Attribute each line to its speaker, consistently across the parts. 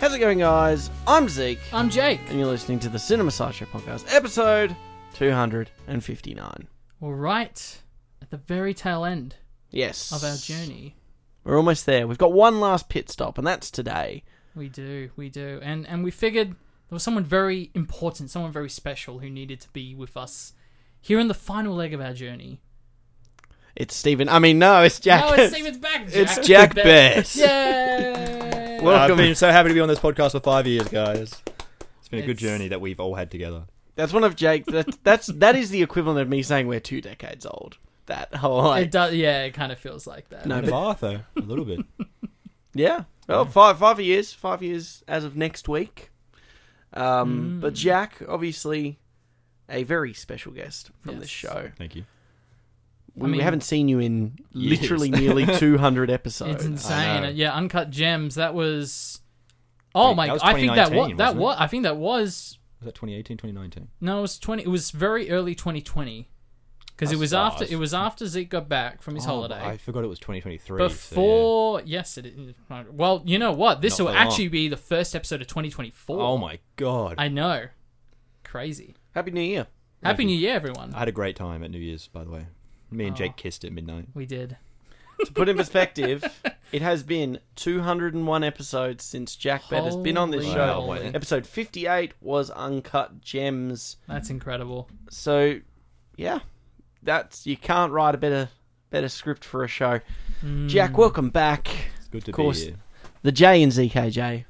Speaker 1: How's it going, guys? I'm Zeke,
Speaker 2: I'm Jake.
Speaker 1: and you're listening to the Cinema Sideshow Podcast, episode 259.
Speaker 2: We're right at the very tail end
Speaker 1: Yes.
Speaker 2: of our journey.
Speaker 1: We're almost there. We've got one last pit stop, and that's today.
Speaker 2: We do, we do, and and we figured there was someone very important, someone very special who needed to be with us here in the final leg of our journey.
Speaker 1: It's Stephen. I mean, no, it's Jack.
Speaker 2: No, it's Steven's back. Jack.
Speaker 1: It's Jack Bess.
Speaker 2: Yay!
Speaker 1: Well- Welcome.
Speaker 3: I've been so happy to be on this podcast for five years, guys. It's been a good
Speaker 2: It's-
Speaker 3: journey that we've all had together.
Speaker 1: That's one of Jake. That, that's that is the equivalent of me saying we're two decades old. That whole
Speaker 2: it
Speaker 1: like,
Speaker 2: does, yeah, it kind of feels like that.
Speaker 1: no,
Speaker 3: And
Speaker 1: but-
Speaker 3: far, though, a little bit.
Speaker 1: yeah. Well, five five years, five years as of next week. Um,
Speaker 2: Mm.
Speaker 1: but Jack, obviously, a very special guest from
Speaker 2: Yes.
Speaker 1: this show.
Speaker 3: Thank you.
Speaker 1: We,
Speaker 2: I
Speaker 1: we
Speaker 2: mean-
Speaker 1: haven't seen you in
Speaker 3: Years.
Speaker 1: literally nearly two hundred episodes.
Speaker 2: it's insane.
Speaker 3: know.
Speaker 2: Yeah, uncut gems. That was. Oh
Speaker 3: Wait,
Speaker 2: my!
Speaker 3: that was
Speaker 2: I think that
Speaker 3: 2019,
Speaker 2: was that
Speaker 3: wasn't it?
Speaker 2: was. I think that was.
Speaker 3: Was that 2018, 2019?
Speaker 2: No, it was twenty. It was very early 2020, because it
Speaker 3: That's
Speaker 2: was after
Speaker 3: fast. Oh,
Speaker 2: it was after Zeke got back from his holiday.
Speaker 3: I forgot it was 2023.
Speaker 2: Before yes, it is. Well, you know what? This
Speaker 3: Not
Speaker 2: will
Speaker 3: for long.
Speaker 2: actually be the first episode of 2024.
Speaker 3: Oh my god. I,
Speaker 2: I know, crazy.
Speaker 1: Happy New Year.
Speaker 2: Happy New Year, everyone.
Speaker 3: had a great time at New Year's, by the way. Me and
Speaker 2: Oh.
Speaker 3: Jake kissed at midnight.
Speaker 2: we did.
Speaker 1: to put in perspective, it has been 201 episodes since Jack Bett has been on this
Speaker 2: Holy
Speaker 1: show.
Speaker 3: Wow, wait.
Speaker 1: Episode 58 was Uncut Gems.
Speaker 2: That's incredible.
Speaker 1: So, yeah, that's you can't write a better better script for a show.
Speaker 2: Hmm. Mm,
Speaker 1: Jack, welcome back.
Speaker 3: It's good to
Speaker 1: course.
Speaker 3: be here.
Speaker 1: The J in ZKJ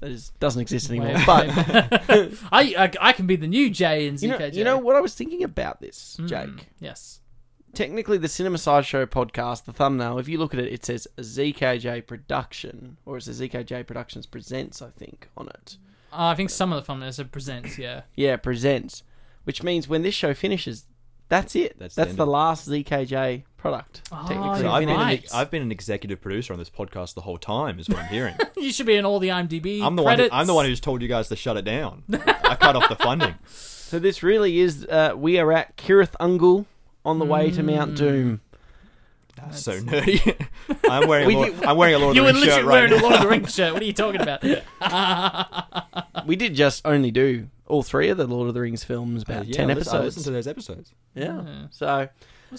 Speaker 1: that is, doesn't exist anymore.
Speaker 2: Way-
Speaker 1: but
Speaker 2: I, I I can be the new Jay in ZKJ.
Speaker 1: you know, you know what I was thinking about this,
Speaker 2: Hmm.
Speaker 1: Jake.
Speaker 2: Mm, Yes.
Speaker 1: Technically, the Cinema Sideshow podcast, the thumbnail, if you look at it, it says ZKJ Production, or it's a ZKJ Productions Presents, I think, on it.
Speaker 2: Uh, I think some of the thumbnails are presents. Yeah.
Speaker 1: Yeah, presents. Which means when this show finishes, that's it. That's,
Speaker 3: That's the
Speaker 1: the,
Speaker 3: end of it.
Speaker 1: last ZKJ product.
Speaker 2: Oh,
Speaker 1: technically,
Speaker 2: you're
Speaker 3: So I've, been an,
Speaker 2: Right.
Speaker 3: ex- I've been an executive producer on this podcast the whole time, is what I'm hearing.
Speaker 2: you should be in all the IMDb.
Speaker 3: I'm the one. Who,
Speaker 2: credits.
Speaker 3: I'm the one who's told you guys to shut it down. I cut off the funding.
Speaker 1: so this really is. Uh, we are at Kirith Ungul on the way
Speaker 2: Mm.
Speaker 1: to Mount Doom.
Speaker 3: That's so nerdy. I'm wearing.
Speaker 1: We
Speaker 3: A Lord,
Speaker 1: did-
Speaker 3: I'm wearing a Lord
Speaker 2: You
Speaker 3: of
Speaker 2: were
Speaker 3: the Rings
Speaker 2: literally
Speaker 3: shirt right
Speaker 2: wearing
Speaker 3: now.
Speaker 2: a Lord of the Rings shirt. What are you talking about?
Speaker 1: We did just only do all three of the Lord of the Rings films,
Speaker 2: Uh,
Speaker 1: about
Speaker 3: Uh, Yeah,
Speaker 1: ten
Speaker 3: I lis- I
Speaker 1: episodes.
Speaker 3: listened to those episodes.
Speaker 1: yeah.
Speaker 2: Hmm.
Speaker 1: So,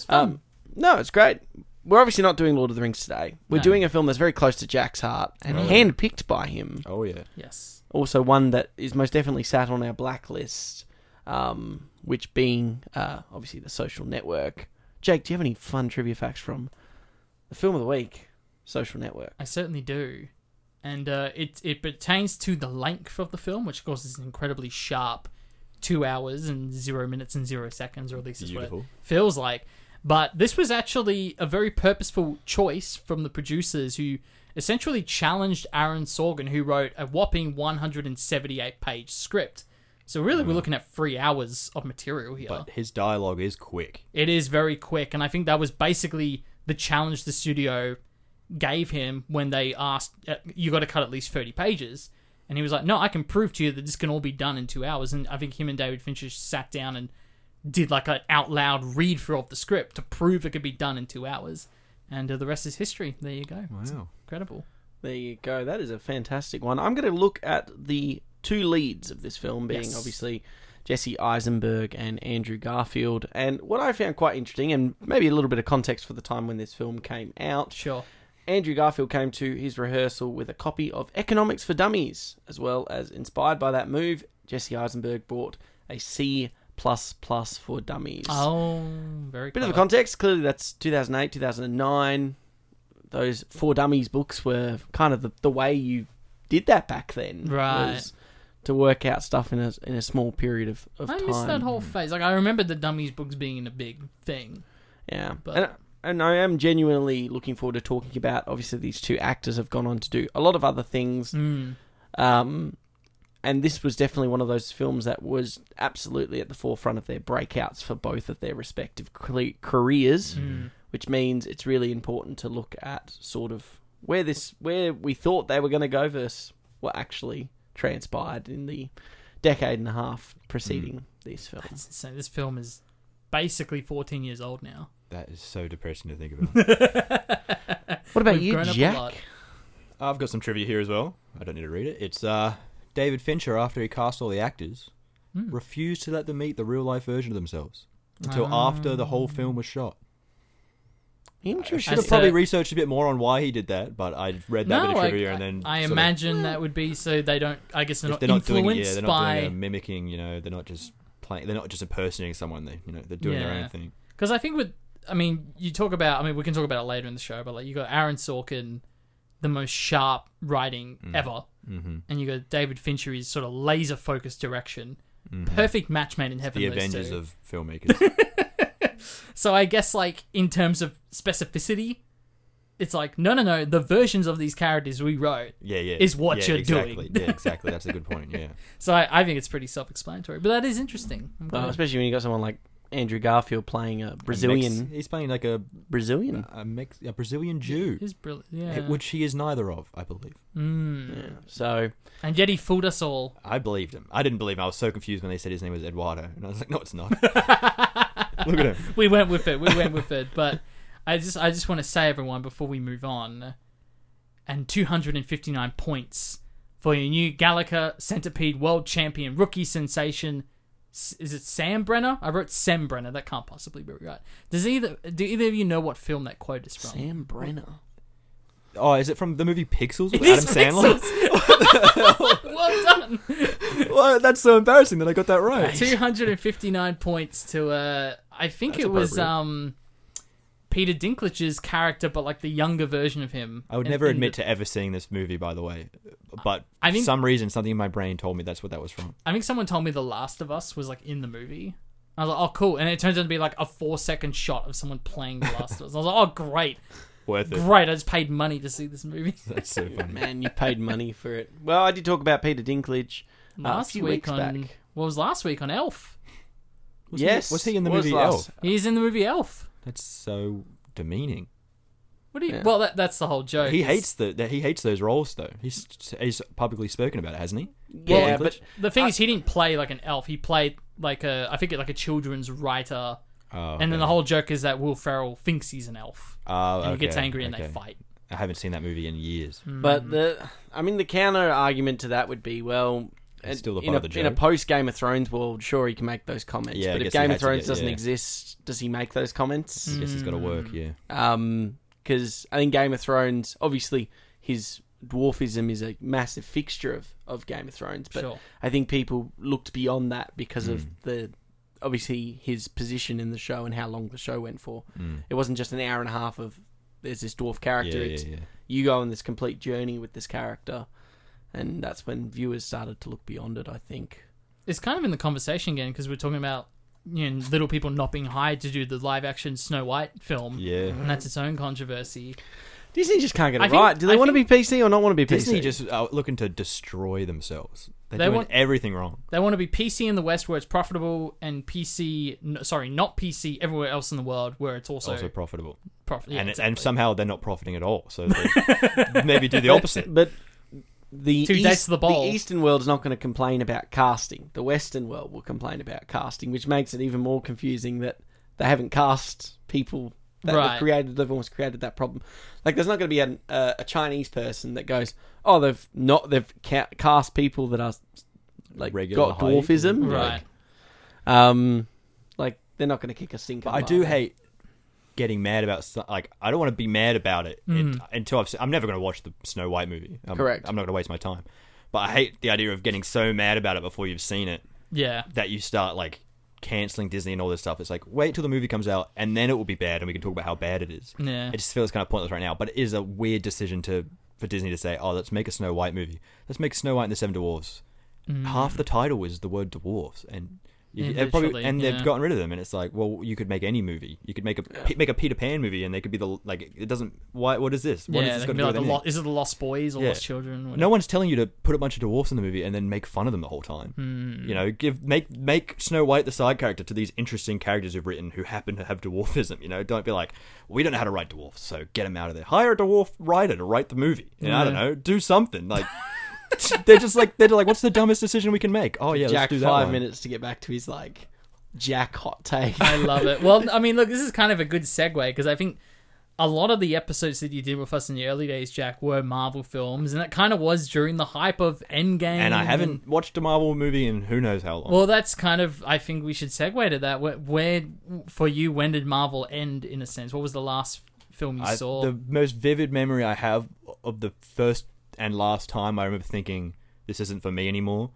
Speaker 2: fun.
Speaker 1: um, no, it's great. We're obviously not doing Lord of the Rings today. We're
Speaker 2: No.
Speaker 1: doing a film that's very close to Jack's heart and handpicked by him.
Speaker 3: Oh yeah.
Speaker 2: yes.
Speaker 1: also one that is most definitely sat on our blacklist, um, which being uh, obviously the social network. Jake, do you have any fun trivia facts from the film of the week, Social Network?
Speaker 2: I certainly do. And uh, it it pertains to the length of the film, which of course is incredibly sharp, two hours and zero minutes and zero seconds, or at least that's what it
Speaker 3: Beautiful.
Speaker 2: feels like. But this was actually a very purposeful choice from the producers who essentially challenged Aaron Sorkin, who wrote a whopping 178 page script. So really, we're looking at three hours of material here.
Speaker 3: Mm-hmm. But his dialogue is quick.
Speaker 2: It is very quick, and I think that was basically the challenge the studio gave him when they asked, uh, "You got to cut at least thirty pages," and he was like, "No, I can prove to you that this can all be done in two hours." And I think him and David Fincher sat down and did like an out loud read through of the script to prove it could be done in two hours, and uh, the rest is history. There you go. It's
Speaker 3: Wow.
Speaker 2: incredible.
Speaker 1: There you go. That is a fantastic one. I'm going to look at the two leads of this film, being
Speaker 2: Yes.
Speaker 1: obviously Jesse Eisenberg and Andrew Garfield. And what I found quite interesting, and maybe a little bit of context for the time when this film came out,
Speaker 2: Sure.
Speaker 1: Andrew Garfield came to his rehearsal with a copy of Economics for Dummies, as well as inspired by that move, Jesse Eisenberg bought a C plus plus for Dummies.
Speaker 2: Oh, very.
Speaker 1: Bit of a
Speaker 2: clever.
Speaker 1: context, clearly that's 2008, 2009. Those For Dummies books were kind of the, the way you did that back then.
Speaker 2: Right.
Speaker 1: was To work out stuff in a, in a small period of, of
Speaker 2: I
Speaker 1: time.
Speaker 2: missed that whole phase. Like I remember the dummies books being a big thing.
Speaker 1: Yeah,
Speaker 2: But-
Speaker 1: and, and I am genuinely looking forward to talking about. Obviously, these two actors have gone on to do a lot of other things,
Speaker 2: Mm.
Speaker 1: um, and this was definitely one of those films that was absolutely at the forefront of their breakouts for both of their respective cle- careers,
Speaker 2: Mm.
Speaker 1: which means it's really important to look at sort of where this where we thought they were going to go versus what actually transpired in the decade and a half preceding
Speaker 2: Hmm.
Speaker 1: these films.
Speaker 2: It's insane. This film is basically 14 years old now.
Speaker 3: That is so depressing to think about.
Speaker 1: What about
Speaker 2: We've
Speaker 1: you,
Speaker 2: grown up a
Speaker 1: Jack?
Speaker 2: lot.
Speaker 3: I've got some trivia here as well. I don't need to read it. It's uh, David Fincher, after he cast all the actors,
Speaker 2: Hmm.
Speaker 3: refused to let them meet the real life version of themselves until
Speaker 2: Ah.
Speaker 3: after the whole film was shot. I
Speaker 1: Interesting.
Speaker 3: should have
Speaker 2: As
Speaker 3: probably
Speaker 2: to-
Speaker 3: researched a bit more on why he did that, but I read that bit of trivia and then
Speaker 2: I
Speaker 3: sort of-
Speaker 2: imagine that would be so they don't. I guess they're
Speaker 3: if
Speaker 2: not
Speaker 3: they're not
Speaker 2: influenced
Speaker 3: doing it, yeah, they're not
Speaker 2: by
Speaker 3: doing a mimicking. You know, they're not just playing. They're not just impersonating someone. They, you know, they're doing their
Speaker 2: Yeah.
Speaker 3: own thing.
Speaker 2: Because I think with, I mean, you talk about. I mean, we can talk about it later in the show, but like you got Aaron Sorkin, the most sharp writing ever,
Speaker 3: Mm-hmm.
Speaker 2: and you got David Fincher, his sort of laser focused direction,
Speaker 3: Mm-hmm.
Speaker 2: perfect match made in heaven.
Speaker 3: The
Speaker 2: those
Speaker 3: Avengers
Speaker 2: two.
Speaker 3: of filmmakers.
Speaker 2: So I guess like in terms of specificity, it's like no, no, no. The versions of these characters we wrote.
Speaker 3: yeah, yeah,
Speaker 2: Is what
Speaker 3: yeah,
Speaker 2: you're doing.
Speaker 3: exactly. Yeah, exactly. That's a good point. Yeah,
Speaker 2: So I, I think it's pretty self explanatory, but that is interesting. I'm
Speaker 1: Well,
Speaker 2: glad.
Speaker 1: especially when you got someone like Andrew Garfield playing a
Speaker 3: A
Speaker 1: Brazilian
Speaker 3: Mex- he's playing like a
Speaker 1: Brazilian.
Speaker 3: a, Mex- a Brazilian Jew, eh,
Speaker 2: It is brilliant. Yeah.
Speaker 3: which he is neither of, I believe.
Speaker 2: Mm.
Speaker 1: Yeah. So
Speaker 2: And yet he fooled us all.
Speaker 3: I believed him. I didn't believe him. I was so confused when they said his name was Eduardo, and I was like, no, it's not. Look at him.
Speaker 2: we went with it. We went with it. But I just I just want to say everyone before we move on, and 259 points for your new Galaga Centipede World Champion rookie sensation. S- Is it Sam Brenner? I wrote Sam Brenner. That can't possibly be right. Does either do either of you know what film that quote is from?
Speaker 1: Sam Brenner.
Speaker 3: Oh, is it from the movie Pixels with
Speaker 2: It is
Speaker 3: Adam Sandler?
Speaker 2: Pixels. well done.
Speaker 3: well, that's so embarrassing that I got that right.
Speaker 2: 259 points to uh I think
Speaker 3: That's
Speaker 2: it was
Speaker 3: appropriate.
Speaker 2: um Peter Dinklage's character but like the younger version of him.
Speaker 3: I would
Speaker 2: in-
Speaker 3: never
Speaker 2: in
Speaker 3: admit
Speaker 2: the-
Speaker 3: to ever seeing this movie, by the way. But
Speaker 2: I think-
Speaker 3: for some reason, something in my brain told me that's what that was from.
Speaker 2: I think someone told me The Last of Us was like in the movie. I was like, "Oh cool." And it turns out to be like a 4 second shot of someone playing The Last of Us. I was like, "Oh great.
Speaker 3: Worth it.
Speaker 2: Great. I just paid money to see this movie."
Speaker 3: That's so funny.
Speaker 1: Man, you paid money for it. Well, I did talk about Peter Dinklage uh, a
Speaker 2: last
Speaker 1: few
Speaker 2: week
Speaker 1: weeks
Speaker 2: on
Speaker 1: back.
Speaker 2: what was last week on Elf?
Speaker 3: Was
Speaker 1: yes,
Speaker 3: He, was he in the
Speaker 1: was
Speaker 3: movie
Speaker 1: last-
Speaker 3: Elf?
Speaker 2: He's in the movie Elf.
Speaker 3: That's so demeaning.
Speaker 2: What do you
Speaker 1: Yeah.
Speaker 2: Well, that, that's the whole joke.
Speaker 3: He
Speaker 2: is-
Speaker 3: hates the, that. He hates those roles, though. He's he's publicly spoken about it, hasn't he?
Speaker 1: Yeah,
Speaker 3: Dinklage?
Speaker 1: but
Speaker 2: The thing is, he didn't play like an elf. He played like a, I think like a children's writer.
Speaker 3: Oh,
Speaker 2: And then the whole joke is that Will Ferrell thinks he's an elf,
Speaker 3: oh,
Speaker 2: and he gets
Speaker 3: okay,
Speaker 2: angry and they
Speaker 3: okay.
Speaker 2: fight.
Speaker 3: I haven't seen that movie in years.
Speaker 1: but the I mean the counter argument to that would be well.
Speaker 3: It's still the
Speaker 1: in,
Speaker 3: part
Speaker 1: a,
Speaker 3: of the
Speaker 1: in a
Speaker 3: joke.
Speaker 1: post Game of Thrones world, sure he can make those comments.
Speaker 3: Yeah, I
Speaker 1: but if
Speaker 3: guess he
Speaker 1: Game
Speaker 3: had
Speaker 1: of
Speaker 3: to
Speaker 1: Thrones
Speaker 3: get-
Speaker 1: doesn't
Speaker 3: yeah. Mm.
Speaker 1: exist, does he make those comments?
Speaker 3: I guess it's got to
Speaker 2: Mm.
Speaker 3: work. Yeah.
Speaker 1: Um 'cause because I think Game of Thrones, obviously, his dwarfism is a massive fixture of, of Game of Thrones, but
Speaker 2: Sure.
Speaker 1: I think people looked beyond that because
Speaker 3: Mm.
Speaker 1: of the obviously his position in the show and how long the show went for. It wasn't just an hour and a half of there's this dwarf character.
Speaker 3: Mm. Yeah, yeah,
Speaker 1: it's,
Speaker 3: yeah.
Speaker 1: You go on this complete journey with this character, and that's when viewers started to look beyond it. I think.
Speaker 2: It's kind of in the conversation again because we're talking about you know little people not being hired to do the live action Snow White film,
Speaker 3: Yeah.
Speaker 2: and that's its own controversy.
Speaker 1: Disney just can't get it
Speaker 2: I think-
Speaker 1: right. Do they
Speaker 2: I
Speaker 1: want
Speaker 2: think-
Speaker 1: to be PC or not want to be PC?
Speaker 3: Disney just are looking to destroy themselves. They're
Speaker 2: They
Speaker 3: doing
Speaker 2: want-
Speaker 3: everything wrong.
Speaker 2: They want to be PC in the West where it's profitable, and PC, no, sorry, not PC everywhere else in the world where it's also,
Speaker 3: also profitable,
Speaker 2: profitable.
Speaker 3: and and somehow they're not profiting at all. So they maybe do the opposite.
Speaker 1: But the
Speaker 2: Two dates to the bowl.
Speaker 1: Eastern world's not going to complain about casting. The Western world will complain about casting, which makes it even more confusing that they haven't cast people that
Speaker 2: Right.
Speaker 1: have created. They've almost created that problem. Like, there's not going to be an, uh, a Chinese person that goes, "Oh, they've not they've ca- cast people that are like
Speaker 3: Regular
Speaker 1: got
Speaker 3: height.
Speaker 1: dwarfism,
Speaker 2: right.
Speaker 1: Like, um, like they're not going to kick a sinker.
Speaker 3: But I do hate getting mad about so- like I don't want to be mad about it in- until I've. se- I'm never going to watch the Snow White movie. I'm,
Speaker 1: Correct.
Speaker 3: I'm not going to waste my time. But I hate the idea of getting so mad about it before you've seen it
Speaker 2: Yeah,
Speaker 3: that you start like canceling Disney and all this stuff. It's like wait till the movie comes out and then it will be bad and we can talk about how bad it is.
Speaker 2: Yeah.
Speaker 3: It just feels kind of pointless right now. But it is a weird decision to for Disney to say, oh, let's make a Snow White movie. Let's make Snow White and the Seven Dwarfs.
Speaker 2: Mm.
Speaker 3: Half the title is the word dwarfs and. you-
Speaker 2: Yeah,
Speaker 3: they've probably,
Speaker 2: literally,
Speaker 3: and
Speaker 2: yeah.
Speaker 3: they've gotten rid of them, and it's like, well, you could make any movie. You could make a make a Peter Pan movie, and they could be the like. It doesn't. Why? What is this?
Speaker 2: yeah.
Speaker 3: What is
Speaker 2: they
Speaker 3: this
Speaker 2: can
Speaker 3: got
Speaker 2: be like
Speaker 3: to do with
Speaker 2: the
Speaker 3: anything?
Speaker 2: lo- is it the Lost Boys or
Speaker 3: Yeah.
Speaker 2: Lost Children?
Speaker 3: No one's telling you to put a bunch of dwarfs in the movie and then make fun of them the whole time.
Speaker 2: Hmm.
Speaker 3: You know, give make make Snow White the side character to these interesting characters you've written who happen to have dwarfism. You know, don't be like, we don't know how to write dwarfs, so get them out of there. Hire a dwarf writer to write the movie. You know, I don't
Speaker 2: Yeah.
Speaker 3: know, do something like. they're just like they're like, what's the dumbest decision we can make? Oh yeah,
Speaker 1: Jack
Speaker 3: let's do that
Speaker 1: five
Speaker 3: one.
Speaker 1: minutes to get back to his like Jack hot take.
Speaker 2: I love it. Well, I mean, look, this is kind of a good segue because I think a lot of the episodes that you did with us in the early days, Jack, were Marvel films, and it kind of was during the hype of Endgame.
Speaker 3: And I haven't watched a Marvel movie in who knows how long.
Speaker 2: Well, that's kind of. I think we should segue to that. Where, where for you, when did Marvel end? In a sense, what was the last film you
Speaker 3: I-
Speaker 2: saw?
Speaker 3: the most vivid memory I have of the first and last time I remember thinking this isn't for me anymore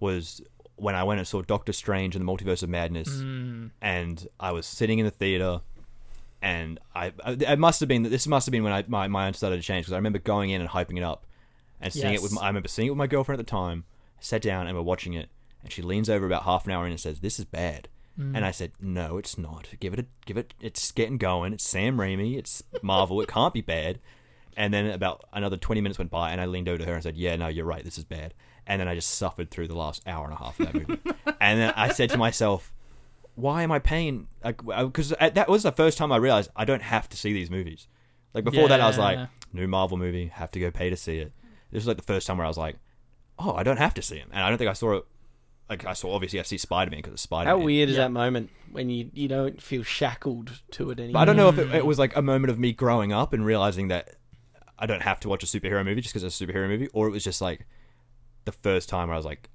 Speaker 3: was when I went and saw Doctor Strange and the Multiverse of Madness,
Speaker 2: Mm.
Speaker 3: and I was sitting in the theater, and I, I it must have been this must have been when I, my my mind started to change because I remember going in and hyping it up, and seeing it with
Speaker 2: Yes.
Speaker 3: my, I remember seeing it with my girlfriend at the time, sat down and we're watching it, and she leans over about half an hour in and says this is bad. And I said, "No, it's not. Give it a give it. It's getting going. It's Sam Raimi. It's Marvel. it can't be bad." And then about another 20 minutes went by, and I leaned over to her and said, Yeah, no, you're right. This is bad. And then I just suffered through the last hour and a half of that movie. and then I said to myself, Why am I paying? Because uh, that was the first time I realized I don't have to see these movies. Like before that, I was
Speaker 2: Yeah.
Speaker 3: like, New Marvel movie, have to go pay to see it. This was like the first time where I was like, Oh, I don't have to see it. And I don't think I saw it. Like I saw, obviously, I see Spider Man because it's Spider
Speaker 1: How
Speaker 3: Man.
Speaker 1: weird is
Speaker 2: Yeah.
Speaker 1: that moment when you you don't feel shackled to it
Speaker 3: But
Speaker 1: anymore?
Speaker 3: I don't know if it, it was like a moment of me growing up and realizing that I don't have to watch a superhero movie just because it's a superhero movie, or it was just like the first time where I was like,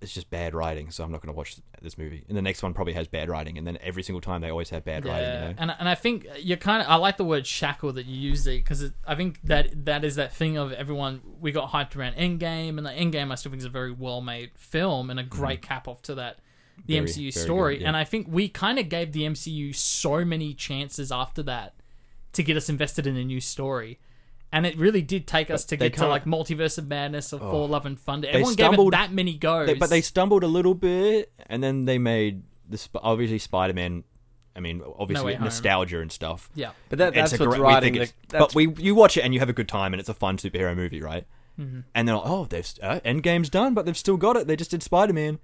Speaker 3: it's just bad writing, so I'm not going to watch this movie. And the next one probably has bad writing, and then every single time they always have bad writing. You know?
Speaker 2: and and I think you're kind of I like the word shackle that you use there because I think that that is that thing of everyone we got hyped around Endgame and the Endgame I still think is a very well made film and a great cap off to that the
Speaker 3: Mm-hmm. Very,
Speaker 2: MCU
Speaker 3: very
Speaker 2: story
Speaker 3: good, yeah.
Speaker 2: and I think we kind of gave the MCU so many chances after that to get us invested in a new story. And it really did take us to
Speaker 3: they
Speaker 2: get to
Speaker 3: can't-
Speaker 2: like Multiverse of Madness or For Love and Thunder. Everyone
Speaker 3: stumbled-
Speaker 2: gave it that many goes.
Speaker 3: They- but they stumbled a little bit, and then they made this obviously Spider Man. I mean, obviously
Speaker 2: Way Home.
Speaker 3: nostalgia and stuff.
Speaker 2: yeah.
Speaker 1: But that,
Speaker 3: It's
Speaker 1: that's
Speaker 3: a
Speaker 1: what's
Speaker 3: great- we
Speaker 1: riding
Speaker 3: think
Speaker 1: the.
Speaker 3: it's-
Speaker 1: That's,
Speaker 3: but we you watch it and you have a good time and it's a fun superhero movie, right?
Speaker 1: Mm-hmm.
Speaker 3: And they're like, oh, they've uh, Endgame's done, but they've still got it. They just did Spider Man,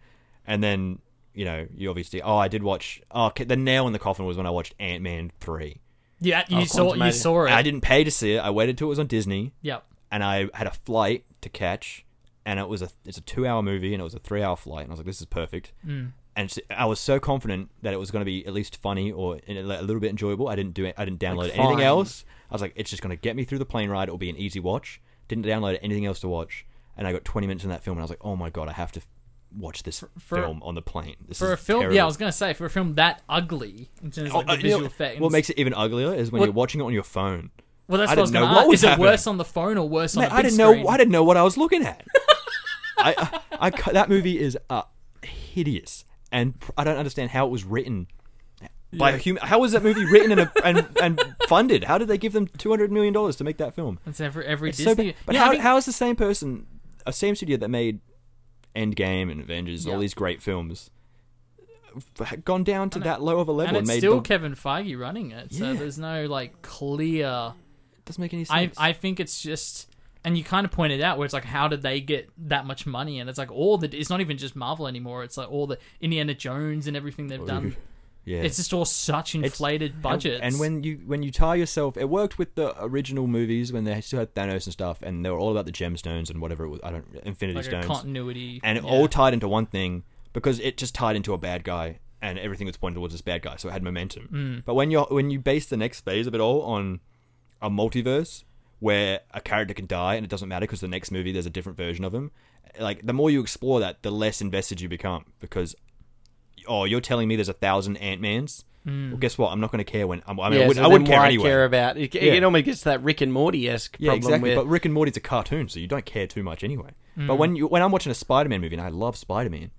Speaker 3: and then you know you obviously oh I did watch oh okay, the nail in the coffin was when I watched Ant Man three.
Speaker 2: Yeah, you
Speaker 1: Oh,
Speaker 2: saw you
Speaker 1: Quantumania.
Speaker 2: saw it.
Speaker 3: I didn't pay to see it. I waited till it was on Disney,
Speaker 2: Yep.
Speaker 3: and I had a flight to catch, and it was a it's a two hour movie and it was a three hour flight, and I was like, this is perfect. Mm. And so- I was so confident that it was going to be at least funny or in- a little bit enjoyable. I didn't do it. I didn't download anything
Speaker 1: fine.
Speaker 3: else. I was like, it's just going to get me through the plane ride. It'll be an easy watch. Didn't download anything else to watch, and I got twenty minutes in that film, and I was like, oh my god, I have to f- watch this
Speaker 2: for-
Speaker 3: film on the plane. This
Speaker 2: for
Speaker 3: is
Speaker 2: a film,
Speaker 3: terrible.
Speaker 2: yeah, I was gonna say for a film that ugly in terms of like,
Speaker 3: Oh,
Speaker 2: the
Speaker 3: you know,
Speaker 2: visual effects.
Speaker 3: What makes it even uglier is when
Speaker 2: What-
Speaker 3: you're watching it on your phone.
Speaker 2: well, that's
Speaker 3: I
Speaker 2: what I was
Speaker 3: didn't know
Speaker 2: gonna
Speaker 3: what
Speaker 2: ask.
Speaker 3: was
Speaker 2: Is it
Speaker 3: happening.
Speaker 2: worse on the phone or worse
Speaker 3: Mate,
Speaker 2: on a big
Speaker 3: I didn't
Speaker 2: screen?
Speaker 3: know. I didn't know what I was looking at. I, I, I- that movie is uh, hideous, and pr- I don't understand how it was written by a human. How was that movie written and, and and funded? How did they give them two hundred million dollars to make that film?
Speaker 2: It's every every
Speaker 3: It's so
Speaker 2: Disney.
Speaker 3: bad. But
Speaker 2: yeah, I
Speaker 3: how,
Speaker 2: think-
Speaker 3: how is the same person, a same studio that made Endgame and Avengers,
Speaker 2: Yeah.
Speaker 3: all these great films, f- gone down to that low of a
Speaker 2: and
Speaker 3: level and,
Speaker 2: it's
Speaker 3: made
Speaker 2: still
Speaker 3: the,
Speaker 2: Kevin Feige running it, so
Speaker 3: Yeah.
Speaker 2: there's no like clear.
Speaker 3: doesn't make any
Speaker 2: I
Speaker 3: sense.
Speaker 2: I think it's just, and you kind of pointed out where it's like, how did they get that much money? And it's like all the. It's not even just Marvel anymore. It's like all the Indiana Jones and everything they've done.
Speaker 3: Oh, yeah.
Speaker 2: It's just all such inflated budgets.
Speaker 3: And when you when you tie yourself, it worked with the original movies when they still had Thanos and stuff, and they were all about the gemstones and whatever it was. I don't Infinity
Speaker 2: like a
Speaker 3: Stones,
Speaker 2: continuity
Speaker 3: and it
Speaker 2: yeah.
Speaker 3: all tied into one thing because it just tied into a bad guy, and everything was pointed towards this bad guy, so it had
Speaker 1: Mm.
Speaker 3: momentum. But when you when you base the next phase of it all on a multiverse where a character can die and it doesn't matter because the next movie there's a different version of him, like the more you explore that, the less invested you become because oh, you're telling me there's a thousand Ant Mans. Well, guess what? I'm not going to care when I'm, I mean, I
Speaker 1: Mm. yeah,
Speaker 3: wouldn't,
Speaker 1: so
Speaker 3: I wouldn't
Speaker 1: then
Speaker 3: care
Speaker 1: why
Speaker 3: anyway.
Speaker 1: care about it, it,
Speaker 3: Yeah.
Speaker 1: it almost gets to that Rick and Morty esque
Speaker 3: yeah,
Speaker 1: problem
Speaker 3: exactly.
Speaker 1: where
Speaker 3: But Rick and Morty's a cartoon, so you don't care too much anyway.
Speaker 2: Mm.
Speaker 3: But when you when I'm watching a Spider-Man movie and I love Spider-Man,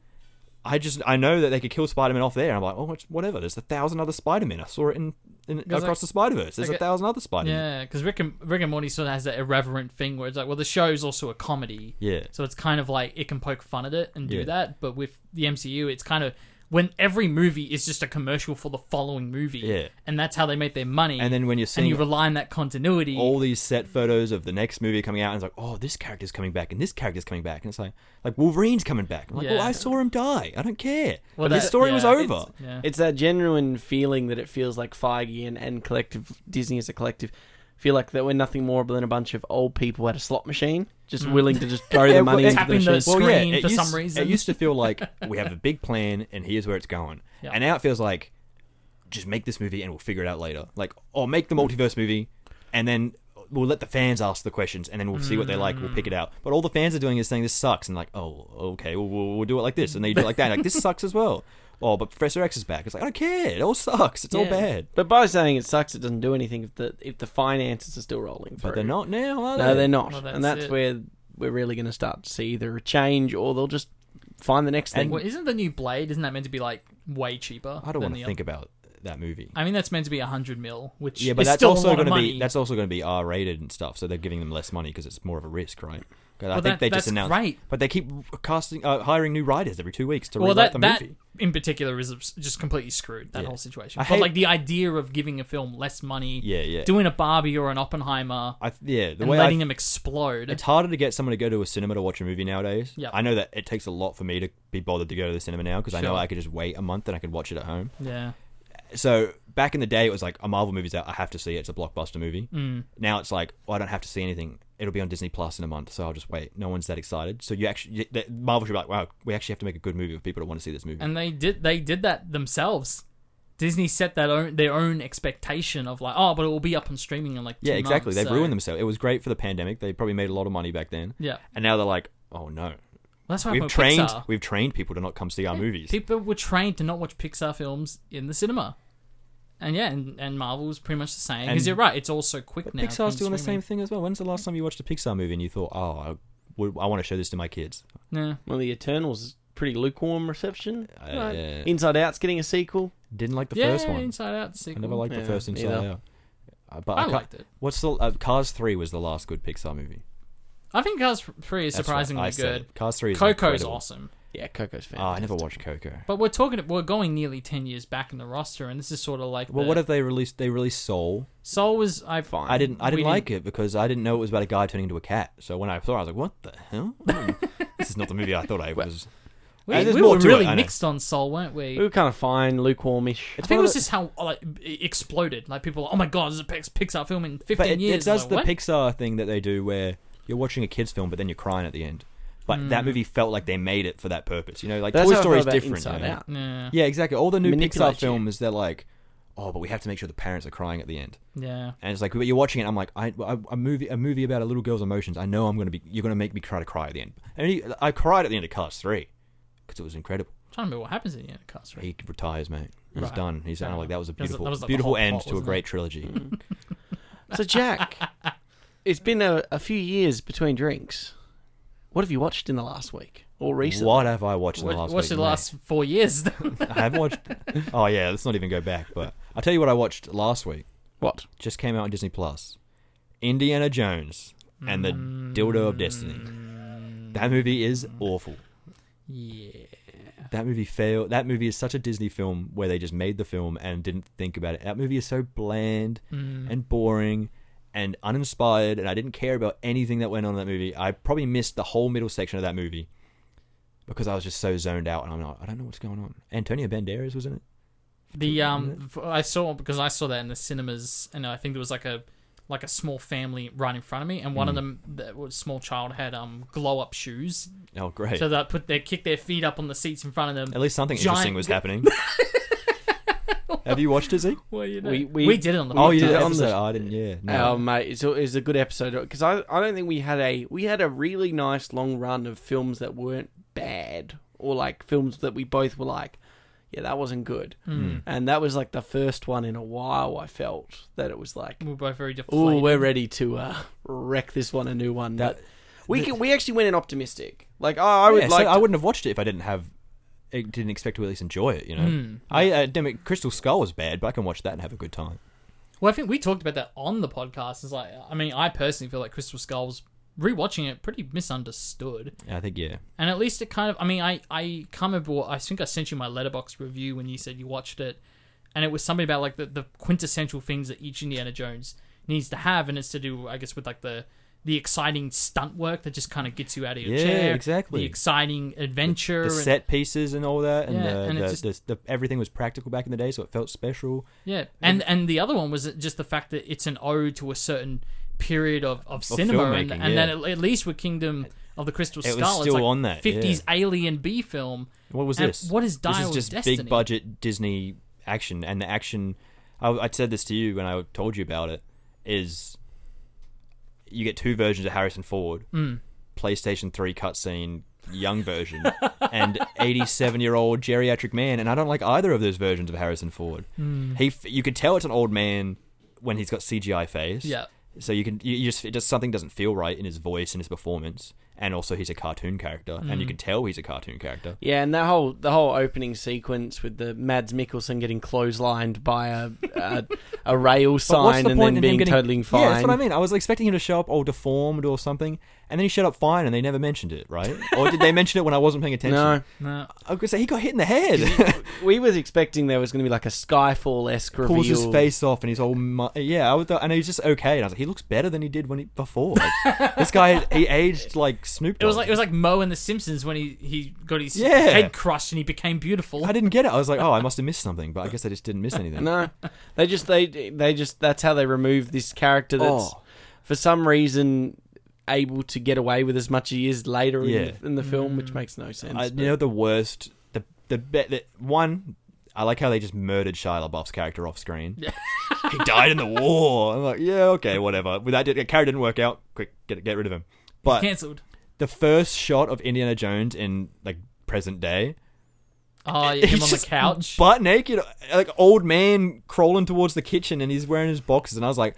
Speaker 3: I just I know that they could kill Spider-Man off there. I'm like, oh, it's whatever. There's a thousand other Spider-Man. I saw it in, in
Speaker 2: Because,
Speaker 3: across
Speaker 2: like-
Speaker 3: the Spider-Verse. There's
Speaker 2: like
Speaker 3: a
Speaker 2: a-
Speaker 3: thousand other Spider-Man.
Speaker 2: Yeah, because Rick and Rick and Morty sort of has that irreverent thing where it's like, well, the show's also a comedy,
Speaker 3: Yeah.
Speaker 2: so it's kind of like it can poke fun at it and do
Speaker 3: Yeah.
Speaker 2: that. But with the MCU, it's kind of when every movie is just a commercial for the following movie,
Speaker 3: Yeah.
Speaker 2: and that's how they make their money.
Speaker 3: And then when you're
Speaker 2: and
Speaker 3: seeing
Speaker 2: you rely on that continuity.
Speaker 3: all these set photos of the next movie coming out, and it's like, oh, this character's coming back, and this character's coming back, and it's like, like Wolverine's coming back. I'm like, well,
Speaker 2: Yeah.
Speaker 3: I saw him die. I don't care.
Speaker 2: Well,
Speaker 3: Well,
Speaker 2: that-
Speaker 3: his story
Speaker 2: yeah,
Speaker 3: was
Speaker 2: it's-
Speaker 3: over.
Speaker 2: yeah.
Speaker 1: It's that genuine feeling that it feels like Feige and, and collective Disney as a collective feel like that we're nothing more than a bunch of old people at a slot machine, just willing to just throw
Speaker 3: Mm. Yeah,
Speaker 1: their money
Speaker 3: well,
Speaker 1: into the
Speaker 2: tapping
Speaker 1: machine.
Speaker 2: the screen
Speaker 3: it
Speaker 2: for
Speaker 3: used-
Speaker 2: some reason.
Speaker 3: It used to feel like we have a big plan and here's where it's going.
Speaker 2: Yeah.
Speaker 3: And now it feels like just make this movie and we'll figure it out later. Like, or make the multiverse movie and then we'll let the fans ask the questions and then we'll see what they like. We'll pick it out. But all the fans are doing is saying this sucks and like, oh, okay, we'll, we'll, we'll do it like this and they do it like that. Like this sucks as well. Oh, but Professor X is back. It's like I don't care. It all sucks. It's all
Speaker 2: Yeah.
Speaker 3: bad.
Speaker 1: But by saying it sucks, it doesn't do anything if the if the finances are still rolling.
Speaker 3: But
Speaker 1: through.
Speaker 3: they're not now, are they?
Speaker 1: No, they're not,
Speaker 2: Well,
Speaker 1: and
Speaker 2: that's
Speaker 1: that's
Speaker 2: it.
Speaker 1: where we're really going to start to see either a change or they'll just find the next thing.
Speaker 2: Well, isn't the new Blade? Isn't that meant to be like way cheaper?
Speaker 3: I
Speaker 2: than
Speaker 3: don't want to
Speaker 2: the
Speaker 3: think about that movie.
Speaker 2: Other? I mean, that's meant to be hundred mil, which
Speaker 3: Yeah, but
Speaker 2: is
Speaker 3: that's
Speaker 2: still a
Speaker 3: also
Speaker 2: lot of
Speaker 3: going to
Speaker 2: money.
Speaker 3: be that's also going to be R rated and stuff. So they're giving them less money because it's more of a risk, right? 'Cause I
Speaker 2: Well,
Speaker 3: think
Speaker 2: that-
Speaker 3: they just
Speaker 2: that's
Speaker 3: announced,
Speaker 2: great.
Speaker 3: but they keep casting uh, hiring new writers every two weeks to
Speaker 2: well,
Speaker 3: rewrite
Speaker 2: that
Speaker 3: the
Speaker 2: that
Speaker 3: movie.
Speaker 2: in particular is just completely screwed that
Speaker 3: Yeah.
Speaker 2: whole situation.
Speaker 3: I
Speaker 2: but
Speaker 3: hate-
Speaker 2: like the idea of giving a film less money,
Speaker 3: Yeah, yeah.
Speaker 2: doing a Barbie or an Oppenheimer
Speaker 3: I th- yeah, the
Speaker 2: and
Speaker 3: way I
Speaker 2: letting them explode.
Speaker 3: It's harder to get someone to go to a cinema to watch a movie nowadays.
Speaker 2: Yep.
Speaker 3: I know that it takes a lot for me to be bothered to go to the cinema now because I know
Speaker 2: Sure.
Speaker 3: I could just wait a month and I could watch it at home.
Speaker 2: yeah,
Speaker 3: So back in the day, it was like a Marvel movie's out, I have to see it. It's a blockbuster movie. Mm. Now it's like well, I don't have to see anything. It'll be on Disney Plus in a month, so I'll just wait. No one's that excited. So you actually you- that- Marvel should be like, wow, we actually have to make a good movie for people to want to see this movie.
Speaker 2: and they did they did that themselves. Disney set that own, their own expectation of like, oh, but it will be up on streaming in like two
Speaker 3: yeah, exactly.
Speaker 2: months,
Speaker 3: They've
Speaker 2: so-
Speaker 3: ruined themselves. It was great for the pandemic. They probably made a lot of money back then.
Speaker 2: Yeah,
Speaker 3: And now they're like, oh no,
Speaker 2: Well, that's why
Speaker 3: we've
Speaker 2: with
Speaker 3: trained
Speaker 2: Pixar.
Speaker 3: we've trained people to not come see our movies.
Speaker 2: People were trained to not watch Pixar films in the cinema. And yeah, and, and Marvel was pretty much the same.
Speaker 3: And-
Speaker 2: Because you're right, it's all so quick
Speaker 3: But
Speaker 2: now.
Speaker 3: Pixar's doing the
Speaker 2: streaming.
Speaker 3: same thing as well. When's the last time you watched a Pixar movie and you thought, "Oh, I, would- I want to show this to my kids"?
Speaker 2: Yeah.
Speaker 1: well, the Eternals is pretty lukewarm reception.
Speaker 3: Uh,
Speaker 1: Right.
Speaker 3: yeah.
Speaker 1: Inside Out's getting a sequel.
Speaker 3: Didn't like the
Speaker 2: yeah,
Speaker 3: first one.
Speaker 2: Inside Out.
Speaker 3: I
Speaker 2: Sequel.
Speaker 3: never liked the
Speaker 1: Yeah,
Speaker 3: first Inside
Speaker 1: neither.
Speaker 3: Out. Uh, but I,
Speaker 2: I
Speaker 3: can't-
Speaker 2: liked it.
Speaker 3: What's the uh, Cars Three was the last good Pixar movie.
Speaker 2: I think Cars 3 is
Speaker 3: That's
Speaker 2: surprisingly
Speaker 3: right, I said
Speaker 2: good.
Speaker 3: it. Cars Three is
Speaker 2: Coco's
Speaker 3: incredible.
Speaker 2: awesome.
Speaker 1: Yeah, Coco's fan.
Speaker 3: Oh, I never watched Coco.
Speaker 2: But we're talking, we're going nearly 10 years back in the roster, and this is sort of like.
Speaker 3: Well,
Speaker 2: the-
Speaker 3: what if they released? They released Soul.
Speaker 2: Soul was. I,
Speaker 1: Fine.
Speaker 3: I didn't. I
Speaker 2: We
Speaker 3: didn't
Speaker 2: didn't-
Speaker 3: like it because I didn't know it was about a guy turning into a cat. So when I saw, it, I was like, "What the hell? Hmm, this is not the movie I thought I was."
Speaker 2: We,
Speaker 3: Uh, there's
Speaker 2: we
Speaker 3: more
Speaker 2: were
Speaker 3: to it,
Speaker 2: really
Speaker 3: I know.
Speaker 2: mixed on Soul, weren't we?
Speaker 1: We were kind of fine, lukewarmish.
Speaker 2: I
Speaker 3: It's
Speaker 2: think it
Speaker 3: one of
Speaker 2: was
Speaker 3: the-
Speaker 2: just how like it exploded. Like people, were, oh my god, this is a Pix- Pixar film in 15
Speaker 3: but it,
Speaker 2: years.
Speaker 3: it does
Speaker 2: Like,
Speaker 3: the
Speaker 2: what?
Speaker 3: Pixar thing that they do where you're watching a kids film but then you're crying at the end. But
Speaker 2: Hmm.
Speaker 3: that movie felt like they made it for that purpose. You know, like
Speaker 1: That's
Speaker 3: Toy
Speaker 1: how I
Speaker 3: Story is
Speaker 1: felt about
Speaker 3: different.
Speaker 1: Inside
Speaker 3: you know?
Speaker 1: Out.
Speaker 2: Yeah.
Speaker 3: Yeah, exactly. All the new Pixar
Speaker 1: Manipulates you.
Speaker 3: films, they're like, oh, but we have to make sure the parents are crying at the end.
Speaker 2: Yeah.
Speaker 3: And it's like, but you're watching it. I'm like, I, I, a movie, a movie about a little girl's emotions. I know I'm gonna be, you're gonna make me try to cry at the end. And he, I cried at the end of Cars Three because it was incredible.
Speaker 2: trying to remember what happens in the end of Cars 3.
Speaker 3: He retires, mate. He's
Speaker 2: Right.
Speaker 3: done. He's
Speaker 2: Fair
Speaker 3: done. Like
Speaker 2: enough.
Speaker 3: that was a
Speaker 2: That was-
Speaker 3: beautiful,
Speaker 2: that was, like, the
Speaker 3: beautiful
Speaker 2: whole
Speaker 3: end
Speaker 2: plot,
Speaker 3: to a
Speaker 2: wasn't
Speaker 3: great
Speaker 2: it? Mm-hmm.
Speaker 3: trilogy.
Speaker 1: So, Jack, it's been a, a few years between drinks. What have you watched in the last week or recently?
Speaker 3: What have I watched in the
Speaker 2: What,
Speaker 3: last?
Speaker 2: what's
Speaker 3: week,
Speaker 2: the
Speaker 3: mate?
Speaker 2: last four years?
Speaker 3: I have watched. Oh yeah, let's not even go back. But I'll tell you what I watched last week.
Speaker 1: What?
Speaker 3: Just came out on Disney Plus. Indiana Jones and the Dildo of Destiny. That movie is awful.
Speaker 2: Mm, yeah.
Speaker 3: That movie failed. That movie is such a Disney film where they just made the film and didn't think about it. That movie is so bland
Speaker 2: Mm.
Speaker 3: and boring and uninspired, and I didn't care about anything that went on in that movie. I probably missed the whole middle section of that movie because I was just so zoned out, and I'm like, I don't know what's going on. Antonio Banderas was in it.
Speaker 2: The um, f- I saw because I saw that in the cinemas, and I think there was like a like a small family right in front of me, and one of them, that was small child, had um glow up shoes,
Speaker 3: Oh great!
Speaker 2: so that put their kick their feet up on the seats in front of them.
Speaker 3: At least something
Speaker 2: Giant-
Speaker 3: interesting was happening. Have you watched it, Zeke?
Speaker 2: Well, you know,
Speaker 1: We-
Speaker 2: we,
Speaker 1: we-
Speaker 2: did it on the
Speaker 3: Oh, you
Speaker 2: podcast.
Speaker 3: did it
Speaker 1: Yeah,
Speaker 3: on
Speaker 1: episode.
Speaker 3: the. I didn't. Yeah.
Speaker 1: Oh
Speaker 3: No.
Speaker 1: mate, it's a, it's a good episode because I I don't think we had a we had a really nice long run of films that weren't bad or like films that we both were like, yeah, that wasn't good,
Speaker 3: Hmm.
Speaker 1: and that was like the first one in a while. I felt that it was like,
Speaker 2: We We're both very
Speaker 1: oh,
Speaker 2: deflated.
Speaker 1: we're ready to uh, wreck this one a new one.
Speaker 3: That-
Speaker 1: But we can, we actually went in optimistic. Like I I would
Speaker 3: Yeah, so
Speaker 1: like
Speaker 3: I
Speaker 1: to-
Speaker 3: wouldn't have watched it if I didn't have. I didn't expect to at least enjoy it. You know.
Speaker 1: Hmm,
Speaker 3: I uh, damn it, Crystal Skull was bad, but I can watch that and have a good time.
Speaker 2: Well, I think we talked about that on the podcast. It's like, I mean, I personally feel like Crystal Skulls rewatching it pretty misunderstood.
Speaker 3: I think yeah.
Speaker 2: And at least it kind of, I mean, I, I can't remember what, I think I sent you my letterbox review when you said you watched it. And it was something about like the, the quintessential things that each Indiana Jones needs to have. And it's to do, I guess, with like the, the exciting stunt work that just kind of gets you out of your
Speaker 3: Yeah,
Speaker 2: chair.
Speaker 3: exactly.
Speaker 2: The exciting adventure.
Speaker 3: The
Speaker 2: and-
Speaker 3: set pieces and all that, and,
Speaker 2: Yeah,
Speaker 3: the,
Speaker 2: and it
Speaker 3: the,
Speaker 2: just-
Speaker 3: the, the everything was practical back in the day, so it felt special.
Speaker 2: yeah. And, and the other one was just the fact that it's an ode to a certain period of, of, cinema. And,
Speaker 3: filmmaking,
Speaker 2: and
Speaker 3: yeah.
Speaker 2: then at, at least with Kingdom of the Crystal
Speaker 3: It was
Speaker 2: Skull, it's
Speaker 3: still
Speaker 2: like
Speaker 3: on that, yeah.
Speaker 2: 50s alien B film.
Speaker 3: What was
Speaker 2: And
Speaker 3: this?
Speaker 2: what is Dial
Speaker 3: This
Speaker 2: of
Speaker 3: is just
Speaker 2: Destiny?
Speaker 3: big budget Disney action, and the action. I, I said this to you when I told you about it. Is you get two versions of Harrison Ford,
Speaker 2: Hmm.
Speaker 3: PlayStation Three cutscene, young version, and eighty-seven-year-old geriatric man, and I don't like either of those versions of Harrison Ford.
Speaker 2: Hmm.
Speaker 3: He, f- you could tell it's an old man when he's got CGI face.
Speaker 2: Yeah.
Speaker 3: So you can you you just it just something doesn't feel right in his voice and his performance, and also he's a cartoon character, and
Speaker 2: Hmm.
Speaker 3: you can tell he's a cartoon character.
Speaker 1: Yeah, and that whole the whole opening sequence with the Mads Mikkelsen getting clotheslined by a a, a rail
Speaker 3: But what's
Speaker 1: sign
Speaker 3: the
Speaker 1: and
Speaker 3: point
Speaker 1: then
Speaker 3: in him
Speaker 1: being
Speaker 3: getting-
Speaker 1: totally fine.
Speaker 3: Yeah, that's what I mean. I was expecting him to show up all deformed or something, and then he showed up fine, and they never mentioned it, right? or did they mention it when I wasn't paying attention?
Speaker 1: No,
Speaker 2: No.
Speaker 3: I was gonna say he got hit in the head.
Speaker 1: we was expecting there was going to be like a Skyfall esque reveal.
Speaker 3: Pulls his face off, and he's all mu- yeah. I was, and he's just okay. And I was like, he looks better than he did when he before. Like, this guy, he aged like Snoop.
Speaker 2: It was
Speaker 3: Dogg.
Speaker 2: like it was like Mo and The Simpsons when he, he got his
Speaker 3: Yeah.
Speaker 2: head crushed and he became beautiful.
Speaker 3: I didn't get it. I was like, oh, I must have missed something, but I guess I just didn't miss anything.
Speaker 1: No, they just they they just that's how they remove this character that's
Speaker 3: Oh.
Speaker 1: for some reason able to get away with as much as he is later
Speaker 3: Yeah.
Speaker 1: in, the, in the film,
Speaker 3: Mm.
Speaker 1: which makes no sense.
Speaker 3: I,
Speaker 1: but-
Speaker 3: you know the worst. The the, be- the one. I like how they just murdered Shia LaBeouf's character off screen. he died in the war. I'm like, yeah, okay, whatever. With that, the character didn't work out. Quick, get get rid of him. But
Speaker 2: Cancelled.
Speaker 3: the first shot of Indiana Jones in like present day,
Speaker 2: Oh, yeah, him
Speaker 3: he's
Speaker 2: on the
Speaker 3: just
Speaker 2: couch.
Speaker 3: butt naked, like old man crawling towards the kitchen, and he's wearing his boxes. And I was like,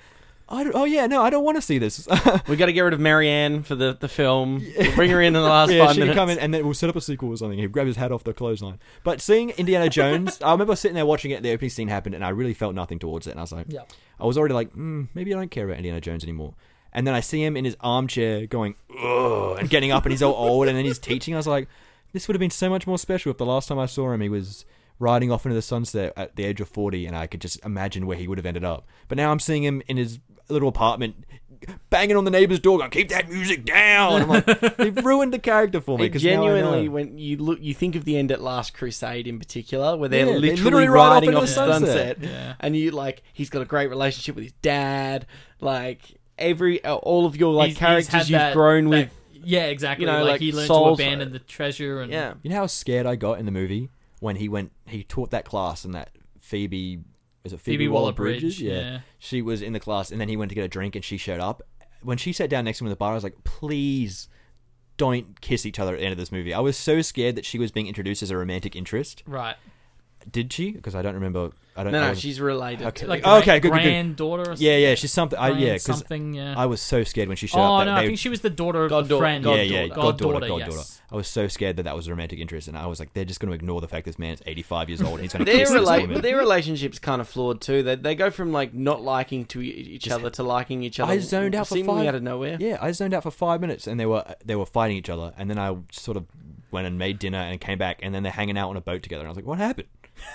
Speaker 3: I don't- oh yeah, no, I don't want to see this.
Speaker 1: we got to get rid of Marianne for the the film. We'll bring her in in the last
Speaker 3: yeah,
Speaker 1: five
Speaker 3: she could
Speaker 1: minutes.
Speaker 3: come in and then we'll set up a sequel or something. He'd grab his hat off the clothesline. But seeing Indiana Jones, I remember sitting there watching it. The opening scene happened, and I really felt nothing towards it. And I was like,
Speaker 2: Yeah.
Speaker 3: I was already like, mm, maybe I don't care about Indiana Jones anymore. And then I see him in his armchair going, ugh, and getting up, and he's all old, and then he's teaching. I was like, this would have been so much more special if the last time I saw him, he was riding off into the sunset at the age of 40, and I could just imagine where he would have ended up. But now I'm seeing him in his little apartment, banging on the neighbor's door, going, keep that music down. I'm like, they've ruined the character for me.
Speaker 1: It
Speaker 3: 'cause now I know.
Speaker 1: genuinely, when you look, you think of the end at Last Crusade in particular, where they're
Speaker 3: Yeah, they
Speaker 1: literally,
Speaker 3: literally ride off
Speaker 1: riding
Speaker 3: into
Speaker 1: off the
Speaker 3: the
Speaker 1: sunset,
Speaker 3: sunset.
Speaker 2: Yeah.
Speaker 1: and you like he's got a great relationship with his dad. Like every, uh, all of your like
Speaker 2: He's- he's
Speaker 1: characters
Speaker 2: had
Speaker 1: you've
Speaker 2: that-
Speaker 1: grown
Speaker 2: that-
Speaker 1: with.
Speaker 2: Yeah, exactly.
Speaker 1: you know,
Speaker 2: like,
Speaker 1: like,
Speaker 2: he learned
Speaker 1: soul-
Speaker 2: to abandon the treasure and
Speaker 1: Yeah,
Speaker 3: You know how scared I got in the movie when he went he taught that class and that Phoebe was it Phoebe,
Speaker 2: Phoebe
Speaker 3: Waller
Speaker 2: Waller-Bridge,
Speaker 3: Bridges?
Speaker 2: yeah.
Speaker 3: She was in the class and then he went to get a drink and she showed up. When she sat down next to him in the bar, I was like, please don't kiss each other at the end of this movie. I was so scared that she was being introduced as a romantic interest.
Speaker 2: right.
Speaker 3: Did she? Because I don't remember. I don't.
Speaker 1: no,
Speaker 3: I
Speaker 1: no,
Speaker 3: wasn't-
Speaker 1: she's related.
Speaker 3: Okay. oh,
Speaker 1: to
Speaker 2: Like
Speaker 1: it.
Speaker 2: grand-
Speaker 3: Okay, good, good, good.
Speaker 2: granddaughter or
Speaker 3: Yeah, yeah. She's something. I,
Speaker 2: something.
Speaker 3: yeah, because
Speaker 2: something, yeah.
Speaker 3: I was so scared when she showed
Speaker 2: oh
Speaker 3: up.
Speaker 2: no,
Speaker 3: That
Speaker 2: I
Speaker 3: they-
Speaker 2: think she was the daughter of a
Speaker 1: Goddaughter.
Speaker 2: friend.
Speaker 1: Yeah,
Speaker 3: yeah,
Speaker 1: Goddaughter.
Speaker 3: goddaughter, goddaughter.
Speaker 2: yes.
Speaker 3: I was so scared that that was a romantic interest, and I was like, they're just going to ignore the fact this man is 85 years old and he's going to
Speaker 1: Their,
Speaker 3: kiss this
Speaker 1: rela-
Speaker 3: woman.
Speaker 1: their relationship's kind of flawed too. They, they go from like not liking to e- each other to liking each other.
Speaker 3: I zoned out for
Speaker 1: seemingly
Speaker 3: five-
Speaker 1: out of nowhere.
Speaker 3: Yeah, I zoned out for five minutes, and they were they were fighting each other, and then I sort of went and made dinner and came back, and then they're hanging out on a boat together, and I was like, what happened?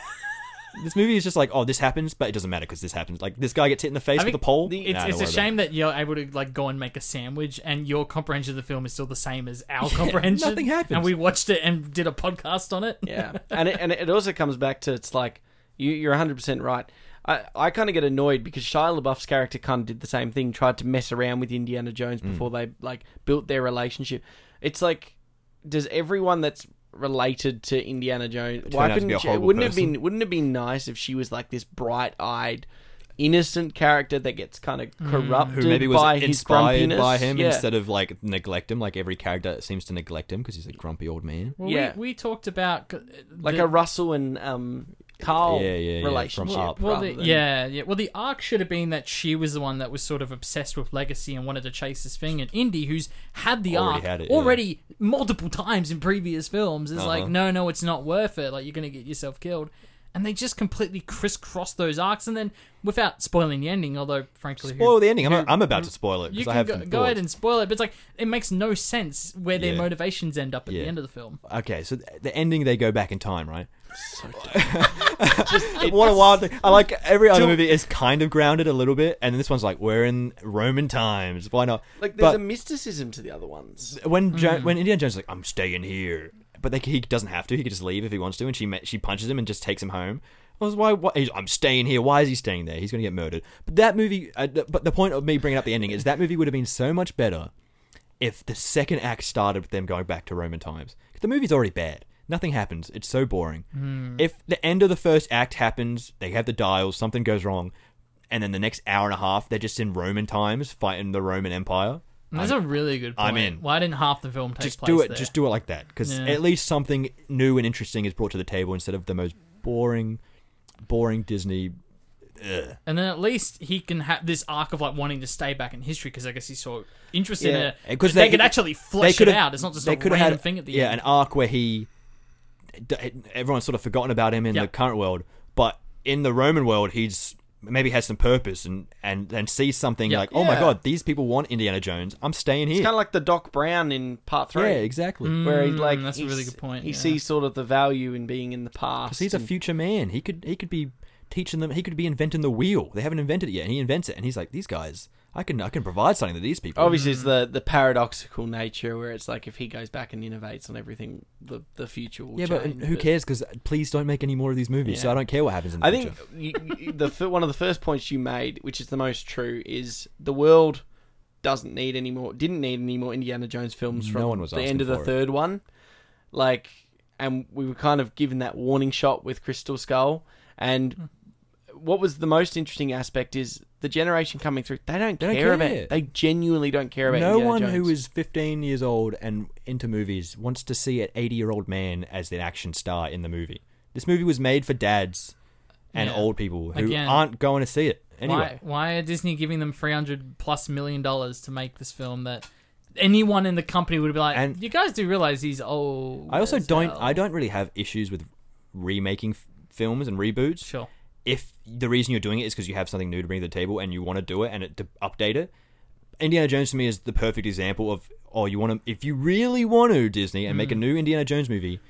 Speaker 3: this movie is just like, oh, this happens, but it doesn't matter because this happens. Like this guy gets hit in the face
Speaker 2: I
Speaker 3: with a
Speaker 2: think
Speaker 3: pole.
Speaker 2: the- It's, it's
Speaker 3: Nah, don't
Speaker 2: a
Speaker 3: worry about
Speaker 2: shame that you're able to like go and make a sandwich, and your comprehension of the film is still the same as our comprehension.
Speaker 3: nothing happens.
Speaker 2: and we watched it and did a podcast on it.
Speaker 1: yeah, and it, and it also comes back to it's like you, you're 100 percent right. I, I kind of get annoyed because Shia LaBeouf's character kind of did the same thing, tried to mess around with Indiana Jones
Speaker 3: Mm.
Speaker 1: before they like built their relationship. It's like, does everyone that's related to Indiana Jones? Why
Speaker 3: out to be
Speaker 1: couldn't
Speaker 3: a
Speaker 1: she-
Speaker 3: horrible
Speaker 1: wouldn't it
Speaker 3: person.
Speaker 1: be wouldn't it be nice if she was like this bright eyed? Innocent character that gets kind of
Speaker 2: Mm.
Speaker 1: corrupted
Speaker 3: it." who maybe was
Speaker 1: by his
Speaker 3: inspired
Speaker 1: grumpiness.
Speaker 3: by him
Speaker 1: yeah.
Speaker 3: instead of like neglect him. Like every character seems to neglect him because he's a grumpy old man.
Speaker 2: Well,
Speaker 1: Yeah.
Speaker 2: we, we talked about uh,
Speaker 1: like
Speaker 2: the-
Speaker 1: a Russell and um, Carl
Speaker 3: Yeah, yeah, yeah, from
Speaker 1: relationship.
Speaker 3: Up.
Speaker 2: Well,
Speaker 1: rather
Speaker 2: the,
Speaker 1: than-
Speaker 2: yeah, yeah. Well, the arc should have been that she was the one that was sort of obsessed with legacy and wanted to chase this thing, and Indy, who's had the
Speaker 3: Already
Speaker 2: arc
Speaker 3: had it, yeah.
Speaker 2: already multiple times in previous films, is like,
Speaker 3: Uh-huh.
Speaker 2: no, no, it's not worth it. Like, you're gonna get yourself killed. And they just completely crisscross those arcs, and then without spoiling the ending, although frankly, who-
Speaker 3: Spoil the ending. I'm, I'm about to spoil it
Speaker 2: Mm, you
Speaker 3: because I
Speaker 2: can
Speaker 3: have
Speaker 2: go,
Speaker 3: some
Speaker 2: go ahead
Speaker 3: thoughts.
Speaker 2: and spoil it. But it's like it makes no sense where their
Speaker 3: Yeah.
Speaker 2: motivations end up at the
Speaker 3: Yeah.
Speaker 2: end of the film.
Speaker 3: Okay, so th- the ending they go back in time, right? what a wild thing! I like every other movie is kind of grounded a little bit, and this one's like we're in Roman times. Why not?
Speaker 1: Like there's
Speaker 3: but
Speaker 1: a mysticism to the other ones.
Speaker 3: when jo- when Indiana Jones is like I'm staying here, but they, he doesn't have to. He could just leave if he wants to, and she ma- she punches him and just takes him home. I was why, why he's, I'm staying here. Why is he staying there? He's going to get murdered. But that movie. Uh, th- but the point of me bringing up the ending is that movie would have been so much better if the second act started with them going back to Roman times. The movie's already bad. Nothing happens. It's so boring. If the end of the first act happens, they have the dials, something goes wrong, and then the next hour and a half, they're just in Roman times fighting the Roman Empire.
Speaker 2: That's a really good point.
Speaker 3: I'm in.
Speaker 2: Why didn't half the film take
Speaker 3: Just
Speaker 2: place
Speaker 3: do it.
Speaker 2: there?
Speaker 3: Just do it like that, because
Speaker 2: Yeah.
Speaker 3: at least something new and interesting is brought to the table instead of the most boring, boring Disney. Ugh.
Speaker 2: and then at least he can have this arc of like wanting to stay back in history because I guess he's so interested
Speaker 1: Yeah.
Speaker 2: in it.
Speaker 3: 'Cause
Speaker 2: they,
Speaker 3: they-
Speaker 2: could actually flesh it
Speaker 3: could've-
Speaker 2: out. It's not just a
Speaker 3: they could've
Speaker 2: random
Speaker 3: had-
Speaker 2: thing at the
Speaker 3: yeah,
Speaker 2: end.
Speaker 3: an arc where he d- everyone's sort of forgotten about him in
Speaker 2: Yeah.
Speaker 3: the current world, but in the Roman world, he's maybe has some purpose and and and sees something
Speaker 2: Yeah.
Speaker 3: like, oh my
Speaker 1: Yeah.
Speaker 3: god, these people want Indiana Jones. I'm staying here.
Speaker 1: It's kind of like the Doc Brown in part three.
Speaker 3: yeah, exactly.
Speaker 1: Where he like
Speaker 2: Mm, that's a
Speaker 1: he's-
Speaker 2: really good point,
Speaker 1: He
Speaker 2: yeah.
Speaker 1: sees sort of the value in being in the past.
Speaker 3: Because he's a
Speaker 1: and-
Speaker 3: future man. He could he could be teaching them. He could be inventing the wheel. They haven't invented it yet, and he invents it. And he's like, these guys, I can I can provide something to these people.
Speaker 1: obviously it's
Speaker 2: Mm.
Speaker 1: the the paradoxical nature where it's like if he goes back and innovates on everything, the the future will
Speaker 3: yeah, but
Speaker 1: change,
Speaker 3: who cares? Because please don't make any more of these movies. So
Speaker 1: Yeah.
Speaker 3: I don't care what happens in the
Speaker 1: I
Speaker 3: future.
Speaker 1: think you, you- the fir- one of the first points you made, which is the most true, is the world doesn't need any more. Didn't need any more Indiana Jones films
Speaker 3: No
Speaker 1: from
Speaker 3: one was
Speaker 1: the
Speaker 3: asking
Speaker 1: end of the
Speaker 3: for it.
Speaker 1: third one. Like, and we were kind of given that warning shot with Crystal Skull. And what was the most interesting aspect is the generation coming through. They don't,
Speaker 3: They
Speaker 1: care,
Speaker 3: don't
Speaker 1: about.
Speaker 3: care.
Speaker 1: They genuinely don't care about.
Speaker 3: no
Speaker 1: Indiana
Speaker 3: one
Speaker 1: Jones.
Speaker 3: who is 15 years old and into movies wants to see an 80 year old man as the action star in the movie. This movie was made for dads and
Speaker 2: Yeah.
Speaker 3: old people who
Speaker 2: Again.
Speaker 3: aren't going to see it anyway.
Speaker 2: Why, why are Disney giving them three hundred plus million dollars to make this film that anyone in the company would be like?
Speaker 3: And-
Speaker 2: you guys do realize he's old.
Speaker 3: I also
Speaker 2: as
Speaker 3: don't.
Speaker 2: hell."
Speaker 3: I don't really have issues with remaking f- films and reboots.
Speaker 2: Sure.
Speaker 3: If the reason you're doing it is because you have something new to bring to the table and you want to do it and it, to update it, Indiana Jones to me is the perfect example of oh, you want to if you really want to Disney and make
Speaker 1: Mm.
Speaker 3: a new Indiana Jones movie,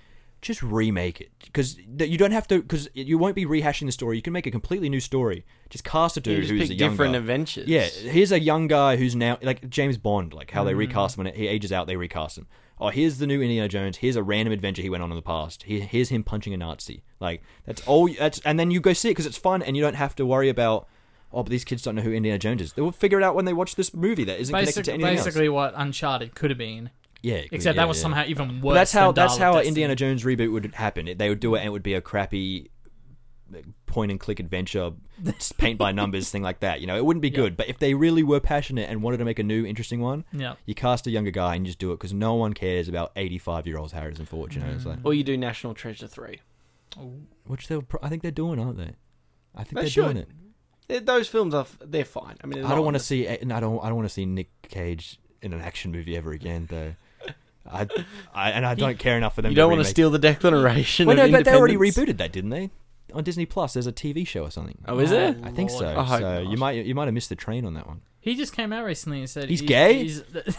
Speaker 3: just remake it because you don't have to because you won't be rehashing the story. You can make a completely new story. Just cast a
Speaker 1: You
Speaker 3: dude
Speaker 1: just
Speaker 3: who's
Speaker 1: pick
Speaker 3: a young
Speaker 1: different
Speaker 3: guy.
Speaker 1: adventures.
Speaker 3: Yeah, here's a young guy who's now like James Bond, like how
Speaker 2: Mm.
Speaker 3: they recast him when he ages out, they recast him. Oh, here's the new Indiana Jones. Here's a random adventure he went on in the past. Here, here's him punching a Nazi. Like that's all. That's and then you go see it because it's fun, and you don't have to worry about. Oh, but these kids don't know who Indiana Jones is. They will figure it out when they watch this movie that isn't connected to
Speaker 2: Basically,
Speaker 3: anything
Speaker 2: basically
Speaker 3: else.
Speaker 2: what Uncharted could have been,
Speaker 3: Yeah, it could-
Speaker 2: except
Speaker 3: yeah,
Speaker 2: that was
Speaker 3: yeah.
Speaker 2: somehow even
Speaker 3: But
Speaker 2: worse.
Speaker 3: that's how
Speaker 2: than Dial
Speaker 3: that's
Speaker 2: of
Speaker 3: how an
Speaker 2: Destiny.
Speaker 3: Indiana Jones reboot would happen. It- They would do it, and it would be a crappy point and click adventure, paint by numbers thing like that. You know, it wouldn't be
Speaker 2: Yeah.
Speaker 3: good. But if they really were passionate and wanted to make a new, interesting one,
Speaker 2: Yeah.
Speaker 3: you cast a younger guy and you just do it because no one cares about eighty-five-year-olds Harrison Ford. You know, it's like
Speaker 1: Or you do National Treasure three.
Speaker 3: which they I think they're doing, aren't they? I think
Speaker 1: They
Speaker 3: they are
Speaker 1: should.
Speaker 3: doing it.
Speaker 1: They're- Those films are f- they're fine. I mean, they're
Speaker 3: I
Speaker 1: not
Speaker 3: don't want
Speaker 1: on
Speaker 3: to see. and I don't. I don't want to see Nick Cage in an action movie ever again, though. I, I and I don't care enough for them.
Speaker 1: You don't
Speaker 3: want
Speaker 1: want to steal the Declaration.
Speaker 3: Well,
Speaker 1: of
Speaker 3: no, but they already
Speaker 1: Independence.
Speaker 3: rebooted that, didn't they? On Disney Plus, there's a TV show or something.
Speaker 1: Oh, is it?
Speaker 3: I think so.
Speaker 2: Lord.
Speaker 1: I hope
Speaker 3: so you
Speaker 1: not.
Speaker 3: might you might have missed the train on that one.
Speaker 2: He just came out recently and said
Speaker 3: He's gay?
Speaker 2: He's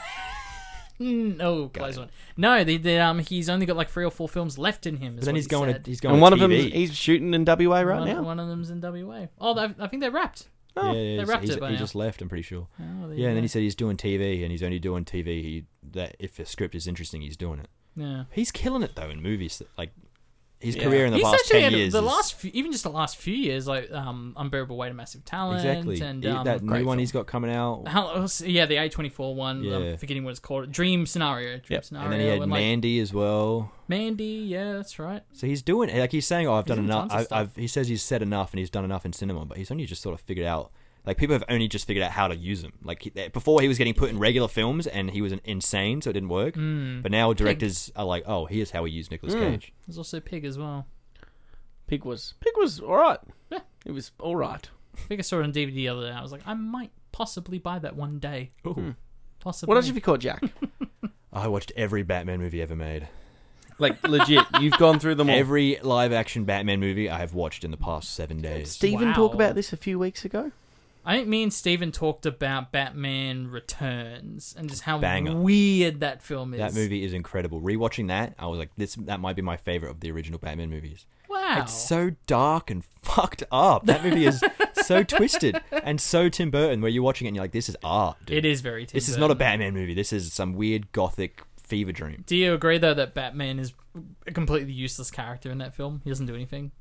Speaker 2: no, plays one. No, the, the, um, he's only got like three or four films left in him. is
Speaker 3: But then
Speaker 2: what
Speaker 3: he's
Speaker 2: he
Speaker 3: going
Speaker 2: said.
Speaker 3: to he's going
Speaker 1: And one
Speaker 3: to
Speaker 1: of them,
Speaker 3: TV.
Speaker 1: he's shooting in WA right
Speaker 2: one,
Speaker 1: now.
Speaker 2: One of them's in WA. Oh, they- I think they're wrapped.
Speaker 3: yeah, yeah,
Speaker 2: Oh, wrapped
Speaker 3: he's-
Speaker 2: it by
Speaker 3: he
Speaker 2: now.
Speaker 3: just left. I'm pretty sure.
Speaker 2: Oh, there
Speaker 3: Yeah,
Speaker 2: you
Speaker 3: and
Speaker 2: go.
Speaker 3: then he said he's doing TV, and he's only doing TV. He that if a script is interesting, he's doing it.
Speaker 2: yeah.
Speaker 3: He's killing it though in movies. Like his
Speaker 1: Yeah.
Speaker 3: career in the
Speaker 2: he's
Speaker 3: past
Speaker 2: actually
Speaker 3: ten
Speaker 2: had a-
Speaker 3: years.
Speaker 2: the
Speaker 3: is-
Speaker 2: last few, even just the last few years like um unbearable weight of massive talent
Speaker 3: exactly
Speaker 2: and
Speaker 3: He-
Speaker 2: um,
Speaker 3: that new
Speaker 2: great
Speaker 3: one
Speaker 2: film.
Speaker 3: he's got coming out,
Speaker 2: How else- yeah the A24 one
Speaker 3: Yeah.
Speaker 2: I'm forgetting what it's called dream scenario dream
Speaker 1: Yep.
Speaker 2: scenario
Speaker 3: and then he had
Speaker 2: and, like,
Speaker 3: Mandy as well.
Speaker 2: Mandy yeah that's right
Speaker 3: So he's doing like he's saying, "Oh, I've done
Speaker 2: in
Speaker 3: enough."
Speaker 2: tons of
Speaker 3: I've,
Speaker 2: stuff.
Speaker 3: I've, he says he's said enough and he's done enough in cinema, but he's only just sort of figured out. Like people have only just figured out how to use him. Like he, that- before, he was getting put in regular films and he was an insane, so it didn't work.
Speaker 2: Hmm.
Speaker 3: But now directors are like, "Oh, here's how we use Nicolas Cage."
Speaker 2: there's also Pig as well
Speaker 1: Pig was Pig was all right.
Speaker 2: Yeah.
Speaker 1: It was all right.
Speaker 2: I think I saw it on DVD the other day I was like I might possibly buy that one day
Speaker 3: Ooh.
Speaker 2: possibly
Speaker 1: What else have you caught, Jack?
Speaker 3: I watched every Batman movie ever made.
Speaker 1: like legit, you've gone through them all.
Speaker 3: Every live-action Batman movie I have watched in the past seven days.
Speaker 1: Stephen
Speaker 2: Wow.
Speaker 1: talked about this a few weeks ago.
Speaker 2: I think me and Steven talked about Batman Returns and just how
Speaker 3: Banger.
Speaker 2: weird that film is
Speaker 3: That movie is incredible. Rewatching that, I was like, "This that might be my favorite of the original Batman movies."
Speaker 2: wow
Speaker 3: It's so dark and fucked up. That movie is so twisted and so Tim Burton, where you're watching it and you're like, this is art. Dude.
Speaker 2: it is very Tim
Speaker 3: This is not a
Speaker 2: Burton.
Speaker 3: Batman movie. This is some weird gothic fever dream.
Speaker 2: Do you agree though that Batman is a completely useless character in that film? He doesn't do anything.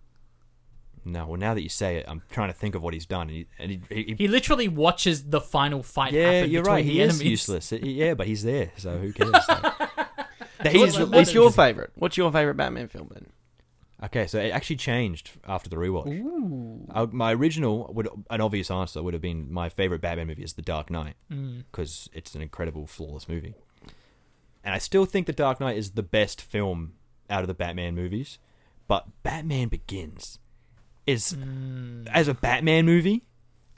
Speaker 3: No, well, now that you say it, I'm trying to think of what he's done. And he, and he, he,
Speaker 2: He literally watches the final fight
Speaker 3: yeah,
Speaker 2: happen
Speaker 3: you're
Speaker 2: between
Speaker 3: right.
Speaker 2: the
Speaker 3: He is
Speaker 2: enemies.
Speaker 3: useless. It- yeah, but he's there, so who cares? That
Speaker 2: What
Speaker 3: is-
Speaker 1: What's,
Speaker 2: that
Speaker 1: what's your
Speaker 2: matters.
Speaker 1: favorite? What's your favorite Batman film then?
Speaker 3: Okay, so it actually changed after the rewatch.
Speaker 2: Ooh.
Speaker 3: I, my original would an obvious answer would have been my favorite Batman movie is The Dark Knight
Speaker 2: Mm.
Speaker 3: because it's an incredible, flawless movie. And I still think The Dark Knight is the best film out of the Batman movies, but Batman Begins is
Speaker 2: Mm.
Speaker 3: as a Batman movie.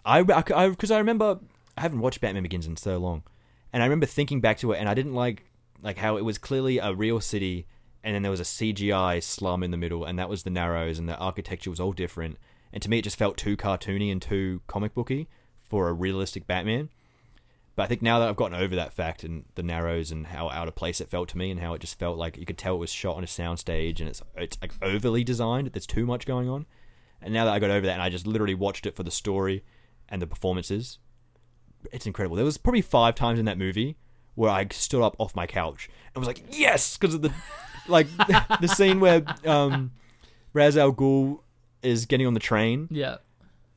Speaker 3: I because I, because I remember I haven't watched Batman Begins in so long, and I remember thinking back to it, and I didn't like like how it was clearly a real city, and then there was a CGI slum in the middle, and that was the Narrows, and the architecture was all different. And to me, it just felt too cartoony and too comic booky for a realistic Batman. But I think now that I've gotten over that fact and the narrows and how out of place it felt to me and how it just felt like you could tell it was shot on a soundstage and it's it's like overly designed. There's too much going on. And now that I got over that and I just literally watched it for the story and the performances, it's incredible. There was probably five times in that movie where I stood up off my couch and was like, yes, because of the like the scene where um, Raz Al Ghul is getting on the train
Speaker 2: Yeah.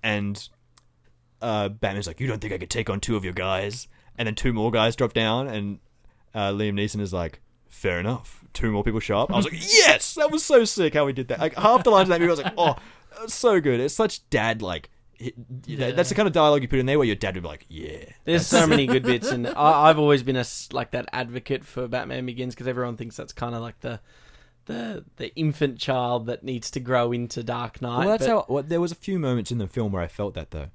Speaker 3: and uh, Batman's like, "You don't think I could take on two of your guys?" And then two more guys drop down, and uh, Liam Neeson is like, "Fair enough." Two more people show up. I was like, "Yes, that was so sick how we did that." Like half the lines of that movie, I was like, "Oh, that was so good." It's such dad like.
Speaker 2: Yeah.
Speaker 3: That's the kind of dialogue you put in there where your dad would be like, "Yeah."
Speaker 1: There's so many good bits, and I, I've always been a s- like that advocate for Batman Begins because everyone thinks that's kind of like the the the infant child that needs to grow into Dark Knight.
Speaker 3: Well, that's
Speaker 1: but-
Speaker 3: how. Well, there was a few moments in the film where I felt that though,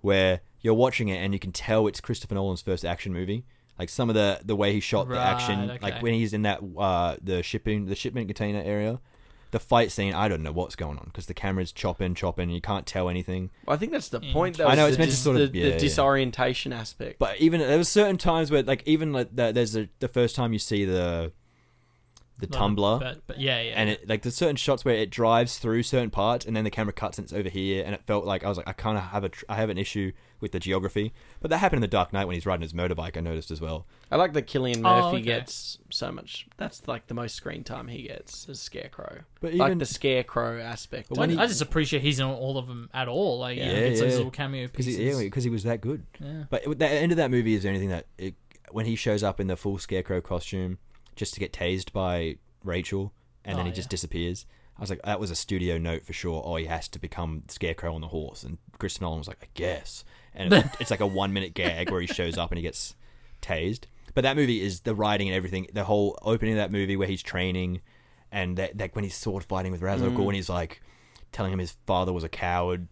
Speaker 3: where you're watching it and you can tell it's Christopher Nolan's first action movie. Like some of the the way he shot the action,
Speaker 2: Right, okay.
Speaker 3: like when he's in that uh, the shipping the shipment container area, the fight scene. I don't know what's going on because the camera's chopping, chopping. You can't tell anything.
Speaker 1: I think that's the point. Though,
Speaker 3: I know,
Speaker 1: is
Speaker 3: it's
Speaker 1: the
Speaker 3: meant to
Speaker 1: dis-
Speaker 3: sort of-
Speaker 1: the,
Speaker 3: yeah,
Speaker 1: the
Speaker 3: yeah.
Speaker 1: disorientation aspect.
Speaker 3: But even there was certain times where like even like the, there's a, the first time you see the the
Speaker 2: Like,
Speaker 3: tumbler.
Speaker 2: But, but yeah, yeah.
Speaker 3: and it like there's certain shots where it drives through certain parts and then the camera cuts and it's over here and it felt like i was like i kind of have a tr- i have an issue with the geography but that happened in the dark knight when he's riding his motorbike i noticed as well
Speaker 1: I like that Killian
Speaker 2: Oh,
Speaker 1: Murphy
Speaker 2: okay.
Speaker 1: gets so much. That's like the most screen time he gets as Scarecrow.
Speaker 3: But
Speaker 1: like
Speaker 3: even-
Speaker 1: the Scarecrow aspect.
Speaker 3: But
Speaker 1: of
Speaker 3: when
Speaker 1: it.
Speaker 2: I, I just appreciate he's in all of them at all. Like, yeah,
Speaker 3: Yeah,
Speaker 2: it's like
Speaker 3: yeah.
Speaker 2: little cameo
Speaker 3: because
Speaker 2: pieces.
Speaker 3: he, yeah, 'cause he was that good
Speaker 2: Yeah.
Speaker 3: but at the end of that movie is the only thing that it, when he shows up in the full scarecrow costume just to get tased by rachel and then
Speaker 2: Oh,
Speaker 3: he just
Speaker 2: yeah.
Speaker 3: disappears I was like, that was a studio note for sure. Oh, he has to become Scarecrow on the horse, and Chris Nolan was like, I guess. And it- it's like a one-minute gag where he shows up and he gets tased. But that movie is the writing and everything. The whole opening of that movie where he's training, and that, that when he's sword fighting with
Speaker 2: Mm.
Speaker 3: Ra's al Ghul, and he's like telling him his father was a coward,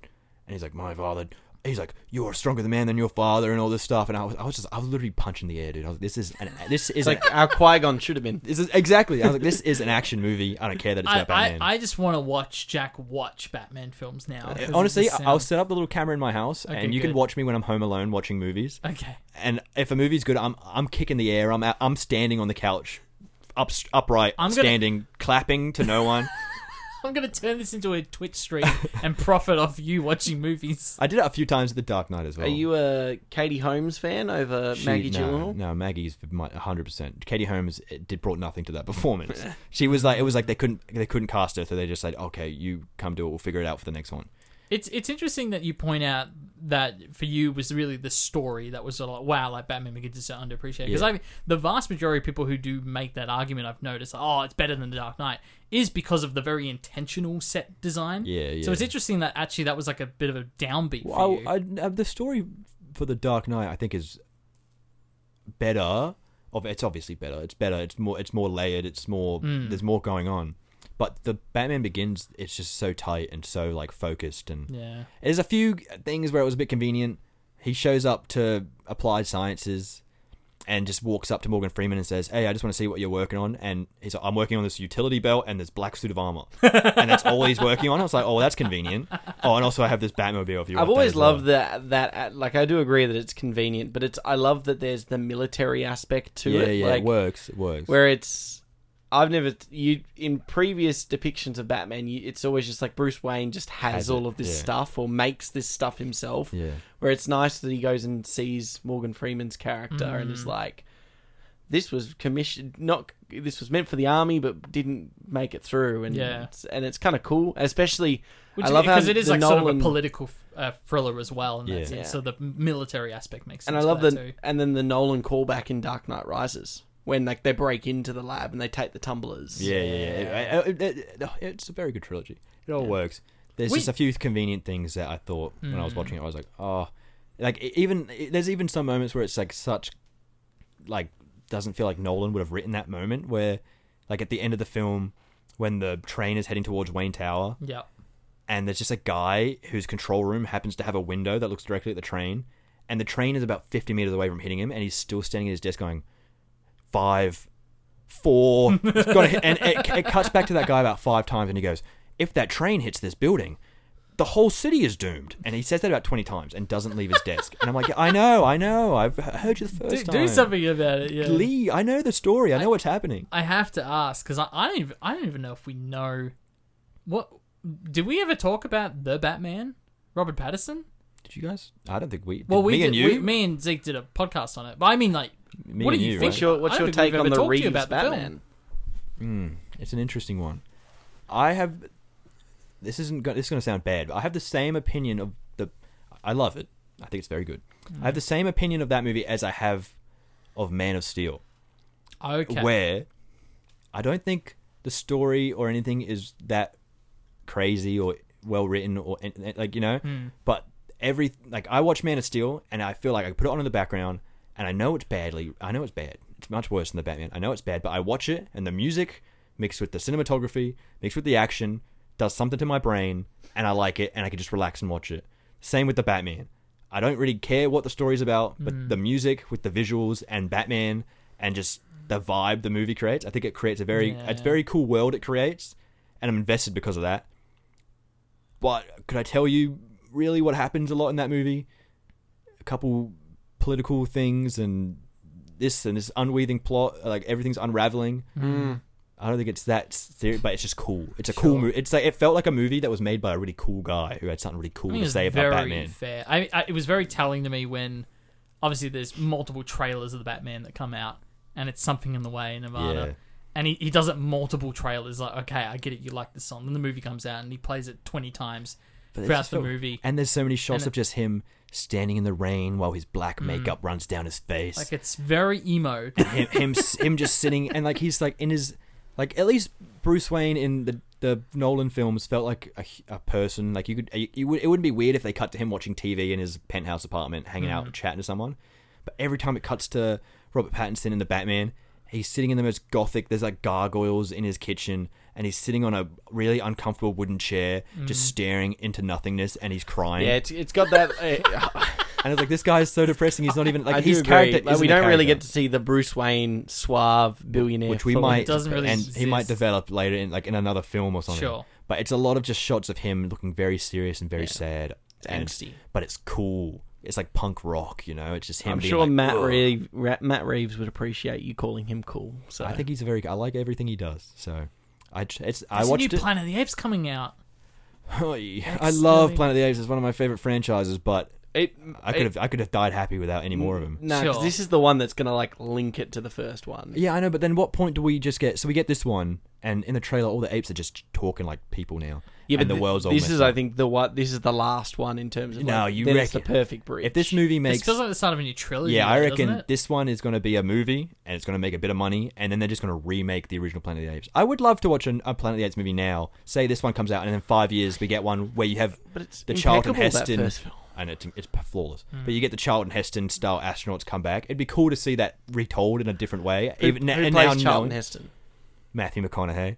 Speaker 3: and he's like, my father. He's like, you're a stronger than man than your father, and all this stuff. And I was, I was just, I was literally punching the air, dude. I was like, this is, an, this is
Speaker 1: it's
Speaker 3: like,
Speaker 1: like our Qui Gon should have been.
Speaker 3: this is exactly. I was like, this is an action movie. I don't care that it's
Speaker 2: I,
Speaker 3: about
Speaker 2: I,
Speaker 3: Batman.
Speaker 2: I just want to watch Jack watch Batman films now. 'cause it
Speaker 3: Honestly,
Speaker 2: just
Speaker 3: I'll
Speaker 2: sounds-
Speaker 3: set up the little camera in my house,
Speaker 2: Okay,
Speaker 3: and you
Speaker 2: good.
Speaker 3: can watch me when I'm home alone watching movies.
Speaker 2: Okay.
Speaker 3: And if a movie's good, I'm I'm kicking the air. I'm I'm standing on the couch, up upright,
Speaker 2: I'm gonna-
Speaker 3: standing, clapping to no one.
Speaker 2: I'm going to turn this into a Twitch stream and profit off you watching movies.
Speaker 3: I did it a few times with The Dark Knight as well.
Speaker 1: Are you a Katie Holmes fan over
Speaker 3: She-
Speaker 1: Maggie
Speaker 3: no,
Speaker 1: Gyllenhaal?
Speaker 3: No, Maggie's hundred percent. Katie Holmes it did brought nothing to that performance. she was like, it was like they couldn't they couldn't cast her, so they just said, okay, you come do it. We'll figure it out for the next one.
Speaker 2: It's it's interesting that you point out that for you was really the story that was a lot. Wow, like Batman Begins is underappreciated because
Speaker 3: Yeah.
Speaker 2: I the vast majority of people who do make that argument, I've noticed, oh, it's better than The Dark Knight, is because of the very intentional set design.
Speaker 3: Yeah, yeah.
Speaker 2: So it's interesting that actually that was like a bit of a downbeat for
Speaker 3: Well,
Speaker 2: you.
Speaker 3: I, I, uh, the story for the Dark Knight, I think, is better. Of it's obviously better. It's better. It's more. It's more layered. It's more.
Speaker 2: Hmm.
Speaker 3: There's more going on. But the Batman Begins, it's just so tight and so like focused, and
Speaker 2: yeah.
Speaker 3: there's a few things where it was a bit convenient. He shows up to Applied Sciences and just walks up to Morgan Freeman and says, "Hey, I just want to see what you're working on." And he's like, "I'm working on this utility belt and this black suit of armor," and that's all he's working on. I was like, "Oh, that's convenient." Oh, and also I have this Batmobile. If you,
Speaker 1: I've
Speaker 3: want that
Speaker 1: always
Speaker 3: as well.
Speaker 1: loved that that uh, like I do agree that it's convenient, but it's I love that there's the military aspect to
Speaker 3: yeah,
Speaker 1: it.
Speaker 3: yeah,
Speaker 1: like,
Speaker 3: it works. It works.
Speaker 1: where it's I've never you in previous depictions of Batman, you, it's always just like Bruce Wayne just has,
Speaker 3: Has it,
Speaker 1: all of this
Speaker 3: yeah.
Speaker 1: stuff or makes this stuff himself.
Speaker 3: yeah,
Speaker 1: Where it's nice that he goes and sees Morgan Freeman's character and
Speaker 2: Mm.
Speaker 1: is like, "This was commissioned, not this was meant for the army, but didn't make it through." And
Speaker 2: Yeah.
Speaker 1: it's, and it's kind of cool, especially
Speaker 2: Which
Speaker 1: I love how
Speaker 2: because it is
Speaker 1: the
Speaker 2: like sort of
Speaker 1: Nolan-
Speaker 2: a political uh, thriller as well, and
Speaker 3: Yeah.
Speaker 2: that's it. So the military aspect makes sense.
Speaker 1: and I love
Speaker 2: for
Speaker 1: the
Speaker 2: that too.
Speaker 1: and then the Nolan callback in Dark Knight Rises, when like they break into the lab and they take the tumblers.
Speaker 3: Yeah, yeah, yeah. It- it- it- it- it's a very good trilogy. It all works. There's
Speaker 2: We-
Speaker 3: just a few convenient things that I thought when I was watching it. I was like, oh, like e- even e- there's even some moments where it's like such, like doesn't feel like Nolan would have written that moment where, like at the end of the film, when the train is heading towards Wayne Tower,
Speaker 2: Yeah.
Speaker 3: and there's just a guy whose control room happens to have a window that looks directly at the train, and the train is about 50 meters away from hitting him, and he's still standing at his desk going, five, four, it's gotta hit- and it, it cuts back to that guy about five times, and he goes, if that train hits this building, the whole city is doomed. And he says that about 20 times and doesn't leave his desk. And I'm like, I know, I know, I've heard you the
Speaker 2: Do,
Speaker 3: first time.
Speaker 2: do something about it. Yeah.
Speaker 3: Lee, I know the story, I know what's happening.
Speaker 2: I have to ask because I, I don't even I don't even know if we know what did we ever talk about the Batman Robert Patterson?
Speaker 3: Did you guys? I don't think we.
Speaker 2: Well,
Speaker 3: did
Speaker 2: we
Speaker 3: me
Speaker 2: did,
Speaker 3: and you.
Speaker 2: we- me and Zeke did a podcast on it, but I mean like
Speaker 3: Me
Speaker 2: what
Speaker 3: and
Speaker 2: do you
Speaker 3: you,
Speaker 2: think?
Speaker 3: right?
Speaker 1: What's your what's
Speaker 2: I don't
Speaker 1: your
Speaker 2: think we've
Speaker 1: take on
Speaker 2: ever
Speaker 1: the
Speaker 2: talked to you
Speaker 1: Reeves
Speaker 2: about the film.
Speaker 1: Batman?
Speaker 3: It's an interesting one. I have. This isn't. Go, this is going to sound bad, but I have the same opinion of the. I love it. I think it's very good. I have the same opinion of that movie as I have of Man of Steel,
Speaker 2: Okay.
Speaker 3: where I don't think the story or anything is that crazy or well written or an- an- like you know. But every like I watch Man of Steel and I feel like I put it on in the background and I know it's badly. I know it's bad. It's much worse than the Batman. I know it's bad, but I watch it and the music mixed with the cinematography mixed with the action does something to my brain and I like it and I can just relax and watch it. Same with the Batman. I don't really care what the story's about, but the music with the visuals and Batman and just the vibe the movie creates, I think it creates a very
Speaker 2: Yeah.
Speaker 3: it's very cool world it creates and I'm invested because of that. But could I tell you really what happens a lot in that movie? A couple political things and this and this unweaving plot, like everything's unraveling. I don't think it's that serious, but it's just cool. It's a
Speaker 2: Hmm.
Speaker 3: cool
Speaker 2: Sure.
Speaker 3: movie. It's like it felt like a movie that was made by a really cool guy who had something really
Speaker 2: I
Speaker 3: cool
Speaker 2: mean,
Speaker 3: to
Speaker 2: it's
Speaker 3: say
Speaker 2: very
Speaker 3: about Batman.
Speaker 2: fair. I, I, it was very telling to me when obviously there's multiple trailers of the Batman that come out, and it's something in the way in Nevada.
Speaker 3: Yeah.
Speaker 2: And he, he does it multiple trailers. Like, okay, I get it. You like this song. Then the movie comes out, and he plays it twenty times
Speaker 3: But it
Speaker 2: throughout
Speaker 3: just
Speaker 2: the
Speaker 3: felt-
Speaker 2: movie.
Speaker 3: And there's so many
Speaker 2: And-
Speaker 3: shots
Speaker 2: Hmm.
Speaker 3: of just him standing in the rain while his black makeup runs down his face.
Speaker 2: Like it's very emo.
Speaker 3: him, him him just sitting and like he's like in his like at least Bruce Wayne in the the Nolan films felt like a, hu- a person like you could you, you would it wouldn't be weird if they cut to him watching TV in his penthouse apartment hanging
Speaker 1: Mm.
Speaker 3: out chatting to someone but every time it cuts to Robert Pattinson in the Batman he's sitting in the most gothic there's like gargoyles in his kitchen and he's sitting on a really uncomfortable wooden chair just staring into nothingness and he's crying
Speaker 1: Mm. Yeah, it's, it's got that. uh,
Speaker 3: and it's like this guy is so depressing he's not even like
Speaker 1: I do
Speaker 3: his
Speaker 1: agree.
Speaker 3: character
Speaker 1: Like,
Speaker 3: isn't
Speaker 1: we
Speaker 3: a
Speaker 1: don't really get
Speaker 3: character.
Speaker 1: to see the Bruce Wayne suave billionaire,
Speaker 3: which we
Speaker 1: full-
Speaker 3: might
Speaker 2: It doesn't really
Speaker 3: and he might
Speaker 2: exist.
Speaker 3: develop later in like in another film or something.
Speaker 2: Sure.
Speaker 3: But it's a lot of just shots of him looking very serious and very sad and it's-
Speaker 1: angsty.
Speaker 3: but it's cool. It's like punk rock, you know. It's just him.
Speaker 1: I'm
Speaker 3: being
Speaker 1: sure
Speaker 3: like,
Speaker 1: Matt
Speaker 3: "Ugh."
Speaker 1: Reeves, Matt Reeves would appreciate you calling him cool. So
Speaker 3: I think he's a very. I like everything he does. So. I, ch- it's, I
Speaker 2: There's a new
Speaker 3: watched it.
Speaker 2: Planet of the Apes coming out.
Speaker 3: I love Planet of the Apes. It's one of my favorite franchises, but
Speaker 1: it.
Speaker 3: I could have I could have died happy without any more of them.
Speaker 1: No, 'cause
Speaker 2: Sure.
Speaker 1: this is the one that's going to like link it to the first one.
Speaker 3: Yeah, I know, but then what point do we just get? So we get this one, and in the trailer, all the apes are just talking like people now.
Speaker 1: Yeah, but
Speaker 3: and the
Speaker 1: th-
Speaker 3: world's all
Speaker 1: This is,
Speaker 3: messed
Speaker 1: I
Speaker 3: up.
Speaker 1: think, the what. This is the last one in terms of.
Speaker 3: No,
Speaker 1: like,
Speaker 3: you
Speaker 1: then it's the
Speaker 3: reckon.
Speaker 1: perfect bridge.
Speaker 3: If this movie
Speaker 2: This
Speaker 3: makes
Speaker 2: feels like the start of a new trilogy.
Speaker 3: Yeah, I
Speaker 2: doesn't
Speaker 3: reckon
Speaker 2: it?
Speaker 3: this one is going to be a movie, and it's going to make a bit of money, and then they're just going to remake the original Planet of the Apes. I would love to watch an, a Planet of the Apes movie now. Say this one comes out, and in five years we get one where you have
Speaker 1: but it's
Speaker 3: the Charlton
Speaker 1: impeccable, that
Speaker 3: Heston,
Speaker 1: first film. Hmm.
Speaker 3: and it's it's flawless. But you get the Charlton Heston style astronauts come back. It'd be cool to see that retold in a different way. even
Speaker 1: who,
Speaker 3: na-
Speaker 1: who
Speaker 3: and now
Speaker 1: plays Charlton
Speaker 3: knowing-
Speaker 1: Heston?
Speaker 3: Matthew McConaughey.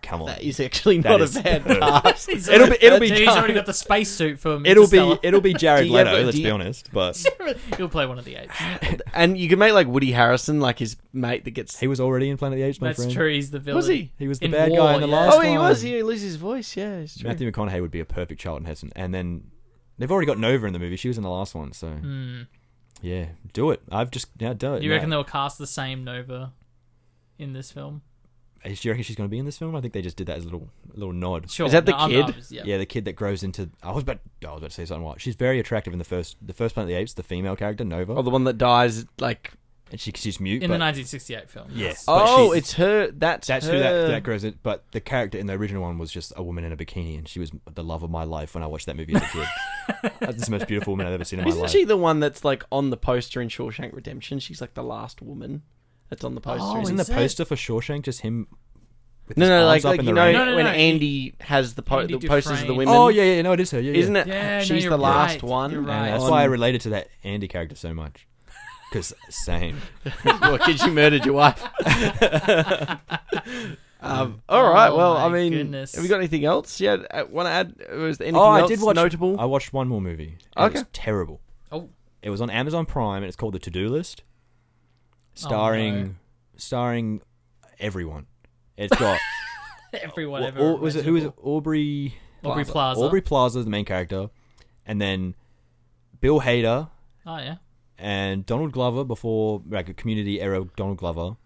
Speaker 3: Come on,
Speaker 1: That is actually
Speaker 3: Oh. That
Speaker 1: not
Speaker 3: is-
Speaker 1: a bad cast.
Speaker 2: He's
Speaker 3: It'll be- it'll be
Speaker 2: He's
Speaker 3: done.
Speaker 2: already got the spacesuit for
Speaker 3: it'll be
Speaker 2: Interstellar.
Speaker 3: it'll be Jared
Speaker 1: Do you have
Speaker 3: Leto.
Speaker 1: a-
Speaker 3: let's
Speaker 1: do
Speaker 3: be
Speaker 1: you-
Speaker 3: honest, but
Speaker 2: He'll play one of the apes.
Speaker 1: and you can make like Woody Harrison, like his mate that gets.
Speaker 3: he was already in Planet of the Apes. My
Speaker 2: That's
Speaker 3: friend.
Speaker 2: true. He's the villain.
Speaker 1: Was he?
Speaker 3: He was the
Speaker 2: In
Speaker 3: bad
Speaker 2: War,
Speaker 3: guy in the
Speaker 2: yeah.
Speaker 3: last
Speaker 1: oh, he
Speaker 3: one.
Speaker 1: was. He loses his voice. Yeah, it's true.
Speaker 3: Matthew McConaughey would be a perfect Charlton Heston. And then they've already got Nova in the movie. She was in the last one, so yeah, do it. I've just yeah, do it.
Speaker 2: You reckon
Speaker 3: No.
Speaker 2: they'll cast the same Nova in this film?
Speaker 3: Is- Do you reckon she's going to be in this film? I think they just did that as a little little nod.
Speaker 2: Sure.
Speaker 1: Is that the
Speaker 2: I'm-
Speaker 1: kid?
Speaker 2: I'm- yeah.
Speaker 3: Yeah, the kid that grows into I was about I was about to say something. Wild. She's very attractive in the first the first Planet of the Apes, the female character Nova,
Speaker 1: Oh, the one that dies like.
Speaker 3: and she she's mute.
Speaker 2: In
Speaker 3: but,
Speaker 2: the 1968 film.
Speaker 3: yes, but
Speaker 1: Oh,
Speaker 3: she's-
Speaker 1: it's her. That's
Speaker 3: that's who that,
Speaker 1: her.
Speaker 3: that grows in. But the character in the original one was just a woman in a bikini, and she was the love of my life when I watched that movie as a kid. That's the most beautiful woman I've ever seen in my
Speaker 1: Isn't
Speaker 3: life.
Speaker 1: she the one that's like on the poster in Shawshank Redemption? She's like the last woman. that's on the poster.
Speaker 2: Oh,
Speaker 1: isn't
Speaker 3: Isn't
Speaker 1: it?
Speaker 3: the
Speaker 2: is it?
Speaker 3: poster for Shawshank just him? With
Speaker 1: no,
Speaker 3: his
Speaker 1: no, like,
Speaker 3: arms up
Speaker 1: like
Speaker 3: in
Speaker 1: you
Speaker 3: the
Speaker 1: know
Speaker 3: rain?
Speaker 2: No, no,
Speaker 1: when
Speaker 2: no.
Speaker 1: Andy has the po-
Speaker 2: Andy
Speaker 1: the posters of the
Speaker 2: Dufresne.
Speaker 1: women.
Speaker 3: Oh yeah, yeah, no, it is her. Yeah,
Speaker 1: isn't
Speaker 3: yeah.
Speaker 1: it?
Speaker 2: Yeah, no,
Speaker 1: she's
Speaker 2: you're
Speaker 1: the last
Speaker 2: right,
Speaker 1: one.
Speaker 2: you're
Speaker 1: and
Speaker 2: right.
Speaker 3: Yeah, that's
Speaker 1: on-
Speaker 3: why I related to that Andy character so much. Because same.
Speaker 1: Well, because you murdered your wife. um, all right.
Speaker 2: Oh,
Speaker 1: Well, I
Speaker 2: my
Speaker 1: mean,
Speaker 2: goodness.
Speaker 1: have you got anything else? Yeah, want to add? uh, Was there anything
Speaker 3: oh, I
Speaker 1: else
Speaker 3: did watch.
Speaker 1: notable?
Speaker 3: I watched one more movie. and It was
Speaker 1: Okay.
Speaker 3: terrible.
Speaker 2: Oh.
Speaker 3: It was on Amazon Prime and it's called The To Do List, starring,
Speaker 2: no.
Speaker 3: starring everyone. It's got.
Speaker 2: Everyone
Speaker 3: Well,
Speaker 2: ever.
Speaker 3: Au- was it who was it?
Speaker 2: imaginable.
Speaker 3: Aubrey
Speaker 2: Aubrey Plaza.
Speaker 3: Aubrey Plaza is the main character, and then Bill Hader
Speaker 2: Oh yeah.
Speaker 3: and Donald Glover before like a Community era Donald Glover,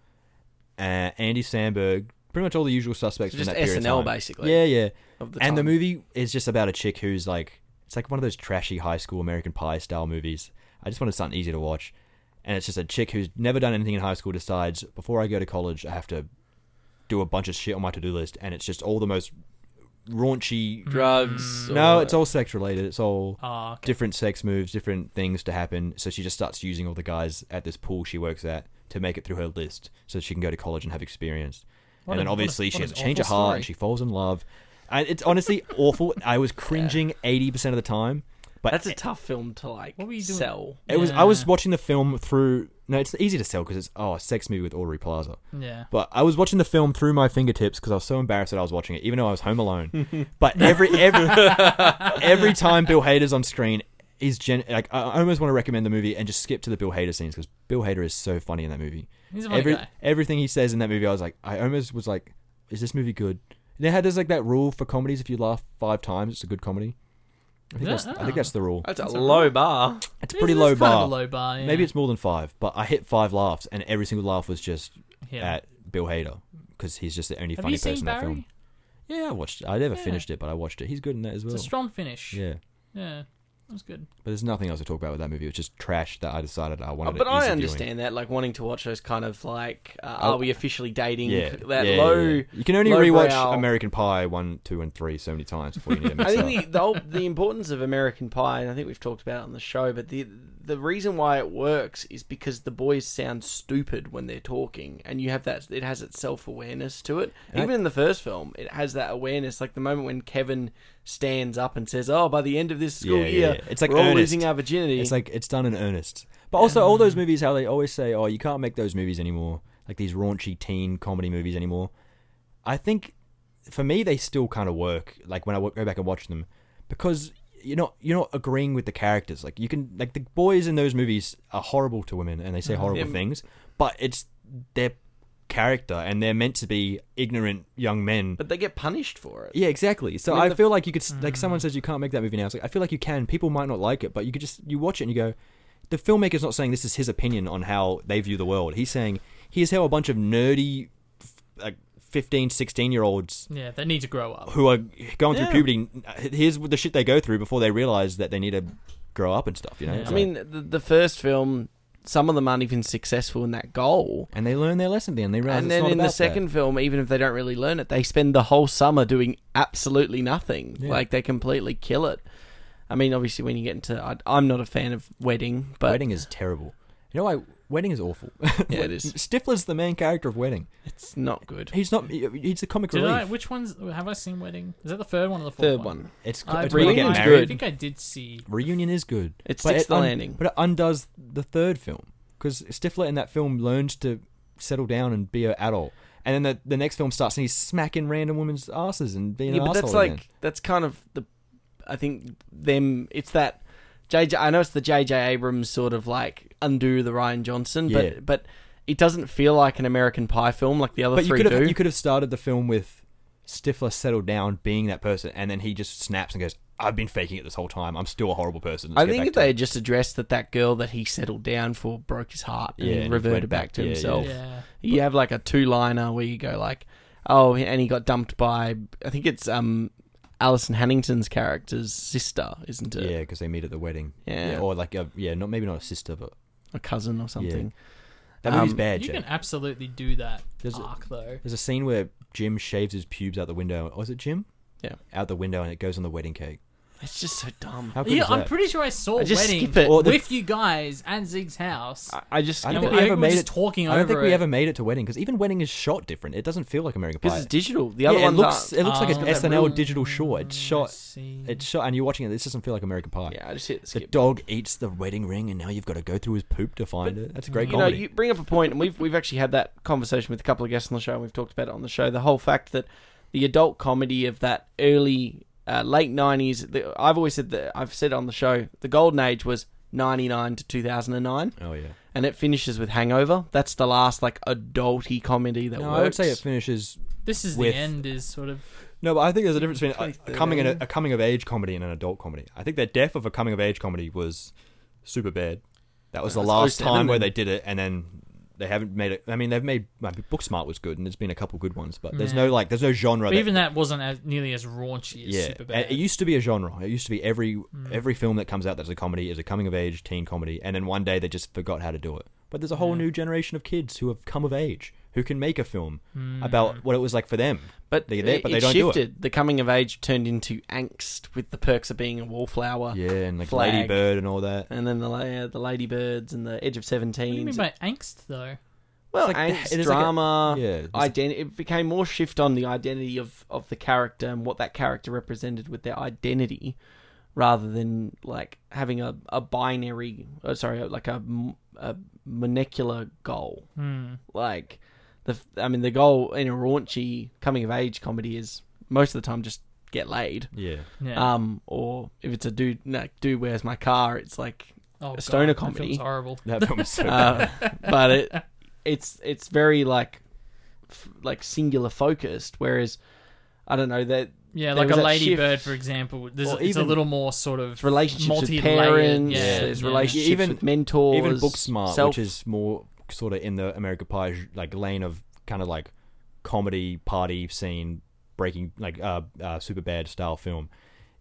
Speaker 3: uh, Andy Sandberg, pretty much all the usual suspects.
Speaker 1: So
Speaker 3: from
Speaker 1: just
Speaker 3: that period of
Speaker 1: SNL
Speaker 3: time.
Speaker 1: basically.
Speaker 3: Yeah, yeah.
Speaker 1: Of the
Speaker 3: and the
Speaker 1: time.
Speaker 3: movie is just about a chick who's like it's like one of those trashy high school American Pie style movies. I just wanted something easy to watch, and it's just a chick who's never done anything in high school decides before I go to college I have to do a bunch of shit on my to do list, and it's just all the most raunchy.
Speaker 1: drugs.
Speaker 3: Mm. No,
Speaker 1: or-
Speaker 3: it's all sex related. It's all
Speaker 2: Ah, okay.
Speaker 3: different sex moves, different things to happen. So she just starts using all the guys at this pool she works at to make it through her list so she can go to college and have experience.
Speaker 2: What
Speaker 3: and
Speaker 2: an-
Speaker 3: then
Speaker 2: what a-
Speaker 3: obviously she
Speaker 2: what
Speaker 3: has a
Speaker 2: an
Speaker 3: change
Speaker 2: awful
Speaker 3: of heart
Speaker 2: story.
Speaker 3: and she falls in love. And it's honestly awful. I was cringing eighty percent of the time. But
Speaker 1: That's a tough film to like
Speaker 2: What were you doing?
Speaker 1: sell.
Speaker 3: it was I was
Speaker 2: Yeah.
Speaker 3: watching the film through no, it's easy to sell because it's oh a sex movie with Aubrey Plaza.
Speaker 2: Yeah.
Speaker 3: But I was watching the film through my fingertips because I was so embarrassed that I was watching it, even though I was home alone. but every every every time Bill Hader's on screen, is gen like I- I almost want to recommend the movie and just skip to the Bill Hader scenes because Bill Hader is so funny in that movie.
Speaker 2: He's a funny
Speaker 3: Every
Speaker 2: guy.
Speaker 3: everything he says in that movie, I was like, I almost was like, is this movie good? And they had there's like that rule for comedies: if you laugh five times, it's a good comedy. I think,
Speaker 2: Yeah,
Speaker 3: that's, I think that's the rule.
Speaker 1: That's, a low bar.
Speaker 3: It's
Speaker 2: It's-
Speaker 3: pretty
Speaker 2: it's
Speaker 3: low
Speaker 2: kind
Speaker 3: bar.
Speaker 2: Of a low bar. Yeah.
Speaker 3: Maybe it's more than five, but I hit five laughs, and every single laugh was just
Speaker 2: Yeah.
Speaker 3: at Bill Hader because he's just the only
Speaker 2: Have
Speaker 3: funny
Speaker 2: you seen
Speaker 3: person in that
Speaker 2: Barry?
Speaker 3: film. Yeah, I watched it. I never
Speaker 2: Yeah.
Speaker 3: finished it, but I watched it. He's good in that as well.
Speaker 2: It's a strong finish.
Speaker 3: yeah,
Speaker 2: Yeah. That was good.
Speaker 3: but there's nothing else to talk about with that movie. It was just trash that I decided I wanted.
Speaker 1: Uh, Oh, but
Speaker 3: an
Speaker 1: I
Speaker 3: easy
Speaker 1: understand
Speaker 3: viewing. Oh,
Speaker 1: that, like wanting to watch those kind of like, uh, are we officially dating? That
Speaker 3: yeah,
Speaker 1: low.
Speaker 3: yeah. You can only
Speaker 1: lowbrow-
Speaker 3: rewatch American Pie one, two, and three so many times before you need to mix
Speaker 1: I
Speaker 3: up.
Speaker 1: think the, the, whole- the importance of American Pie, and I think we've talked about it on the show, but the the reason why it works is because the boys sound stupid when they're talking, and you have that. It has its self awareness to it.
Speaker 3: And I-
Speaker 1: Even in the first film, it has that awareness. Like the moment when Kevin stands up and says, "Oh, by the end of this school
Speaker 3: Yeah, yeah,
Speaker 1: year,
Speaker 3: yeah. It's like
Speaker 1: we're all
Speaker 3: earnest.
Speaker 1: losing our virginity."
Speaker 3: It's like it's done in earnest. But also, all those movies, how they always say, "Oh, you can't make those movies anymore," like these raunchy teen comedy movies anymore. I think for me, they still kind of work. Like when I w- go back and watch them, because you're not you're not agreeing with the characters. Like you can like the boys in those movies are horrible to women and they say horrible
Speaker 1: Yeah.
Speaker 3: things, but it's their character and they're meant to be ignorant young men.
Speaker 1: but they get punished for it.
Speaker 3: Yeah, exactly. So
Speaker 1: I mean,
Speaker 3: I
Speaker 1: the- Mm.
Speaker 3: feel like you could, s like, someone says you can't make that movie now. It's like, I feel like you can. People might not like it, but you could just you watch it and you go, the filmmaker's not saying this is his opinion on how they view the world. He's saying here's how a bunch of nerdy, f- like 15, 16 year olds
Speaker 2: Yeah. They need to grow up.
Speaker 3: who are going
Speaker 1: Yeah.
Speaker 3: through puberty. Here's the shit they go through before they realize that they need to grow up and stuff. You know,
Speaker 2: Yeah.
Speaker 3: It's
Speaker 1: I
Speaker 3: like-
Speaker 1: mean, the, the first film, some of them aren't even successful in that goal.
Speaker 3: and they learn their lesson then. They realize
Speaker 1: and
Speaker 3: it's
Speaker 1: then
Speaker 3: not
Speaker 1: in the
Speaker 3: about that.
Speaker 1: second film, even if they don't really learn it, they spend the whole summer doing absolutely nothing.
Speaker 3: Yeah.
Speaker 1: Like they completely kill it. I mean, obviously, when you get into, I, I'm not a fan of wedding, but
Speaker 3: Wedding is terrible. You know why? Wedding is awful.
Speaker 1: Yeah, it is.
Speaker 3: Stifler's the main character of Wedding.
Speaker 1: it's not good.
Speaker 3: He's not. he- He's a comic
Speaker 2: Did
Speaker 3: relief.
Speaker 2: I? Which ones have I seen? Wedding? Is that the third one or the fourth
Speaker 1: Third one,
Speaker 3: It's,
Speaker 2: I,
Speaker 3: it's
Speaker 1: when they get
Speaker 2: believe- I
Speaker 3: really getting
Speaker 1: Reunion's
Speaker 3: married.
Speaker 1: good.
Speaker 2: think I did see.
Speaker 3: Reunion is good.
Speaker 1: It
Speaker 3: But
Speaker 1: sticks the
Speaker 3: un-
Speaker 1: landing.
Speaker 3: But it um, undoes the third film because Stifler in that film learns to settle down and be an adult. And then the, the next film starts and he's smacking random women's asses and being
Speaker 1: yeah,
Speaker 3: an
Speaker 1: but that's
Speaker 3: asshole
Speaker 1: like
Speaker 3: again.
Speaker 1: that's kind of the. I think them. It's that. JJ. I know it's the JJ Abrams sort of like undo the Ryan Johnson,
Speaker 3: Yeah.
Speaker 1: but but it doesn't feel like an American Pie film like the other
Speaker 3: But you
Speaker 1: three
Speaker 3: could
Speaker 1: do.
Speaker 3: have you could have started the film with Stifler settled down, being that person, and then he just snaps and goes, "I've been faking it this whole time. I'm still a horrible person." Let's
Speaker 1: I
Speaker 3: get
Speaker 1: think
Speaker 3: back
Speaker 1: if
Speaker 3: to
Speaker 1: they
Speaker 3: it."
Speaker 1: had just addressed that that girl that he settled down for broke his heart and
Speaker 3: Yeah,
Speaker 1: he
Speaker 3: and he
Speaker 1: reverted
Speaker 3: went
Speaker 1: back to
Speaker 3: back- yeah,
Speaker 1: himself,
Speaker 2: Yeah.
Speaker 1: you have like a two-liner where you go like, "Oh," and he got dumped by I think it's um Alison Hannington's character's sister, isn't it?
Speaker 3: yeah, because they meet at the wedding,
Speaker 1: Yeah.
Speaker 3: or like a, yeah, not maybe not a sister, but
Speaker 1: A cousin or something.
Speaker 3: that movie's
Speaker 1: Um,
Speaker 3: bad.
Speaker 2: You
Speaker 3: Jake.
Speaker 2: can absolutely do that
Speaker 3: There's a-
Speaker 2: arc though.
Speaker 3: There's a scene where Jim shaves his pubes out the window. Was it Jim?
Speaker 1: Yeah.
Speaker 3: Out the window, and it goes on the wedding cake.
Speaker 1: It's just so dumb.
Speaker 3: How good
Speaker 2: Yeah,
Speaker 3: is
Speaker 2: I'm
Speaker 3: that?
Speaker 2: pretty sure I saw
Speaker 1: I just
Speaker 2: wedding
Speaker 1: skip it.
Speaker 3: Well, the-
Speaker 2: with you guys at Zig's house.
Speaker 1: I, I just
Speaker 3: I
Speaker 1: skip
Speaker 3: don't
Speaker 2: And
Speaker 1: it.
Speaker 2: I
Speaker 3: think we
Speaker 2: think
Speaker 3: ever
Speaker 2: we're
Speaker 3: made
Speaker 2: just
Speaker 3: it.
Speaker 2: talking
Speaker 3: I don't think
Speaker 2: over
Speaker 3: we
Speaker 2: it.
Speaker 3: ever made it to wedding because even wedding is shot different. It doesn't feel like American Pie.
Speaker 1: Because it's digital. The
Speaker 3: Yeah,
Speaker 1: other
Speaker 3: it
Speaker 1: ones
Speaker 3: looks
Speaker 1: aren't.
Speaker 3: it looks like
Speaker 2: Oh,
Speaker 3: an
Speaker 2: that
Speaker 3: SNL
Speaker 2: real-
Speaker 3: digital short. It's
Speaker 2: I
Speaker 3: shot.
Speaker 2: see.
Speaker 3: It's shot, and you're watching it. This doesn't feel like American Pie.
Speaker 1: yeah, I just hit
Speaker 3: The
Speaker 1: skip.
Speaker 3: dog eats the wedding ring, and now you've got to go through his poop to find it. That's a great
Speaker 1: you
Speaker 3: comedy.
Speaker 1: know, you bring up a point, and we've we've actually had that conversation with a couple of guests on the show, and we've talked about it on the show. The whole fact that the adult comedy of that early, uh, late nineties. I've always said that I've said it on the show. The golden age was ninety nine to two thousand and nine,
Speaker 3: oh yeah.
Speaker 1: and it finishes with Hangover. That's the last like adulty comedy that
Speaker 3: No,
Speaker 1: works.
Speaker 3: I would say it finishes.
Speaker 2: This is
Speaker 3: with-
Speaker 2: the end. Is sort of
Speaker 3: No, but I think there's a difference between a, a coming in a,
Speaker 1: 2013.
Speaker 3: a coming of age comedy and an adult comedy. I think their death of a coming of age comedy was super bad. That was the
Speaker 1: That's
Speaker 3: last
Speaker 1: 07
Speaker 3: time where
Speaker 1: then.
Speaker 3: they did it, and then they haven't made it. I mean, they've made like, Booksmart was good, and there's been a couple good ones, but there's
Speaker 2: Yeah.
Speaker 3: no like there's no genre.
Speaker 2: but
Speaker 3: that-
Speaker 2: even that wasn't as, nearly as raunchy as
Speaker 3: yeah,
Speaker 2: Superbad.
Speaker 3: it used to be a genre. It used to be every
Speaker 2: Hmm.
Speaker 3: every film that comes out that's a comedy is a coming of age teen comedy, and then one day they just forgot how to do it. But there's a whole new generation of kids who have come of age who can make a film
Speaker 2: Hmm.
Speaker 3: about what it was like for them.
Speaker 1: But
Speaker 3: They- they-
Speaker 1: it,
Speaker 3: but they
Speaker 1: it
Speaker 3: don't do it.
Speaker 1: shifted. The coming of age turned into angst with the perks of being a
Speaker 2: Uh,
Speaker 1: wallflower.
Speaker 3: Yeah, and like
Speaker 1: Flag.
Speaker 3: Lady Bird and all that.
Speaker 1: And then the la- uh, the ladybirds and the edge of seventeen.
Speaker 2: what do you mean by angst though?
Speaker 1: Well,
Speaker 3: It's like
Speaker 1: angst,
Speaker 3: the- it is like a-
Speaker 1: drama,
Speaker 3: yeah, it's-
Speaker 1: identi- it became more shift on the identity of, of the character and what that character represented with their identity rather than like having a, a binary, oh, sorry, like a, m- a monocular goal.
Speaker 2: Hmm.
Speaker 1: Like, the f- I mean, the goal in a raunchy coming of age comedy is most of the time just get laid.
Speaker 3: Yeah.
Speaker 2: Yeah.
Speaker 1: Um, or if it's a dude, no, dude, where's my car? It's like
Speaker 2: oh, God,
Speaker 1: stoner
Speaker 2: that
Speaker 1: comedy.
Speaker 2: film's horrible.
Speaker 3: That film is so
Speaker 1: uh, but it it's it's very like f- like singular focused whereas i don't know that
Speaker 2: Yeah,
Speaker 1: There
Speaker 2: like
Speaker 1: was
Speaker 2: a
Speaker 1: that
Speaker 2: ladybird,
Speaker 1: shift.
Speaker 2: for example. There's,
Speaker 3: Or
Speaker 2: it's a
Speaker 3: even
Speaker 2: little more sort of
Speaker 1: relationships with
Speaker 2: multi-layered.
Speaker 1: parents
Speaker 2: Yeah,
Speaker 1: there's
Speaker 2: yeah.
Speaker 1: relationships
Speaker 3: Even-
Speaker 1: with mentors
Speaker 3: even Booksmart,
Speaker 1: self-
Speaker 3: which is more sort of in the American Pie j- like lane of kind of like comedy party scene breaking like uh, uh super bad style film.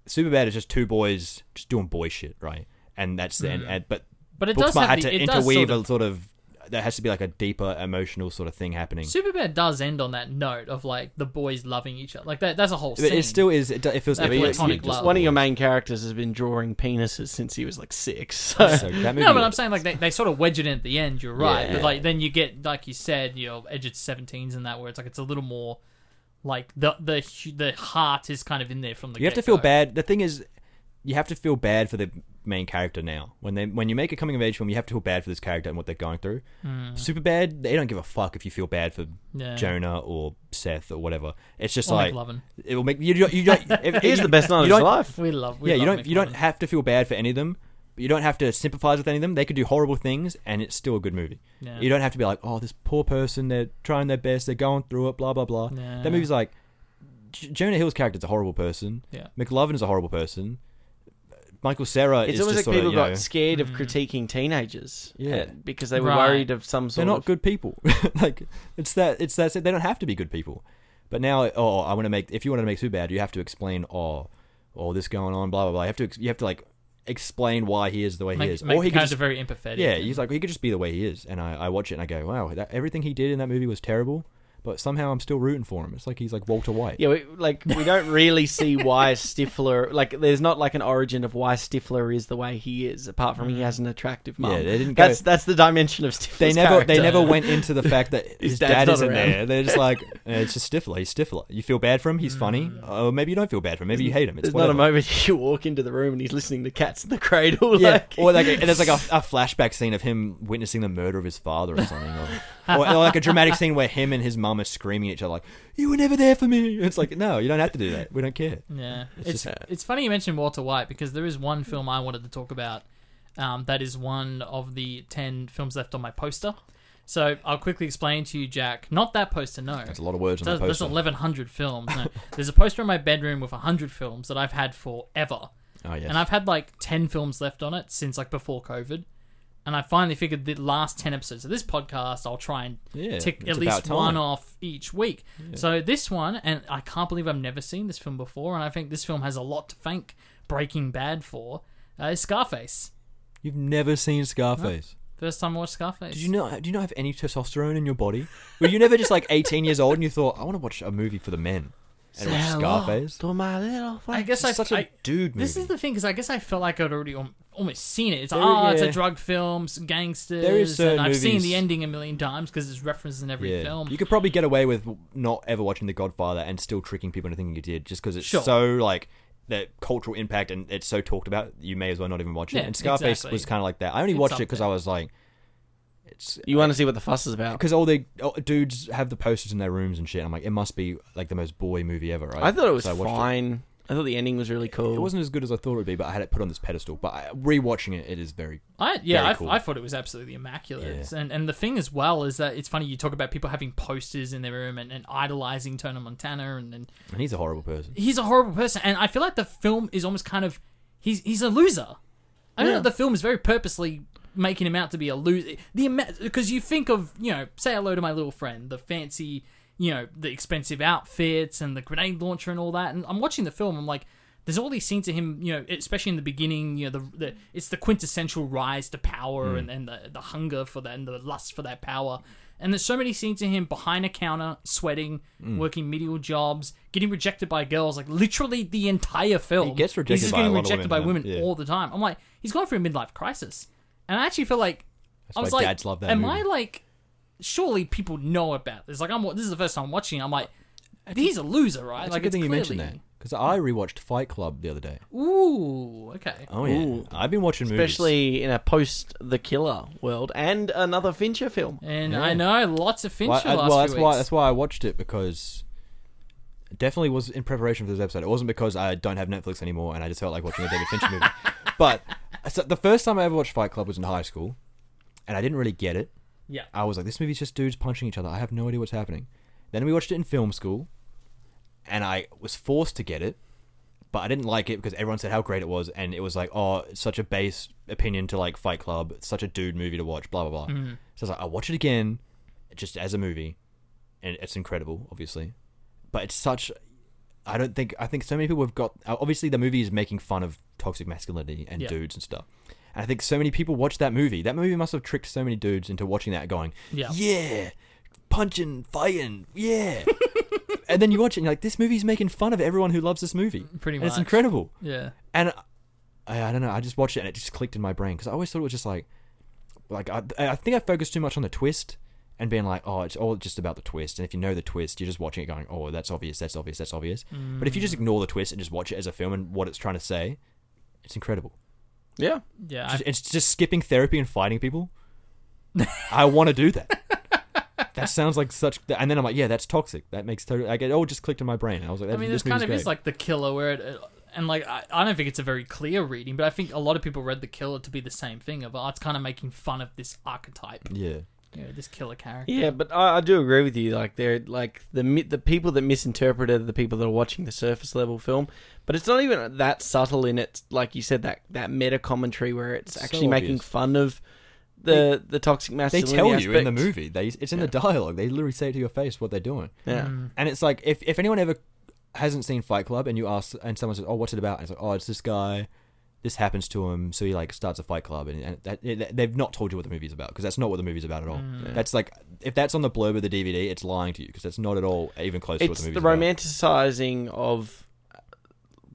Speaker 3: Super bad is just two boys just doing boy shit, right? And that's the end. And, but
Speaker 2: But Mm. it does
Speaker 3: Booksmart
Speaker 2: have
Speaker 3: had
Speaker 2: the,
Speaker 3: to
Speaker 2: it does
Speaker 3: interweave
Speaker 2: sort of,
Speaker 3: a sort of there has to be like a deeper emotional sort of thing happening.
Speaker 2: Superbad does end on that note of like the boys loving each other. Like that. That's a whole.
Speaker 3: But
Speaker 2: scene.
Speaker 3: it still is. It, do- it feels
Speaker 2: That
Speaker 3: empty.
Speaker 2: platonic
Speaker 3: Just-
Speaker 2: love.
Speaker 1: one of your main characters has been drawing penises since he was like six so
Speaker 3: So that movie
Speaker 2: No, but I'm saying like they, they sort of wedge it in at the end. You're right,
Speaker 1: Yeah.
Speaker 2: but like then you get like you said, you know, edged 17s and that where it's like it's a little more like the the hu- the heart is kind of in there from the.
Speaker 3: You have to
Speaker 2: get-go.
Speaker 3: feel bad. The thing is, you have to feel bad for the main character now. When they when you make a coming of age film, you have to feel bad for this character and what they're going through.
Speaker 1: Hmm.
Speaker 3: Super bad. They don't give a fuck if you feel bad for
Speaker 2: Yeah.
Speaker 3: Jonah or Seth or whatever. It's just
Speaker 2: Or
Speaker 3: like
Speaker 2: McLovin.
Speaker 3: it will make you. don't- You don't. if-
Speaker 1: he's
Speaker 3: you-
Speaker 1: the best night
Speaker 3: you
Speaker 1: of his
Speaker 3: don't-
Speaker 1: life
Speaker 2: We love. We
Speaker 3: Yeah,
Speaker 2: love
Speaker 3: you don't. You don't
Speaker 2: McLovin.
Speaker 3: have to feel bad for any of them. You don't have to sympathize with any of them. They could do horrible things, and it's still a good movie.
Speaker 2: Yeah.
Speaker 3: You don't have to be like, oh, this poor person. They're trying their best. They're going through it. Blah blah blah.
Speaker 2: Yeah.
Speaker 3: That movie's like, J- Jonah Hill's character's a horrible person.
Speaker 2: Yeah.
Speaker 3: McLovin is a horrible person. Michael Sarah
Speaker 1: it's
Speaker 3: is
Speaker 1: almost like people
Speaker 3: just sort of, you
Speaker 1: got
Speaker 3: know,
Speaker 1: scared of critiquing teenagers
Speaker 3: Yeah.
Speaker 1: uh, because they were
Speaker 2: Mm. Right.
Speaker 1: worried of some
Speaker 3: they're
Speaker 1: sort
Speaker 3: not
Speaker 1: of
Speaker 3: good people. like it's that it's that they don't have to be good people. But now, oh, I want to make if you want to make too bad, you have to explain oh, all this going on, blah blah blah. You have to ex- you have to like explain why he is the way
Speaker 2: make,
Speaker 3: he is,
Speaker 2: make
Speaker 3: or he could
Speaker 2: character
Speaker 3: just
Speaker 2: very empathetic.
Speaker 3: yeah, he's like he could just be the way he is. And I, I watch it and I go, wow, that, everything he did in that movie was terrible, but somehow I'm still rooting for him. It's like he's like Walter White.
Speaker 1: Yeah, we, like we don't really see why Stifler. Like, there's not like an origin of why Stifler is the way he is, apart from he has an attractive mum.
Speaker 3: Mm. Yeah, they didn't go-
Speaker 1: That's that's the dimension of Stifler's
Speaker 3: they never they
Speaker 1: character.
Speaker 3: never went into the fact that his,
Speaker 1: His dad's
Speaker 3: dad
Speaker 1: not
Speaker 3: isn't
Speaker 1: around.
Speaker 3: there. They're just like eh, it's just Stifler. He's Stifler. You feel bad for him. He's funny.
Speaker 1: Mm.
Speaker 3: Or maybe you don't feel bad for him. Maybe you hate him. It's
Speaker 1: There's not a
Speaker 3: whatever.
Speaker 1: moment you walk into the room and he's listening to Cats in the Cradle.
Speaker 3: Yeah,
Speaker 1: like,
Speaker 3: or like and there's like a, a flashback scene of him witnessing the murder of his father or something, or, or, or like a dramatic scene where him and his mum are screaming at each other like, "You were never there for me." It's like, no, you don't have to do that. We don't care.
Speaker 2: Yeah, it's
Speaker 3: It's
Speaker 2: it's,
Speaker 3: just-
Speaker 2: funny you mentioned Walter White because there is one film I wanted to talk about. Um, that is one of the ten films left on my poster. So I'll quickly explain to you, Jack. Not that poster, no.
Speaker 3: That's a lot of words on
Speaker 2: There's,
Speaker 3: the
Speaker 2: there's
Speaker 3: poster.
Speaker 2: 1,100 films. No. there's a poster in my bedroom with 100 films that I've had forever.
Speaker 3: oh yes.
Speaker 2: And I've had like 10 films left on it since like before COVID. And I finally figured the last 10 episodes of this podcast, I'll try and
Speaker 3: Yeah,
Speaker 2: tick
Speaker 3: it's
Speaker 2: at least
Speaker 3: about time.
Speaker 2: one off each week. So this one, and I can't believe I've never seen this film before. And I think this film has a lot to thank Breaking Bad for. Uh, is Scarface.
Speaker 3: You've never seen Scarface.
Speaker 2: First time I watched Scarface.
Speaker 3: Did you not? Do you not have any testosterone in your body? Were you never just like 18 years old and you thought, I want to watch a movie for the men? and watch Scarface.
Speaker 1: To my little
Speaker 2: I guess I
Speaker 3: It's such a
Speaker 2: I-
Speaker 3: dude movie.
Speaker 2: This is the thing because I guess I felt like I'd already al- almost seen it. It's
Speaker 3: There-
Speaker 2: ah, it's a
Speaker 3: yeah.
Speaker 2: drug film, some gangsters,
Speaker 3: There is
Speaker 2: and
Speaker 3: certain
Speaker 2: I've seen
Speaker 3: movies-
Speaker 2: the ending a million times because it's referenced in every
Speaker 3: Yeah.
Speaker 2: film.
Speaker 3: You could probably get away with not ever watching The Godfather and still tricking people into thinking you did, just because it's
Speaker 2: Sure.
Speaker 3: so like the cultural impact and it's so talked about. You may as well not even watch it.
Speaker 2: Yeah,
Speaker 3: and Scarface
Speaker 2: exactly.
Speaker 3: was kind of like that. I only
Speaker 2: It's
Speaker 3: watched
Speaker 2: up
Speaker 3: it because
Speaker 2: there.
Speaker 3: I was like, it's
Speaker 1: You want to see what the fuss is about?
Speaker 3: because all the all- dudes have the posters in their rooms and shit. I'm like, it must be like the most boy movie ever. Right?
Speaker 1: I thought it was
Speaker 3: So I watched
Speaker 1: fine. I thought the ending was really cool.
Speaker 3: It wasn't as good as I thought it would be, but I had it put on this pedestal. But I, rewatching it, it is very
Speaker 2: I yeah,
Speaker 3: Very
Speaker 2: I,
Speaker 3: cool.
Speaker 2: I thought it was absolutely immaculate. And and the thing as well is that it's funny you talk about people having posters in their room and, and idolizing Tony Montana and, and
Speaker 3: and he's a horrible person.
Speaker 2: he's a horrible person and I feel like the film is almost kind of he's he's a loser. I feel
Speaker 1: Yeah.
Speaker 2: like the film is very purposely making him out to be a loser. The because you think of you know say hello to my little friend the fancy you know the expensive outfits and the grenade launcher and all that and I'm watching the film I'm like. There's all these scenes of him, you know, especially in the beginning, you know, the, the it's the quintessential rise to power
Speaker 3: Hmm.
Speaker 2: and, and the, the hunger for that and the lust for that power. And there's so many scenes of him behind a counter, sweating,
Speaker 3: Hmm.
Speaker 2: working menial jobs, getting rejected by girls, like literally the entire film.
Speaker 3: gets
Speaker 2: He's
Speaker 3: rejected
Speaker 2: just
Speaker 3: by a
Speaker 2: getting
Speaker 3: lot of
Speaker 2: rejected by
Speaker 3: women,
Speaker 2: women
Speaker 3: yeah. Yeah.
Speaker 2: all the time. I'm like, he's going through a midlife crisis, and I actually feel like I
Speaker 3: why
Speaker 2: was like,
Speaker 3: dads love that
Speaker 2: am I
Speaker 3: movie.
Speaker 2: like? Surely people know about this. Like, I'm. This is the first time I'm watching. it. I'm like, he's a loser, right?
Speaker 3: It's
Speaker 2: like,
Speaker 3: a good
Speaker 2: it's
Speaker 3: thing you mentioned that
Speaker 2: clearly-
Speaker 3: because I rewatched Fight Club the other day.
Speaker 2: Ooh, okay.
Speaker 3: Oh yeah,
Speaker 1: Ooh.
Speaker 3: I've been watching movies.
Speaker 1: Especially in a post The Killer world and another Fincher film.
Speaker 2: And
Speaker 3: Yeah.
Speaker 2: I know lots of
Speaker 3: Well,
Speaker 2: Fincher
Speaker 3: I-
Speaker 2: last
Speaker 3: well,
Speaker 2: few
Speaker 3: that's
Speaker 2: weeks.
Speaker 3: why that's why I watched it because it definitely was in preparation for this episode. It wasn't because I don't have Netflix anymore and I just felt like watching a David Fincher movie. But so the first time I ever watched Fight Club was in high school, and I didn't really get it.
Speaker 2: yeah.
Speaker 3: I was like, this movie's just dudes punching each other. I have no idea what's happening. Then we watched it in film school, and I was forced to get it, but I didn't like it because everyone said how great it was, and it was like, oh, it's such a base opinion to like Fight Club, it's such a dude movie to watch, blah blah blah. So I was like, I'll watch it again, just as a movie, and it's incredible, obviously, but it's such. I don't think I think so many people have got uh, obviously the movie is making fun of toxic masculinity and
Speaker 2: Yeah.
Speaker 3: dudes and stuff. And I think so many people watch that movie. That movie must have tricked so many dudes into watching that, going,
Speaker 2: Yeah.
Speaker 3: yeah, punching, fighting, yeah. and then you watch it and you're like, this movie's making fun of everyone who loves this movie.
Speaker 2: Pretty
Speaker 3: And It's
Speaker 2: much.
Speaker 3: incredible.
Speaker 2: Yeah.
Speaker 3: And I, I don't know, I just watched it and it just clicked in my brain because I always thought it was just like, like I, I think I focused too much on the twist and being like, oh, it's all just about the twist. And if you know the twist, you're just watching it going, oh, that's obvious, that's obvious, that's obvious. But if you just
Speaker 2: Mm.
Speaker 3: ignore the twist and just watch it as a film and what it's trying to say, it's incredible.
Speaker 1: Yeah.
Speaker 2: Yeah. I-
Speaker 3: Just- it's just skipping therapy and fighting people. I want to do that. That sounds like such. And then I'm like, yeah, that's toxic. That makes total. Like, it all just clicked in my brain. I was like,
Speaker 2: I mean, this,
Speaker 3: this
Speaker 2: kind
Speaker 3: movie's
Speaker 2: of
Speaker 3: great.
Speaker 2: is like the killer, where it, and like I, I don't think it's a very clear reading, but I think a lot of people read the killer to be the same thing of oh, it's kind of making fun of this archetype,
Speaker 3: yeah.
Speaker 2: you know, this killer character.
Speaker 1: Yeah, but I, I do agree with you. Like they're like the mi- the people that misinterpreted are the people that are watching the surface level film, but it's not even that subtle in its like you said that that meta commentary where it's,
Speaker 3: so
Speaker 1: actually making
Speaker 3: obvious.
Speaker 1: fun of the the toxic
Speaker 3: They
Speaker 1: masculinity.
Speaker 3: tell you in the
Speaker 1: aspect.
Speaker 3: movie. They it's in the dialogue. They literally say to your face Mm-hmm. what they're doing.
Speaker 1: Yeah.
Speaker 2: Mm.
Speaker 3: And it's like if, if anyone ever hasn't seen Fight Club and you ask and someone says, "Oh, what's it about?" and it's like, "Oh, it's this guy. This happens to him, so he like starts a fight club." And, and that, it, they've not told you what the movie's about because that's not what the movie's about at all.
Speaker 1: Mm.
Speaker 2: Mm.
Speaker 3: That's like if that's on the blurb of the DVD, it's lying to you because that's not at all even close to what
Speaker 1: It's
Speaker 3: the
Speaker 1: the,
Speaker 3: movie's about.
Speaker 1: romanticizing of uh,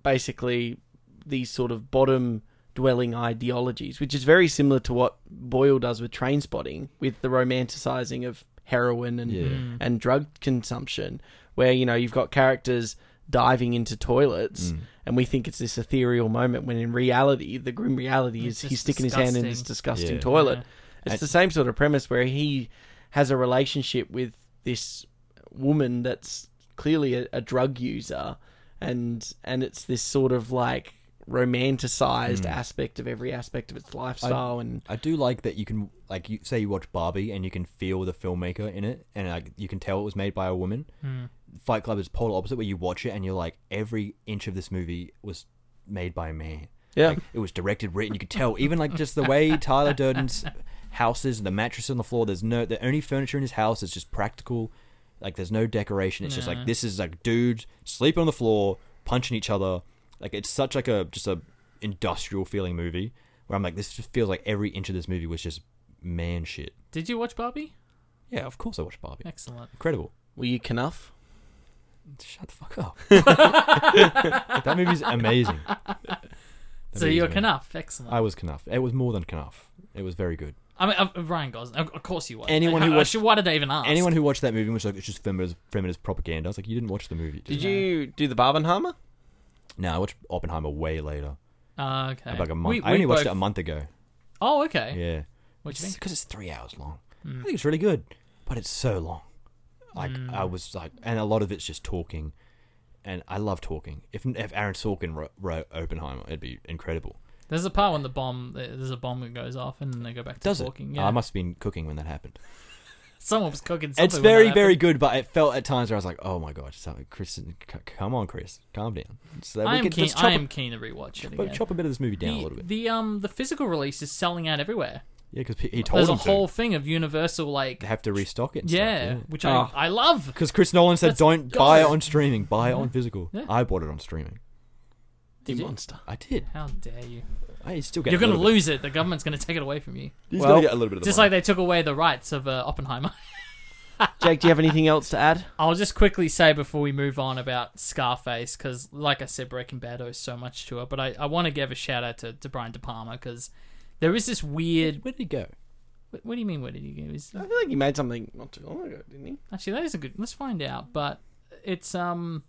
Speaker 1: basically these sort of bottom dwelling ideologies, which is very similar to what Boyle does with train spotting, with the romanticizing of heroin and
Speaker 3: Yeah.
Speaker 1: and drug consumption, where you know you've got characters diving into
Speaker 3: Mm.
Speaker 1: toilets. And we think it's this ethereal moment when in reality, the grim reality
Speaker 2: It's
Speaker 1: is he's
Speaker 2: just
Speaker 1: sticking his hand in this
Speaker 2: disgusting.
Speaker 1: disgusting
Speaker 3: Yeah.
Speaker 1: toilet.
Speaker 2: Yeah.
Speaker 1: It's
Speaker 3: And-
Speaker 1: the same sort of premise where he has a relationship with this woman that's clearly a, a drug user, and and it's this sort of like romanticized
Speaker 3: Mm.
Speaker 1: aspect of every aspect of its lifestyle. and
Speaker 3: I do like that you can like you say you watch Barbie and you can feel the filmmaker in it and like you can tell it was made by a woman. Fight Club is polar opposite where you watch it and you're like every inch of this movie was made by a man.
Speaker 1: Yeah.
Speaker 3: Like, it was directed, written. You could tell even like just the way Tyler Durden's house is, the mattress on the floor. There's no the only furniture in his house is just practical. Like there's no decoration. It's just like this is like dudes sleeping on the floor, punching each other. Like it's such like a just a industrial feeling movie where I'm like this just feels like every inch of this movie was just man shit.
Speaker 2: Did you watch Barbie?
Speaker 3: Yeah, of course I watched Barbie.
Speaker 2: Excellent.
Speaker 3: Incredible.
Speaker 1: were you Knuff?
Speaker 3: Shut the fuck up. that movie's amazing. That
Speaker 2: So
Speaker 3: movie's
Speaker 2: you're
Speaker 3: amazing.
Speaker 2: Knuff, excellent.
Speaker 3: I
Speaker 2: I,
Speaker 3: was Knuff. It was more than Knuff. It was very good.
Speaker 2: mean, uh, Ryan Gosling. Of of course you was.
Speaker 3: Anyone
Speaker 2: I,
Speaker 3: who
Speaker 2: I,
Speaker 3: watched-
Speaker 2: should- why did I even ask?
Speaker 3: Anyone who watched that movie was like, it's just feminist, feminist propaganda. I was like, you didn't watch the movie.
Speaker 1: Did
Speaker 3: you?
Speaker 1: you do the Barbenheimer?
Speaker 3: No, I watched Oppenheimer way later.
Speaker 2: Uh, okay.
Speaker 3: Like a month.
Speaker 2: We-
Speaker 3: I only
Speaker 2: we
Speaker 3: watched
Speaker 2: both-
Speaker 3: it a month ago.
Speaker 2: Oh, okay.
Speaker 3: Yeah.
Speaker 2: What do you think? Hmm.
Speaker 3: Because it's three hours long. I think it's really good, but it's so long. Like I
Speaker 2: Hmm.
Speaker 3: was like, and a lot of it's just talking, and I love talking. If if Aaron Sorkin wrote, wrote Oppenheimer, it'd be incredible.
Speaker 2: There's a part when the bomb, there's a bomb that goes off, and then they go back to
Speaker 3: Does
Speaker 2: talking.
Speaker 3: it? Ah, Oh,
Speaker 2: Yeah.
Speaker 3: I must have been cooking when that happened.
Speaker 2: Someone was cooking. Something
Speaker 3: It's
Speaker 2: when
Speaker 3: very
Speaker 2: that
Speaker 3: very
Speaker 2: happened.
Speaker 3: good, but it felt at times where I was like, oh my god, something, Chris, c- come on, Chris, calm down. So
Speaker 2: I am
Speaker 3: could-
Speaker 2: keen.
Speaker 3: let's chop,
Speaker 2: I
Speaker 3: a-
Speaker 2: am keen to rewatch it
Speaker 3: but
Speaker 2: again.
Speaker 3: chop a bit of this movie down a
Speaker 2: the,
Speaker 3: little bit.
Speaker 2: the um the physical release is selling out everywhere.
Speaker 3: yeah, because he told
Speaker 2: There's a
Speaker 3: them
Speaker 2: whole
Speaker 3: to.
Speaker 2: thing of Universal like
Speaker 3: They have to restock it. And
Speaker 2: yeah,
Speaker 3: stuff,
Speaker 2: which
Speaker 1: Ah.
Speaker 2: I I love.
Speaker 3: Because Chris Nolan said,
Speaker 2: Let's
Speaker 3: "Don't
Speaker 2: go.
Speaker 3: buy it on streaming, buy it on physical."
Speaker 2: Yeah.
Speaker 3: I bought it on streaming.
Speaker 1: The
Speaker 2: Did you?
Speaker 1: monster.
Speaker 3: I did.
Speaker 2: How dare you?
Speaker 3: I still get.
Speaker 2: You're
Speaker 3: a
Speaker 2: gonna
Speaker 3: little bit-
Speaker 2: lose it. The government's gonna take it away from you.
Speaker 3: You
Speaker 1: Well,
Speaker 3: still get a little bit of the
Speaker 2: Just like they took away the rights of uh, Oppenheimer.
Speaker 1: Jake, do you have anything else to add?
Speaker 2: I'll just quickly say before we move on about Scarface, because like I said, Breaking Bad owes so much to it. But I, I want to give a shout out to, to Brian De Palma because there is this weird.
Speaker 3: Where did he go?
Speaker 2: What, what do you mean? Where did he go? Is-
Speaker 1: I feel like he made something not too long ago, didn't he?
Speaker 2: Actually, that is a good. Let's find out. But it's um.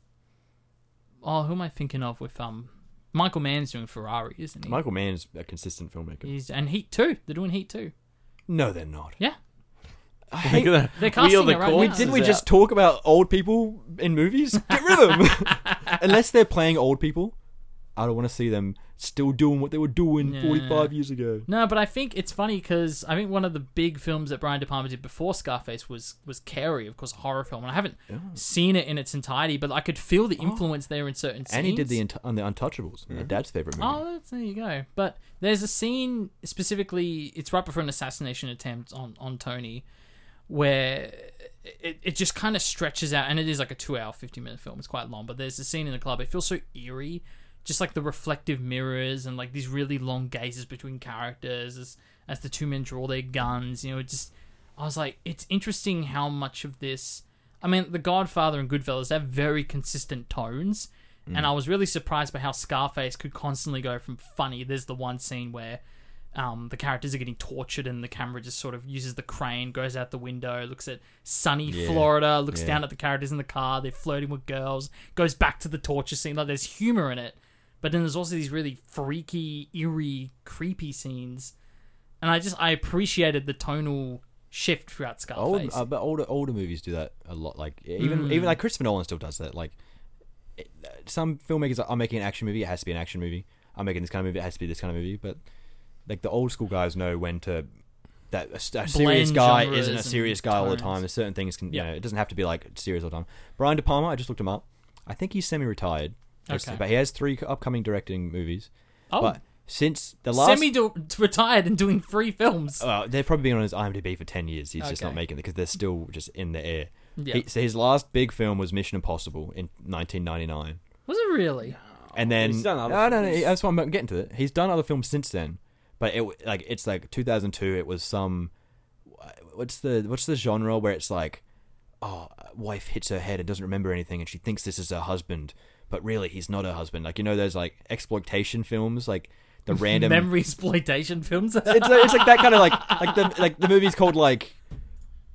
Speaker 2: Oh, who am I thinking of with um? Michael Mann's doing Ferrari, isn't he?
Speaker 3: Michael Mann is a consistent filmmaker.
Speaker 2: He's and Heat Two. They're doing Heat Two.
Speaker 3: No, they're not.
Speaker 2: Yeah,
Speaker 3: I hate
Speaker 1: Look at that.
Speaker 2: They're casting
Speaker 1: Wheel the
Speaker 2: it right
Speaker 1: corpses
Speaker 2: now.
Speaker 3: Didn't we
Speaker 1: out.
Speaker 3: just talk about old people in movies? Get rid of them. Unless they're playing old people, I don't want to see them still doing what they were doing
Speaker 2: Yeah.
Speaker 3: 45 years ago.
Speaker 2: no, but I think it's funny because I think one of the big films that Brian De Palma did before Scarface was was Carrie, of course, a horror film, and I haven't seen it in its entirety, but I could feel the influence there in certain scenes.
Speaker 3: Oh. And he did the Unt- on the Untouchables, my dad's favorite movie.
Speaker 2: Oh, that's, there you go. But there's a scene specifically. It's right before an assassination attempt on on Tony, where it, it just kind of stretches out, and it is like a two hour fifty minute film. It's quite long, but there's a scene in the club. It feels so eerie, just like the reflective mirrors and like these really long gazes between characters as as the two men draw their guns. You know, it just I was like, it's interesting how much of this. I mean, The Godfather and Goodfellas have very consistent tones, and I was really surprised by how Scarface could constantly go from funny. There's the one scene where um, the characters are getting tortured, and the camera just sort of uses the crane, goes out the window, looks at sunny Florida, looks
Speaker 3: Yeah.
Speaker 2: down at the characters in the car, they're flirting with girls, goes back to the torture scene. Like, there's humor in it, but then there's also these really freaky, eerie, creepy scenes. And I just I appreciated the tonal shift throughout
Speaker 3: Old,
Speaker 2: Scarface.
Speaker 3: uh, but older older movies do that a lot. Like e-, even
Speaker 2: Hmm.
Speaker 3: even like Christopher Nolan still does that. Like it- uh, some filmmakers, are, I'm making an action movie. It has to be an action movie. I'm making this kind of movie. It has to be this kind of movie. But like the old school guys know when to that a, s- a serious guy
Speaker 2: genres
Speaker 3: isn't a
Speaker 2: and
Speaker 3: serious guy all the
Speaker 2: tones.
Speaker 3: time. There's certain things can
Speaker 2: Yeah.
Speaker 3: you know it doesn't have to be like serious all the time. Brian De Palma, I just looked him up. I think he's semi-retired.
Speaker 2: Okay.
Speaker 3: but he has three upcoming directing movies.
Speaker 2: oh,
Speaker 3: But since the last
Speaker 2: semi retired and doing three films.
Speaker 3: well, they've probably been on his IMDb for ten years. He's just
Speaker 2: Okay.
Speaker 3: not making it because they're still just in the air.
Speaker 2: Yeah.
Speaker 3: He, so his last big film was Mission Impossible in 1999,
Speaker 2: Was it really?
Speaker 3: and then
Speaker 1: he's done other
Speaker 3: no, no, no,
Speaker 1: films.
Speaker 3: that's what I'm getting to. It. He's done other films since then, but it like it's like 2002. It was some what's the what's the genre where it's like oh wife hits her head and doesn't remember anything and she thinks this is her husband but really he's not her husband like you know those like exploitation films like the random
Speaker 2: Memory exploitation films.
Speaker 3: it's like, it's like that kind of like like the like the movie's called like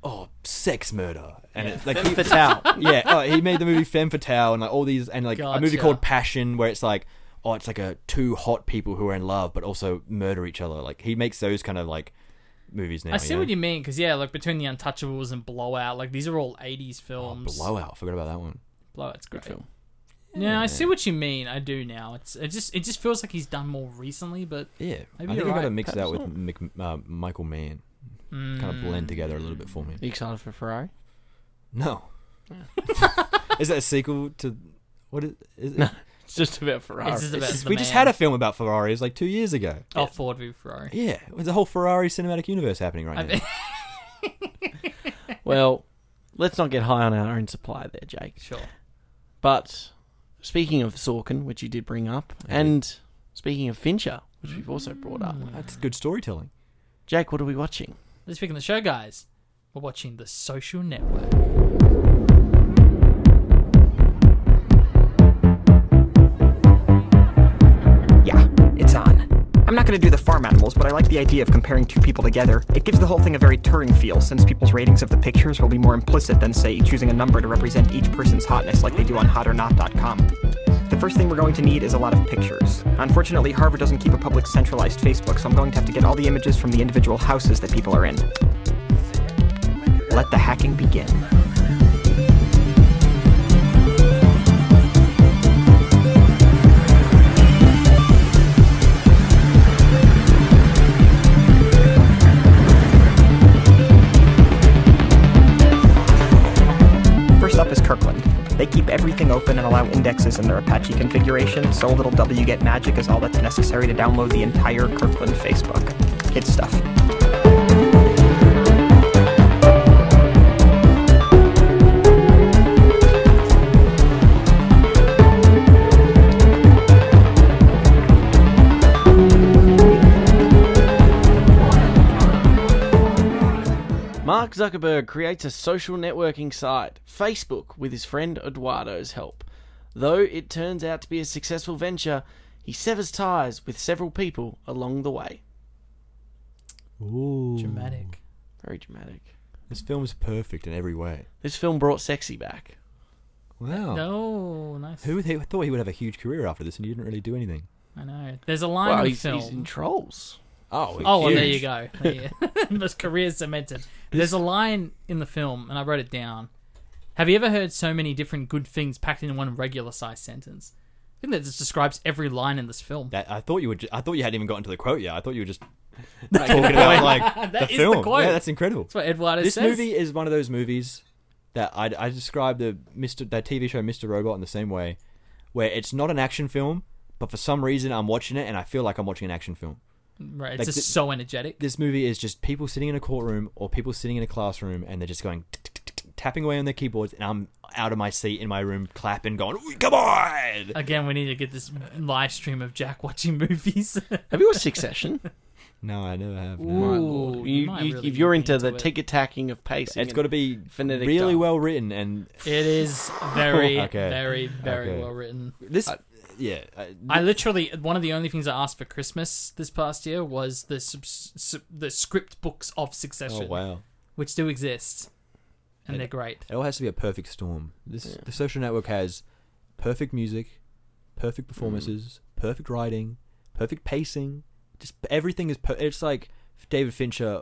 Speaker 3: oh sex murder and it's like he,
Speaker 1: Fatale.
Speaker 3: yeah oh, he made the movie Femme Fatale and like all these and like a
Speaker 2: Gotcha.
Speaker 3: movie called Passion where it's like oh it's like a two hot people who are in love but also murder each other like he makes those kind of like movies now
Speaker 2: I see
Speaker 3: know?
Speaker 2: what you mean because yeah, like between the Untouchables and Blowout, like these are all '80s films.
Speaker 3: Blowout forgot about that one
Speaker 2: Blowout's great.
Speaker 1: film.
Speaker 2: Yeah, I see what you mean. I do now. It's it just it just feels like he's done more recently, but
Speaker 3: yeah
Speaker 2: Maybe
Speaker 3: I
Speaker 2: you're
Speaker 3: think I gotta
Speaker 2: right,
Speaker 3: mix
Speaker 1: perhaps
Speaker 3: that with
Speaker 1: not.
Speaker 3: Mc, uh, Michael Mann
Speaker 2: mm.
Speaker 3: kind of blend together a little bit for me
Speaker 1: Are you excited for Ferrari?
Speaker 3: no is that a sequel to what is, is it?
Speaker 1: It's just about Ferrari.
Speaker 2: It's just about-
Speaker 3: It's-
Speaker 2: the
Speaker 3: we just
Speaker 2: man.
Speaker 3: had a film about Ferraris like two years ago.
Speaker 2: oh, Ford v Ferrari.
Speaker 3: Yeah, there's a whole Ferrari cinematic universe happening right now.
Speaker 1: well, let's not get high on our own supply there, Jake.
Speaker 2: Sure.
Speaker 1: But speaking of Sorkin, which you did Mm. bring up, and speaking of Fincher, which we've also brought up,
Speaker 3: That's good storytelling.
Speaker 1: Jake, what are we watching?
Speaker 2: This week on the show, guys, we're watching The Social Network.
Speaker 4: I'm not going to do the farm animals, but I like the idea of comparing two people together. It gives the whole thing a very Turing feel, since people's ratings of the pictures will be more implicit than, say, choosing a number to represent each person's hotness like they do on hotornot.com. The first thing we're going to need is a lot of pictures. Unfortunately, Harvard doesn't keep a public centralized Facebook, so I'm going to have to get all the images from the individual houses that people are in. Let the hacking begin. First up is Kirkland. They keep everything open and allow indexes in their Apache configuration, so a little wget magic is all that's necessary to download the entire Kirkland Facebook. Kid stuff.
Speaker 1: Mark Zuckerberg creates a social networking site, Facebook, with his friend Eduardo's help. Though it turns out to be a successful venture, he severs ties with several people along the way.
Speaker 3: Ooh.
Speaker 2: Dramatic.
Speaker 1: Very dramatic.
Speaker 3: This film's perfect in every way.
Speaker 1: This film brought sexy back.
Speaker 3: Wow.
Speaker 2: Oh, nice.
Speaker 3: Who he thought he would have a huge career after this, and he didn't really do anything.
Speaker 2: I know. There's a line
Speaker 1: Well,
Speaker 2: in the
Speaker 1: he's,
Speaker 2: film.
Speaker 1: he's in Trolls.
Speaker 3: Oh,
Speaker 2: Oh, well, there you go. There you- His career cemented. There's a line in the film, and I wrote it down. Have you ever heard so many different good things packed in one regular sized sentence? I think that just describes every line in this film.
Speaker 3: That, I thought you would. Ju- I thought you hadn't even gotten to the quote yet. I thought you were just talking about like
Speaker 2: That
Speaker 3: the
Speaker 2: is the
Speaker 3: film.
Speaker 2: quote.
Speaker 3: Yeah, that's incredible.
Speaker 2: That's what Eduardo
Speaker 3: this
Speaker 2: says.
Speaker 3: movie is one of those movies that I, I describe the Mister that TV show Mister Robot in the same way, where it's not an action film, but for some reason I'm watching it and I feel like I'm watching an action film.
Speaker 2: right, it's
Speaker 3: like
Speaker 2: just
Speaker 3: the-
Speaker 2: so energetic.
Speaker 3: This movie is just people sitting in a courtroom or people sitting in a classroom and they're just going tick, tick, tick, tick, tapping away on their keyboards and I'm out of my seat in my room clapping, going, "Ooh, "Come on!"
Speaker 2: Again, we need to get this live stream of Jack watching movies.
Speaker 1: Have you watched Succession?
Speaker 3: No, I never have. no.
Speaker 1: My
Speaker 2: Ooh,
Speaker 1: lord.
Speaker 2: you
Speaker 1: You,
Speaker 2: might
Speaker 1: you,
Speaker 2: really
Speaker 1: if you're
Speaker 2: be
Speaker 1: into the
Speaker 2: into it.
Speaker 1: tick attacking of pacing,
Speaker 3: It's got to be
Speaker 1: Phonetic
Speaker 3: really
Speaker 1: dial.
Speaker 3: well written and
Speaker 2: it is very,
Speaker 3: Okay.
Speaker 2: very, very
Speaker 3: Okay.
Speaker 2: well written.
Speaker 3: this. yeah, uh,
Speaker 2: I literally one of the only things I asked for Christmas this past year was the subs, sub, the script books of
Speaker 3: oh
Speaker 2: Succession,
Speaker 3: wow.
Speaker 2: which do exist, and
Speaker 3: Yeah.
Speaker 2: they're great.
Speaker 3: It all has to be a perfect storm. This
Speaker 1: Yeah.
Speaker 3: the social network has perfect music, perfect performances, perfect writing, perfect pacing. Just everything is. Per- it's like David Fincher.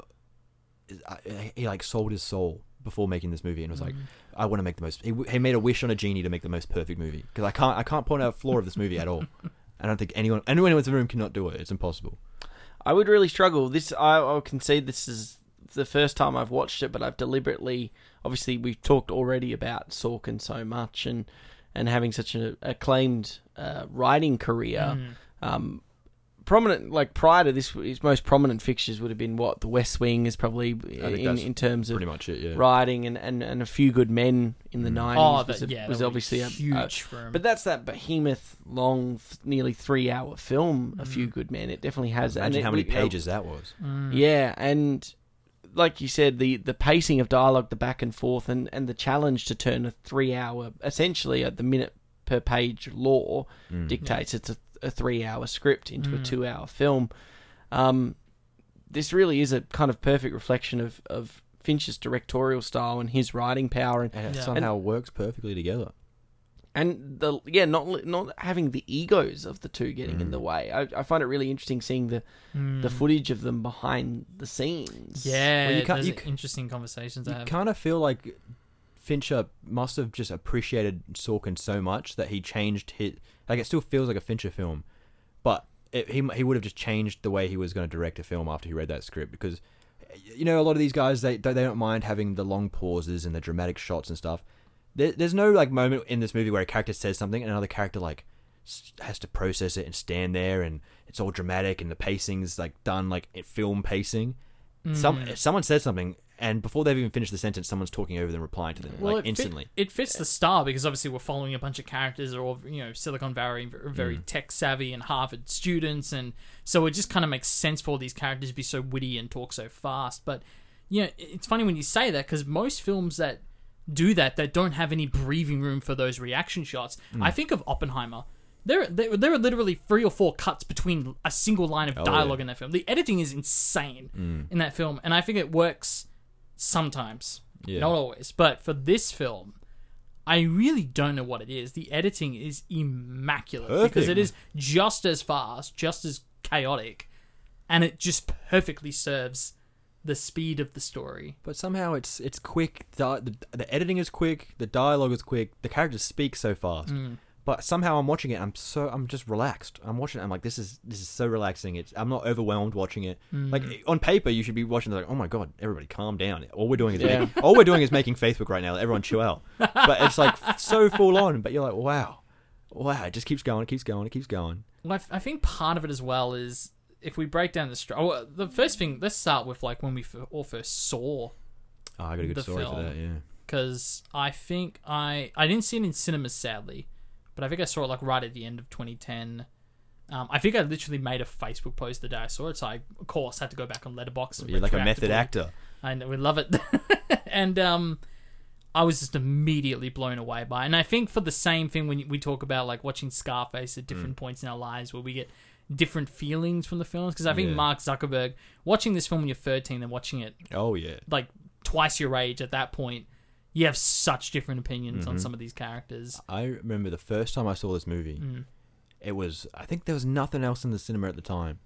Speaker 3: is- I- I- He like sold his soul before making this movie, and was
Speaker 2: Mm.
Speaker 3: like, "I want to make the most." He, w- he made a wish on a genie to make the most perfect movie because I can't. I can't point out a flaw of this movie at all. I don't think anyone, anyone in the room cannot do it. It's impossible.
Speaker 1: I would really struggle. This I, I'll concede this is the first time I've watched it, but I've deliberately, obviously, we've talked already about Sorkin so much and and having such an acclaimed uh, writing
Speaker 2: Mm.
Speaker 1: career. Um, prominent, like prior to this, his most prominent fixtures would have been what The West Wing is probably in,
Speaker 3: that's
Speaker 1: in terms of
Speaker 3: Pretty much it. Yeah.
Speaker 1: writing and, and, and A Few Good Men in the
Speaker 2: Oh,
Speaker 1: nineties
Speaker 2: that,
Speaker 1: was, a-
Speaker 2: yeah, that
Speaker 1: was
Speaker 2: would be
Speaker 1: obviously a-
Speaker 2: huge
Speaker 1: a
Speaker 2: for him.
Speaker 1: but that's that behemoth, long, th- nearly three-hour film. A
Speaker 2: Mm.
Speaker 1: few good men. It definitely has.
Speaker 3: Imagine
Speaker 1: it- uh,
Speaker 3: how many
Speaker 1: we- you know,
Speaker 3: pages that was.
Speaker 1: yeah, and like you said, the the pacing of dialogue, the back and forth, and and the challenge to turn a three-hour, essentially at the minute per page law
Speaker 3: Mm.
Speaker 1: dictates it's a, a three-hour script into a two-hour film. Um, this really is a kind of perfect reflection of of Finch's directorial style and his writing power and
Speaker 3: And it
Speaker 2: Yeah.
Speaker 3: somehow works perfectly together.
Speaker 1: and the yeah not not having the egos of the two getting in the way I, I find it really interesting seeing the the footage of them behind the scenes
Speaker 2: Mm. yeah,
Speaker 3: Well, you can't-
Speaker 2: there's
Speaker 3: you c-
Speaker 2: interesting conversations I
Speaker 3: You
Speaker 2: have.
Speaker 3: kind of feel like Fincher must have just appreciated Sorkin so much that he changed his. Like it still feels like a Fincher film, but it, he he would have just changed the way he was going to direct a film after he read that script because you know a lot of these guys they they they don't mind having the long pauses and the dramatic shots and stuff. There, there's no like moment in this movie where a character says something and another character like s- has to process it and stand there and it's all dramatic and the pacing's like done like it film pacing. Some
Speaker 2: Mm.
Speaker 3: if someone says something and before they've even finished the sentence, someone's talking over them, replying to them
Speaker 2: Well, it
Speaker 3: like
Speaker 2: fit-
Speaker 3: instantly.
Speaker 2: it fits the style because obviously we're following a bunch of characters that are all you know Silicon Valley, v- very
Speaker 3: Mm.
Speaker 2: tech savvy and Harvard students, and so it just kind of makes sense for all these characters to be so witty and talk so fast. But you know, it's funny when you say that because most films that
Speaker 3: Mm.
Speaker 2: do that that don't have any breathing room for those reaction shots. I think of Oppenheimer. There, there, there are literally three or four cuts between a single line of
Speaker 3: Oh,
Speaker 2: dialogue
Speaker 3: yeah. Mm.
Speaker 2: in that film. The editing is insane in that film, and I think it works sometimes,
Speaker 3: Yeah.
Speaker 2: not always. But for this film, I really don't know what it is. The editing is immaculate because
Speaker 3: Perfect.
Speaker 2: it is just as fast, just as chaotic, and it just perfectly serves the speed of the story.
Speaker 3: But somehow it's it's quick. The, the, the editing is quick. The dialogue is quick. The characters speak so fast.
Speaker 2: Mm.
Speaker 3: But somehow I'm watching it. I'm so I'm just relaxed. I'm watching. it, I'm like this is this is so relaxing. It's I'm not overwhelmed watching it.
Speaker 2: Mm.
Speaker 3: Like on paper you should be watching it like oh my god everybody calm down. All we're doing is
Speaker 1: Yeah.
Speaker 3: making, all we're doing is making Facebook right now. Everyone chill out. But it's like so full on. But you're like wow, wow. It just keeps going. It keeps going. It keeps going.
Speaker 2: Well, I, f- I think part of it as well is if we break down the story. Oh, the first thing, let's start with like when we f- all first saw,
Speaker 3: Oh, I got a good
Speaker 2: The
Speaker 3: story for
Speaker 2: film.
Speaker 3: that. Yeah.
Speaker 2: because I think I I didn't see it in cinemas sadly, but I think I saw it like right at the end of 2010. Um, I think I literally made a Facebook post the day I saw it, so I of course had to go back on Letterboxd. and
Speaker 3: You're like a method
Speaker 2: retroactively-
Speaker 3: actor.
Speaker 2: I know we love it, and um, I was just immediately blown away by. It. And I think for the same thing when we talk about like watching Scarface at
Speaker 3: Mm.
Speaker 2: different points in our lives where we get different feelings from the films, because I think
Speaker 3: Yeah.
Speaker 2: Mark Zuckerberg watching this film when you're 13 and watching it
Speaker 3: Oh yeah.
Speaker 2: like twice your age at that point, you have such different opinions
Speaker 3: Mm-hmm.
Speaker 2: on some of these characters. Mm.
Speaker 3: I remember the first time I saw this movie. It was I think there was nothing else in the cinema at the time.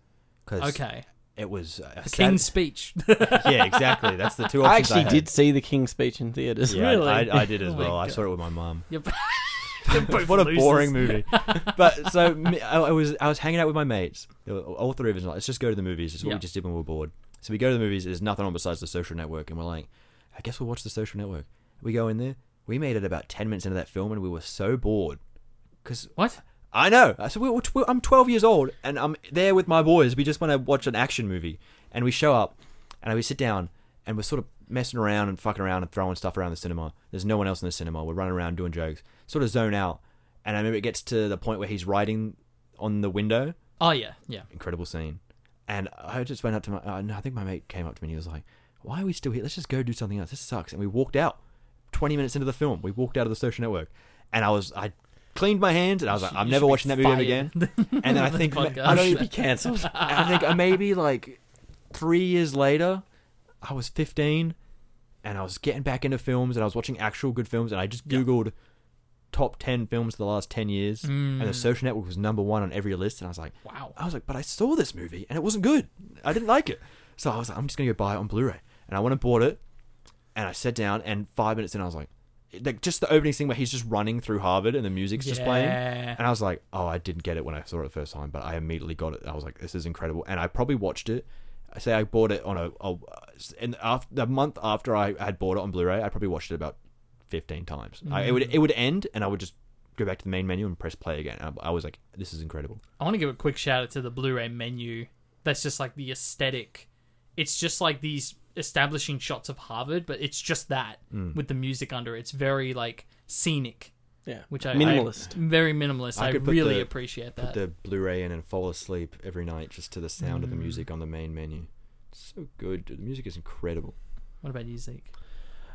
Speaker 3: 'Cause
Speaker 2: Okay,
Speaker 3: it was a
Speaker 2: the
Speaker 3: sad-
Speaker 2: King's Speech.
Speaker 3: yeah, exactly. That's the two
Speaker 1: I
Speaker 3: options.
Speaker 1: actually
Speaker 3: had.
Speaker 1: did see the King's Speech in theaters.
Speaker 3: Yeah, I-
Speaker 2: Really?
Speaker 3: I, I did as
Speaker 2: Oh my
Speaker 3: well. I
Speaker 2: God.
Speaker 3: saw it with my mom.
Speaker 2: You're-
Speaker 3: what a
Speaker 2: losers.
Speaker 3: boring movie. but so me- I, I was I was hanging out with my mates. There were All three of us. were Like, Let's just go to the movies. It's what
Speaker 2: Yeah.
Speaker 3: we just did when we were bored. So we go to the movies. There's nothing on besides the Social Network, and we're like, I guess we'll watch the Social Network. We go in there. We made it about ten minutes into that film, and we were so bored because
Speaker 2: what?
Speaker 3: I know. I said, we we're tw- I'm 12 years old, and I'm there with my boys. We just want to watch an action movie, and we show up, and we sit down, and we're sort of messing around and fucking around and throwing stuff around the cinema. There's no one else in the cinema. We're running around doing jokes, sort of zone out, and I remember it gets to the point where he's writing on the window.
Speaker 2: Oh yeah, yeah.
Speaker 3: Incredible scene, and I just went up to my. Uh, no, I think my mate came up to me and he was like, "Why are we still here? Let's just go do something else. This sucks." And we walked out. 20 minutes into the film, we walked out of the social network, and I was I. Cleaned my hands and I was like,
Speaker 2: You
Speaker 3: "I'm
Speaker 2: should
Speaker 3: never
Speaker 2: be
Speaker 3: watching that movie ever again."
Speaker 2: fired.
Speaker 3: And then I think
Speaker 2: Podcast.
Speaker 3: I don't even,
Speaker 1: be cancelled.
Speaker 3: I think uh, maybe like three years later, I was 15, and I was getting back into films, and I was watching actual good films, and I just googled top 10 films of the last 10 years, and
Speaker 2: Mm.
Speaker 3: the Social Network was number one on every list, and I was like,
Speaker 2: Wow.
Speaker 3: I was like, but I saw this movie and it wasn't good. I didn't like it, so I was like, I'm just gonna go buy it on Blu-ray, and I went and bought it, and I sat down, and five minutes in, I was like. Like just the opening scene where he's just running through Harvard and the music's just playing,
Speaker 2: Yeah.
Speaker 3: and I was like, oh, I didn't get it when I saw it the first time, but I immediately got it. I was like, this is incredible. And I probably watched it. I say I bought it on a, a and after the month after I had bought it on Blu-ray, I probably watched it about fifteen times. I, it would it would end, and I would just go back to the main menu and press play again. I, I was like, this is incredible.
Speaker 2: I want to give a quick shout out to the Blu-ray menu. That's just like the aesthetic. It's just like these establishing shots of Harvard, but it's just that
Speaker 3: Mm.
Speaker 2: with the music under it. It's very like scenic,
Speaker 1: Yeah.
Speaker 2: which I
Speaker 1: Minimalist.
Speaker 2: I- very minimalist.
Speaker 3: I
Speaker 2: I,
Speaker 3: could put
Speaker 2: really
Speaker 3: the-
Speaker 2: appreciate that.
Speaker 3: Put the Blu-ray in and fall asleep every night just to the sound of the music on the main menu. So good, dude. The music is incredible.
Speaker 2: What about you, Zeke?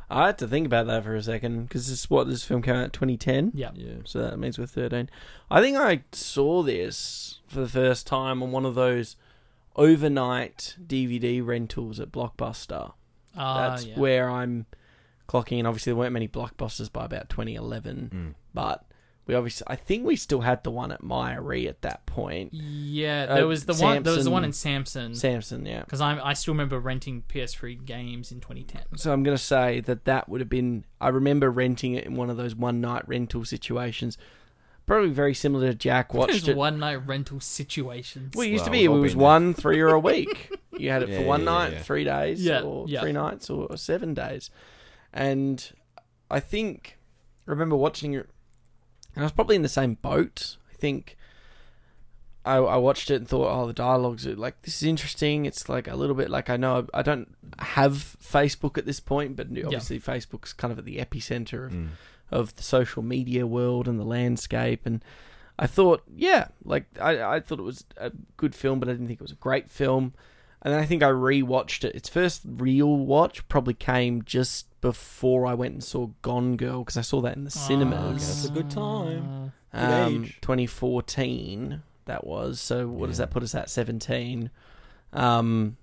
Speaker 1: I had to think about that for a second because this what this film came out in 2010.
Speaker 2: Yeah.
Speaker 3: Yeah.
Speaker 1: So that means we're 13. I think I saw this for the first time on one of those overnight DVD rentals at Blockbuster.
Speaker 2: Ah,
Speaker 1: That's
Speaker 2: yeah.
Speaker 1: where I'm clocking in. Obviously, there weren't many Blockbusters by about 2011,
Speaker 3: Mm.
Speaker 1: but we obviously, I think we still had the one at Myrie at that point.
Speaker 2: Yeah,
Speaker 1: Uh,
Speaker 2: there was the one. There was the
Speaker 1: Samson-
Speaker 2: one in Samson.
Speaker 1: Samson, yeah.
Speaker 2: Because I I still remember renting PS3 games in 2010.
Speaker 1: So I'm going to say that that would have been. I remember renting it in one of those one night rental situations. Probably very similar to Jack watched
Speaker 2: Those
Speaker 1: it.
Speaker 2: one night rental situations.
Speaker 1: Well, it used to
Speaker 3: Well,
Speaker 1: be it
Speaker 3: we've all
Speaker 1: was
Speaker 3: been there.
Speaker 1: one, three, or a week. You had it
Speaker 3: Yeah,
Speaker 1: for one
Speaker 3: yeah,
Speaker 1: night,
Speaker 3: yeah.
Speaker 1: three days,
Speaker 2: Yeah,
Speaker 1: or
Speaker 2: yeah.
Speaker 1: three nights, or, or seven days. And I think I remember watching it, and I was probably in the same boat. I think I, I watched it and thought, oh, the dialogues are like this is interesting. It's like a little bit like I know I, I don't have Facebook at this point, but obviously Facebook's kind of at the epicenter of
Speaker 3: mm.
Speaker 1: of the social media world and the landscape and I thought, yeah, like I, I thought it was a good film, but I didn't think it was a great film. And then I think I rewatched it. Its first real watch probably came just before I went and saw Gone Girl because I saw that in the
Speaker 2: Ah, okay.
Speaker 1: cinemas.
Speaker 3: That's a good time.
Speaker 1: Um,
Speaker 3: age.
Speaker 1: 2014, that was. So what does
Speaker 3: Yeah.
Speaker 1: that put us at? 17. Um,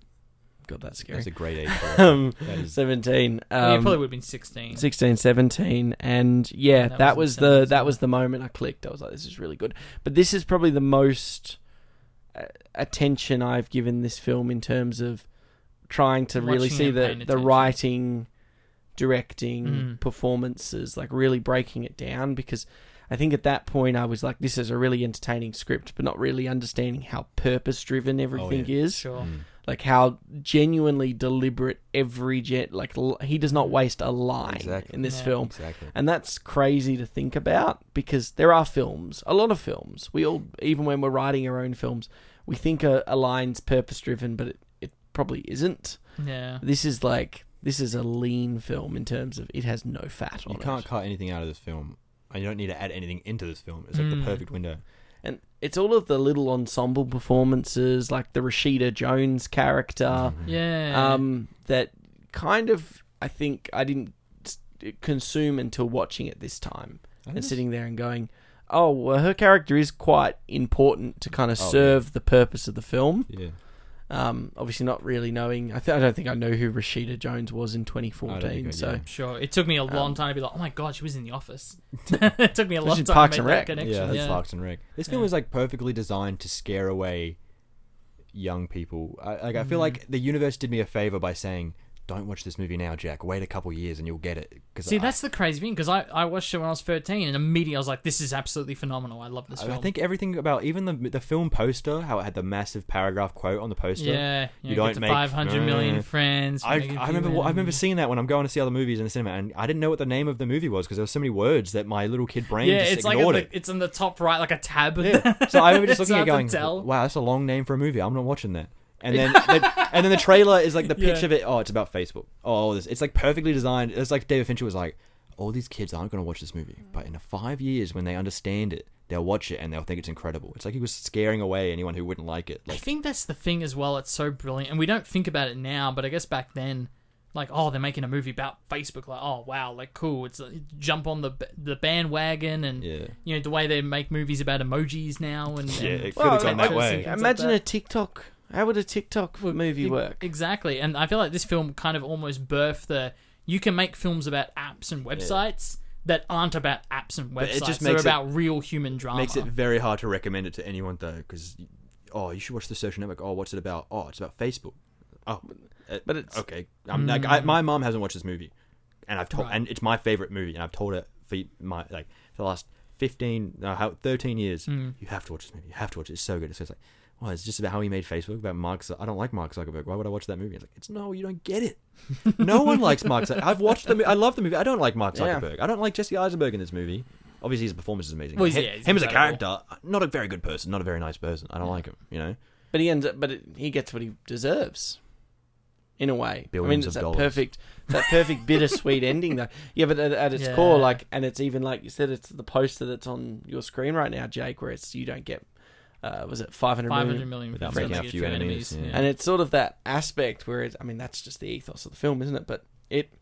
Speaker 1: God, that's scary.
Speaker 3: That's a great age. for that.
Speaker 1: um,
Speaker 3: that is
Speaker 1: 17.
Speaker 2: I mean, it
Speaker 1: Um,
Speaker 2: probably would have been 16.
Speaker 1: 16 17 and yeah
Speaker 2: That
Speaker 1: that,
Speaker 2: was
Speaker 1: was,
Speaker 2: insane.
Speaker 1: the that was the moment i clicked i was like this is really good but this is probably the most uh, attention i've given this film in terms of trying to really
Speaker 2: Watching
Speaker 1: see
Speaker 2: and paying
Speaker 1: the, the
Speaker 2: attention.
Speaker 1: writing directing
Speaker 2: Mm.
Speaker 1: performances like really breaking it down because i think at that point i was like this is a really entertaining script but not really understanding how purpose driven everything is
Speaker 2: Sure.
Speaker 3: Mm.
Speaker 1: like how genuinely deliberate every jet like l- he does not waste a line
Speaker 3: Exactly.
Speaker 1: in this
Speaker 2: Yeah.
Speaker 1: film
Speaker 3: exactly.
Speaker 1: and that's crazy to think about because there are films a lot of films we all even when we're writing our own films we think a, a line's purpose driven but it, it probably isn't
Speaker 2: Yeah.
Speaker 1: this is like this is a lean film in terms of it has no fat on
Speaker 3: You can't
Speaker 1: it
Speaker 3: cut anything out of this film. And you don't need to add anything into this film. It's like
Speaker 2: Mm.
Speaker 3: the perfect window.
Speaker 1: and it's all of the little ensemble performances like the rashida jones character
Speaker 3: Mm-hmm.
Speaker 2: Yeah.
Speaker 1: um, that kind of I think I didn't s- consume until watching it this time and sitting there and going, oh, well, her character is quite important to kind of
Speaker 3: Oh, yeah.
Speaker 1: serve the purpose of the film.
Speaker 3: Yeah.
Speaker 1: Um, obviously, not really knowing. I, th- I don't think I know who Rashida Jones was in
Speaker 3: I don't
Speaker 1: 2014.
Speaker 3: think I-
Speaker 1: so.
Speaker 3: yeah.
Speaker 2: sure. It took me a long
Speaker 1: um,
Speaker 2: time to be like, oh my god, she was in the office. it took me a
Speaker 1: This
Speaker 2: long time
Speaker 1: is
Speaker 2: to
Speaker 1: Parks
Speaker 2: make
Speaker 1: and
Speaker 2: that
Speaker 1: Rec.
Speaker 2: connection.
Speaker 3: Yeah,
Speaker 2: Yeah,
Speaker 3: that's Parks and Rec. This film
Speaker 2: Yeah.
Speaker 3: is like perfectly designed to scare away young people. I, like
Speaker 2: Mm-hmm.
Speaker 3: I feel like the universe did me a favor by saying, "Don't watch this movie now, Jack. Wait a couple years and you'll get it." Because
Speaker 2: See, that's the crazy thing because I, I watched it when I was 13 and immediately I was like, this is absolutely phenomenal. I love this
Speaker 3: I,
Speaker 2: film.
Speaker 3: I think everything about even the the film poster, how it had the massive paragraph quote on the poster.
Speaker 2: Yeah, you, know,
Speaker 3: You don't
Speaker 2: get to
Speaker 3: make-
Speaker 2: 500 million
Speaker 3: Uh,
Speaker 2: friends.
Speaker 3: I,
Speaker 2: make a
Speaker 3: I
Speaker 2: few
Speaker 3: remember wa- I remember
Speaker 2: million.
Speaker 3: seeing that when I'm going to see other movies in the cinema, and I didn't know what the name of the movie was because there were so many words that my little kid brain
Speaker 2: Yeah,
Speaker 3: just
Speaker 2: it's like
Speaker 3: ignored
Speaker 2: at the- it's in the top right, like a tab.
Speaker 3: it. So I remember just
Speaker 2: It's
Speaker 3: looking
Speaker 2: hard
Speaker 3: at it going,
Speaker 2: to tell.
Speaker 3: "Wow, that's a long name for a movie. I'm not watching that." And then the, and then the trailer is like the
Speaker 2: Yeah.
Speaker 3: picture of it. Oh, it's about Facebook. Oh, this it's like perfectly designed. It's like David Fincher was like, "All these kids aren't going to watch this movie, but in five years when they understand it, they'll watch it and they'll think it's incredible." It's like he was scaring away anyone who wouldn't like it.
Speaker 2: I
Speaker 3: Like,
Speaker 2: think that's the thing as well. It's so brilliant, and we don't think about it now, but I guess back then, like, oh, they're making a movie about Facebook. Like, oh wow, like cool. It's like, jump on the b- the bandwagon, and
Speaker 3: Yeah.
Speaker 2: you know the way they make movies about emojis now, and
Speaker 3: Yeah,
Speaker 2: and
Speaker 3: it could've
Speaker 2: comments
Speaker 3: gone that
Speaker 2: and
Speaker 3: way.
Speaker 2: things like
Speaker 1: Imagine
Speaker 2: that.
Speaker 1: a TikTok. How would a TikTok movie
Speaker 2: E-
Speaker 1: work?
Speaker 2: Exactly. And I feel like this film kind of almost birthed the you can make films about apps and websites that aren't about apps and websites.
Speaker 3: it just
Speaker 2: They're
Speaker 3: makes it-
Speaker 2: about real human drama.
Speaker 3: makes it very hard to recommend it to anyone though, because oh, you should watch the social network. Oh, what's it about? Oh, it's about Facebook. Oh,
Speaker 1: But it's-
Speaker 3: okay. I'm like, I, my mom hasn't watched this movie, and I've told,
Speaker 2: Right.
Speaker 3: and it's my favorite movie, and I've told her for my like for the last fifteen, no, how thirteen years.
Speaker 2: Mm. Hmm.
Speaker 3: You have to watch this movie. You have to watch it. It's so good. It's just like. Well, it's just about how he made Facebook about Mark. Zu- I don't like Mark Zuckerberg. Why would I watch that movie? It's like it's no, you don't get it. No one likes Mark. Zuckerberg. I've watched the. mo- I love the movie. I don't like Mark
Speaker 1: Yeah.
Speaker 3: Zuckerberg. I don't like Jesse Eisenberg in this movie. Obviously, his performance is amazing.
Speaker 2: Well,
Speaker 3: him,
Speaker 2: yeah, he's
Speaker 3: him as a
Speaker 2: incredible.
Speaker 3: character, not a very good person, not a very nice person. I don't like him. You know,
Speaker 1: But he ends up. But it, he gets what he deserves, in a way. I mean,
Speaker 3: Billions
Speaker 1: it's
Speaker 3: of
Speaker 1: that
Speaker 3: dollars.
Speaker 1: perfect, that perfect bittersweet ending, though. Yeah, but at, at its
Speaker 2: Yeah.
Speaker 1: core, like, and it's even like you said, it's the poster that's on your screen right now, Jake, where it's you don't get. Uh, was it 500
Speaker 2: 500
Speaker 1: million?
Speaker 2: million
Speaker 3: Without
Speaker 2: films
Speaker 3: breaking
Speaker 2: that
Speaker 3: a
Speaker 2: make it
Speaker 3: few
Speaker 2: through
Speaker 3: enemies, yeah.
Speaker 1: And it's sort of that aspect where it, I mean, that's just the ethos of the film, isn't it? But it,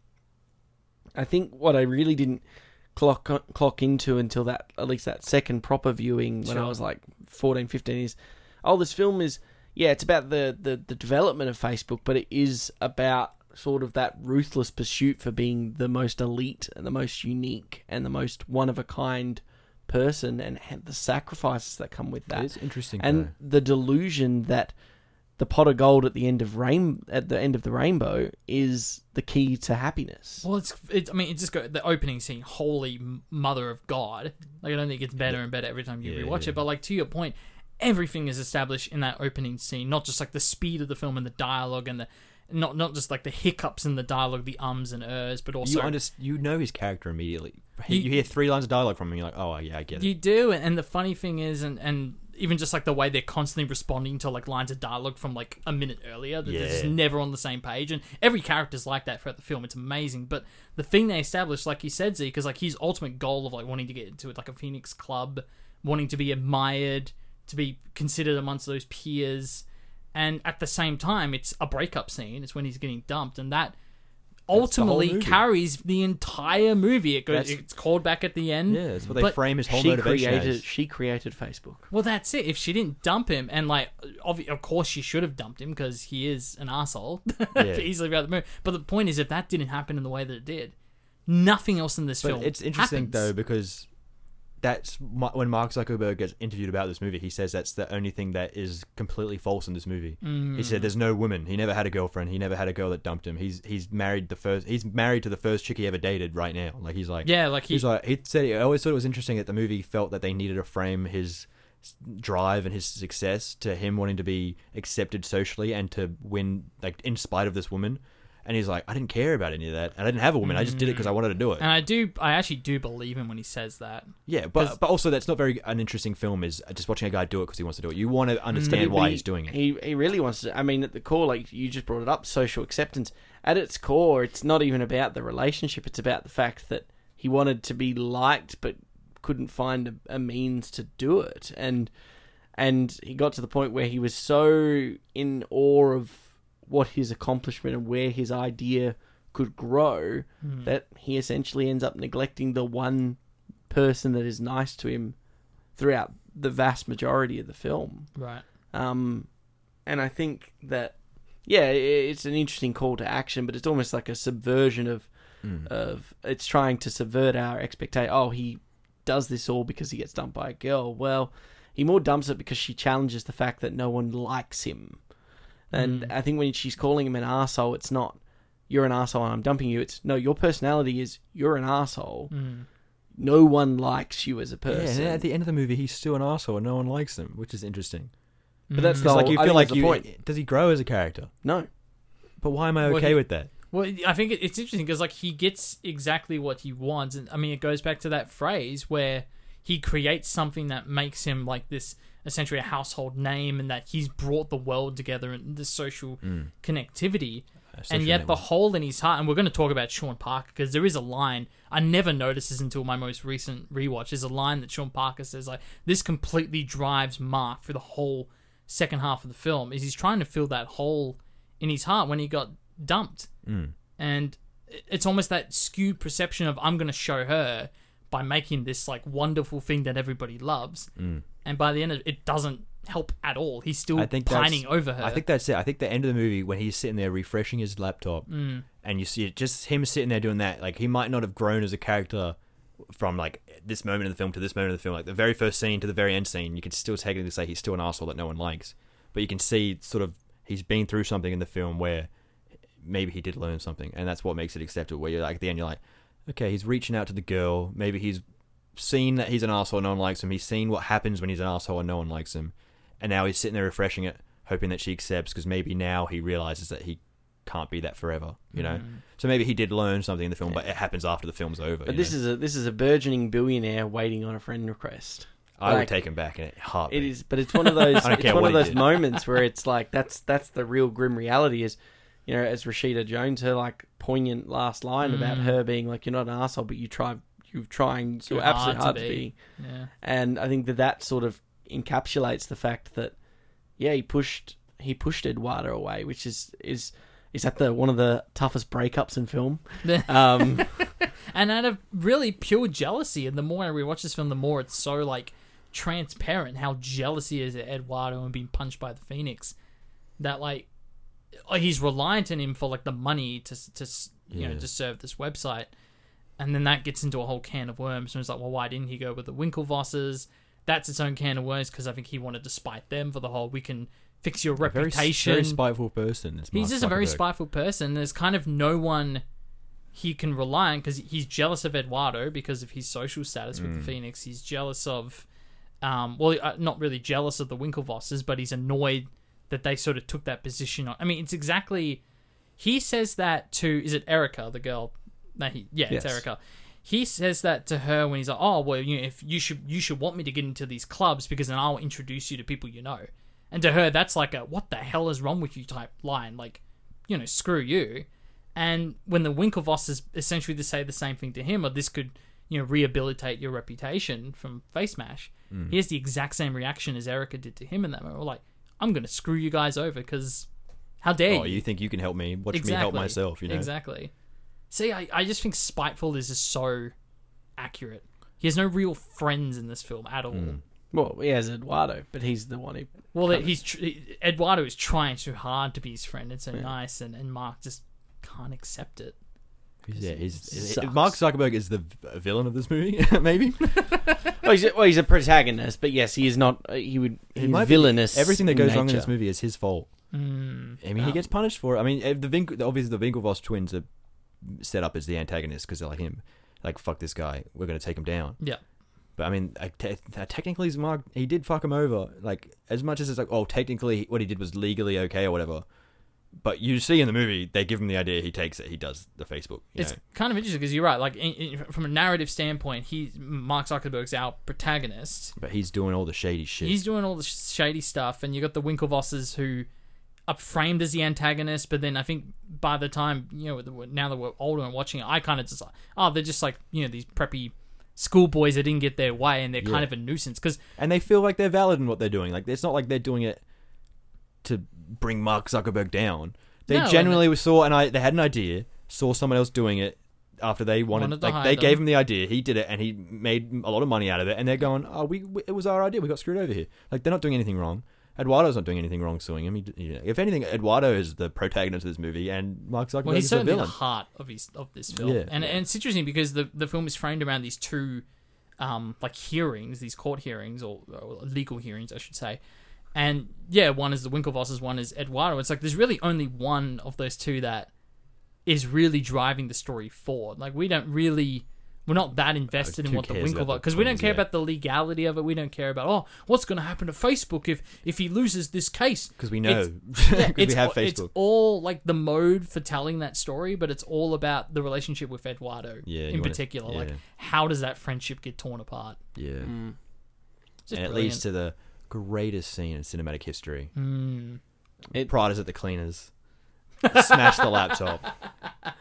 Speaker 1: I think what I really didn't clock clock into until that, at least that second proper viewing when I
Speaker 2: Sure.
Speaker 1: was like 14, 15 is, oh, this film is, yeah, it's about the, the, the development of Facebook, but it is about sort of that ruthless pursuit for being the most elite and the most unique and the most one of a kind person and the sacrifices that come with that
Speaker 3: it's interesting.
Speaker 1: and the delusion that the pot of gold at the end of rain at the end of the rainbow is the key to happiness.
Speaker 2: Well, it's, it's. I mean, it just got the opening scene. Holy m- mother of God! Like I don't think it gets better and better every time you
Speaker 3: Yeah,
Speaker 2: rewatch
Speaker 3: yeah.
Speaker 2: it. But like to your point, everything is established in that opening scene. Not just like the speed of the film and the dialogue and the, not not just like the hiccups in the dialogue, the ums and ers, but also
Speaker 3: you under, you know his character immediately. He-
Speaker 2: You-
Speaker 3: you hear three lines of dialogue from him, and you're like, oh yeah, I get it.
Speaker 2: You do, and the funny thing is, and and even just like the way they're constantly responding to like lines of dialogue from like a minute earlier, that they're just
Speaker 3: Yeah.
Speaker 2: never on the same page, and every character's like that throughout the film. It's amazing, but the thing they established, like you said, Z, because like his ultimate goal of like wanting to get into it, like a Phoenix Club, wanting to be admired, to be considered amongst those peers, and at the same time, it's a breakup scene. It's when he's getting dumped, and that ultimately
Speaker 3: movie.
Speaker 2: carries the entire movie. It goes,
Speaker 1: That's-
Speaker 2: it's called back at the end.
Speaker 3: Yeah, that's what they
Speaker 2: But
Speaker 3: frame his whole
Speaker 1: she
Speaker 3: motivation
Speaker 1: created
Speaker 3: as.
Speaker 1: she created Facebook.
Speaker 2: Well, that's it. If she didn't dump him, and like, obvi- of course she should have dumped him because he is an asshole
Speaker 3: Yeah.
Speaker 2: easily throughout the movie. But the point is, if that didn't happen in the way that it did, nothing else in this
Speaker 3: But
Speaker 2: film.
Speaker 3: it's interesting
Speaker 2: happens.
Speaker 3: though because that's Ma- when Mark Zuckerberg gets interviewed about this movie. He says that's the only thing that is completely false in this movie. He
Speaker 2: Mm.
Speaker 3: said there's no women. He never had a girlfriend. He never had a girl that dumped him. He's he's married the first. He's married to the first chick he ever dated. Right now, like he's like
Speaker 2: Yeah, like he-
Speaker 3: he's like he said. I always thought it was interesting that the movie felt that they needed to frame his s- drive and his success to him wanting to be accepted socially and to win like in spite of this woman. And he's like, I didn't care about any of that, and I didn't have a woman. I just
Speaker 2: Mm.
Speaker 3: did it because I wanted to do it.
Speaker 2: And I do, I actually do believe him when he says that.
Speaker 3: Yeah, but but also that's not very an interesting film. Is just watching a guy do it because he wants to do it. You want to
Speaker 1: But he-
Speaker 3: understand why
Speaker 1: he-
Speaker 3: he's doing it.
Speaker 1: He he really wants to. I mean, at the core, like you just brought it up, social acceptance. At its core, it's not even about the relationship. It's about the fact that he wanted to be liked, but couldn't find a, a means to do it, and and he got to the point where he was so in awe of what his accomplishment and where his idea could grow
Speaker 2: Hmm.
Speaker 1: that he essentially ends up neglecting the one person that is nice to him throughout the vast majority of the film.
Speaker 2: Right.
Speaker 1: Um, and I think that yeah, i- it's an interesting call to action, but it's almost like a subversion of
Speaker 3: Mm.
Speaker 1: of it's trying to subvert our expectation. Oh, he does this all because he gets dumped by a girl. Well, he more dumps it because she challenges the fact that no one likes him. And
Speaker 3: Mm.
Speaker 1: I think when she's calling him an asshole, it's not you're an asshole and I'm dumping you. It's no, your personality is you're an asshole.
Speaker 2: Hmm.
Speaker 1: No one likes you as a
Speaker 3: Yeah,
Speaker 1: person.
Speaker 3: and at the end of the movie, he's still an asshole and no one likes him, which is interesting.
Speaker 1: but that's the
Speaker 3: Mm. It's like
Speaker 1: whole-
Speaker 3: you
Speaker 1: I
Speaker 3: feel
Speaker 1: think
Speaker 3: like
Speaker 1: that's the
Speaker 3: you
Speaker 1: point.
Speaker 3: does he grow as a character?
Speaker 1: No,
Speaker 3: But why am I
Speaker 2: Well,
Speaker 3: okay
Speaker 2: he-
Speaker 3: with that?
Speaker 2: Well, I think it- it's interesting because like he gets exactly what he wants, and I mean it goes back to that phrase where he creates something that makes him like this essentially a household name, and that he's brought the world together and this social connectivity. and
Speaker 3: Hmm. social
Speaker 2: yet the
Speaker 3: network.
Speaker 2: hole in his heart, and we're going to talk about Sean Parker because there is a line I never noticed this until my most recent rewatch. Is a line that Sean Parker says like this completely drives Mark for the whole second half of the film. Is he's trying to fill that hole in his heart when he got dumped and it's almost that skewed perception of I'm going to show her by making this like wonderful thing that everybody loves, mm. and by the end of it doesn't help at all. He's still
Speaker 3: I think that's-
Speaker 2: pining over her.
Speaker 3: I think that's it. I think the end of the movie when he's sitting there refreshing his laptop,
Speaker 2: Mm.
Speaker 3: and you see it, just him sitting there doing that. Like he might not have grown as a character from like this moment of the film to this moment of the film, like the very first scene to the very end scene. You could still technically say he's still an asshole that no one likes, but you can see sort of he's been through something in the film where maybe he did learn something, and that's what makes it acceptable. Where you're like at the end, you're like, okay, he's reaching out to the girl. Maybe he's seen that he's an asshole, and no one likes him. He's seen what happens when he's an asshole, and no one likes him. And now he's sitting there refreshing it, hoping that she accepts, because maybe now he realizes that he can't be that forever. You
Speaker 1: Mm-hmm.
Speaker 3: know, so maybe he did learn something in the film, but it happens after the film's over.
Speaker 1: But this is a this is a burgeoning billionaire waiting on a friend request.
Speaker 3: I
Speaker 1: like-
Speaker 3: would take him back in a heartbeat.
Speaker 1: It is, but it's one of those.
Speaker 3: I don't
Speaker 1: it's
Speaker 3: care
Speaker 1: one
Speaker 3: what
Speaker 1: of
Speaker 3: he
Speaker 1: those
Speaker 3: did.
Speaker 1: moments where it's like that's that's the real grim reality is, you know, as Rashida Jones, her like poignant last line about
Speaker 3: Mm.
Speaker 1: her being like, "You're not an asshole, but you try, you're trying,
Speaker 2: Too
Speaker 1: you're absolutely
Speaker 2: hard to
Speaker 1: hard to
Speaker 2: be."
Speaker 1: be."
Speaker 2: Mm. yeah.
Speaker 1: And I think that that sort of encapsulates the fact that, yeah, he pushed he pushed Eduardo away, which is is is that the one of the toughest breakups in film. um,
Speaker 2: and out of really pure jealousy. And the more I rewatch this film, the more it's so like transparent how jealous he is at Eduardo and being punched by the Phoenix. That like uh, he's reliant on him for like the money to to you know
Speaker 3: Yeah.
Speaker 2: to serve this website, and then that gets into a whole can of worms. And it's like, well, why didn't he go with the Winklevosses? That's its own can of worms because I think he wanted to spite them for the whole we can fix your
Speaker 3: very,
Speaker 2: reputation.
Speaker 3: very spiteful person. is Mark
Speaker 2: He's just a very
Speaker 3: Zuckerberg.
Speaker 2: spiteful person. There's kind of no one he can rely on because he's jealous of Eduardo because of his social status with the Phoenix. He's jealous of, um, well, uh, not really jealous of the Winklevosses, but he's annoyed that they sort of took that position on. I mean, it's exactly. He says that to is it Erica, the girl? No, he, yeah, it's
Speaker 1: Yes.
Speaker 2: Erica. He says that to her when he's like, "Oh, well, you know, if you should you should want me to get into these clubs because then I'll introduce you to people you know." And to her, that's like a "What the hell is wrong with you?" type line, like, you know, screw you. And when the Winklevosses essentially to say the same thing to him, or this could you know rehabilitate your reputation from face mash, he has the exact same reaction as Erica did to him in that moment. We're like, "I'm gonna screw you guys over because how dare
Speaker 3: Oh, you think you can help me? Watch me help myself. You know,
Speaker 2: Exactly. See, I, I just think spiteful is just so accurate. He has no real friends in this film at all.
Speaker 3: Hmm.
Speaker 1: Well, he has Eduardo, but he's the one who.
Speaker 2: Well, that he's tr- Eduardo is trying too hard to be his friend and so nice, and, and Mark just can't accept it.
Speaker 3: Yeah, he's,
Speaker 1: sucks.
Speaker 3: Mark Zuckerberg is the v- villain of this movie, maybe.
Speaker 1: Well, he's a, well, he's a protagonist, but yes, he is not. uh, He would.
Speaker 3: It
Speaker 1: He's
Speaker 3: might be-
Speaker 1: villainous.
Speaker 3: everything that
Speaker 1: in
Speaker 3: goes wrong in
Speaker 1: nature.
Speaker 3: this movie is his fault. I mean,
Speaker 2: Um,
Speaker 3: he gets punished for it. I mean, eh, the Vink- the- obviously the Winklevoss twins are set up as the antagonists because they're like him, like fuck this guy, we're gonna take him down.
Speaker 2: Yeah,
Speaker 3: But I mean, I te- te- technically, he's Mark he did fuck him over. Like as much as it's like, oh, technically what he did was legally okay or whatever. But you see in the movie, they give him the idea, he takes it, he does the Facebook. You
Speaker 2: it's
Speaker 3: know.
Speaker 2: kind of interesting because you're right. Like in, in, from a narrative standpoint, he Mark Zuckerberg's our protagonist.
Speaker 3: But he's doing all the shady shit.
Speaker 2: He's doing all the sh- shady stuff, and you got the Winklevosses who are framed as the antagonist. But then I think by the time you know, the- now that we're older and watching it, I kind of just like, oh, they're just like you know these preppy schoolboys that didn't get their way, and they're kind
Speaker 3: Yeah.
Speaker 2: of a nuisance because
Speaker 3: and they feel like they're valid in what they're doing. Like it's not like they're doing it to bring Mark Zuckerberg down. They
Speaker 2: No, and
Speaker 3: genuinely saw and I they had an idea, saw someone else doing it after they wanted,
Speaker 2: Wanted to
Speaker 3: like
Speaker 2: hire
Speaker 3: they gave
Speaker 2: them.
Speaker 3: him the idea, he did it and he made a lot of money out of it and they're going, "Oh, we, we it was our idea. We got screwed over here." Like they're not doing anything wrong. Eduardo's not doing anything wrong suing him. He, d- you know, if anything, Eduardo is the protagonist of this movie, and Mark Zuckerberg
Speaker 2: Well, he's
Speaker 3: is the
Speaker 2: certainly the
Speaker 3: villain.
Speaker 2: heart of his of this film,
Speaker 3: Yeah.
Speaker 2: and and it's interesting because the the film is framed around these two, um, like hearings, these court hearings or, or legal hearings, I should say, and yeah, one is the Winklevosses, one is Eduardo. It's like there's really only one of those two that is really driving the story forward. Like we don't really. We're not that invested in
Speaker 3: who
Speaker 2: what the
Speaker 3: cares about
Speaker 2: Winklevoss
Speaker 3: the
Speaker 2: because we don't
Speaker 3: twins,
Speaker 2: care
Speaker 3: yeah.
Speaker 2: about the legality of it. We don't care about oh, what's going to happen to Facebook if if he loses this case?
Speaker 3: Because we
Speaker 2: It's-
Speaker 3: know, because we
Speaker 2: it's
Speaker 3: have
Speaker 2: all- It's
Speaker 3: Facebook.
Speaker 2: all like the mode for telling that story, but it's all about the relationship with Eduardo
Speaker 3: Yeah, you
Speaker 2: in
Speaker 3: wanna-
Speaker 2: particular. Like,
Speaker 3: yeah.
Speaker 2: how does that friendship get torn apart?
Speaker 3: Yeah,
Speaker 2: It's just
Speaker 3: and it
Speaker 2: brilliant.
Speaker 3: leads to the greatest scene in cinematic history.
Speaker 2: Hmm,
Speaker 1: It-
Speaker 3: Prada's at the cleaners. Smash the laptop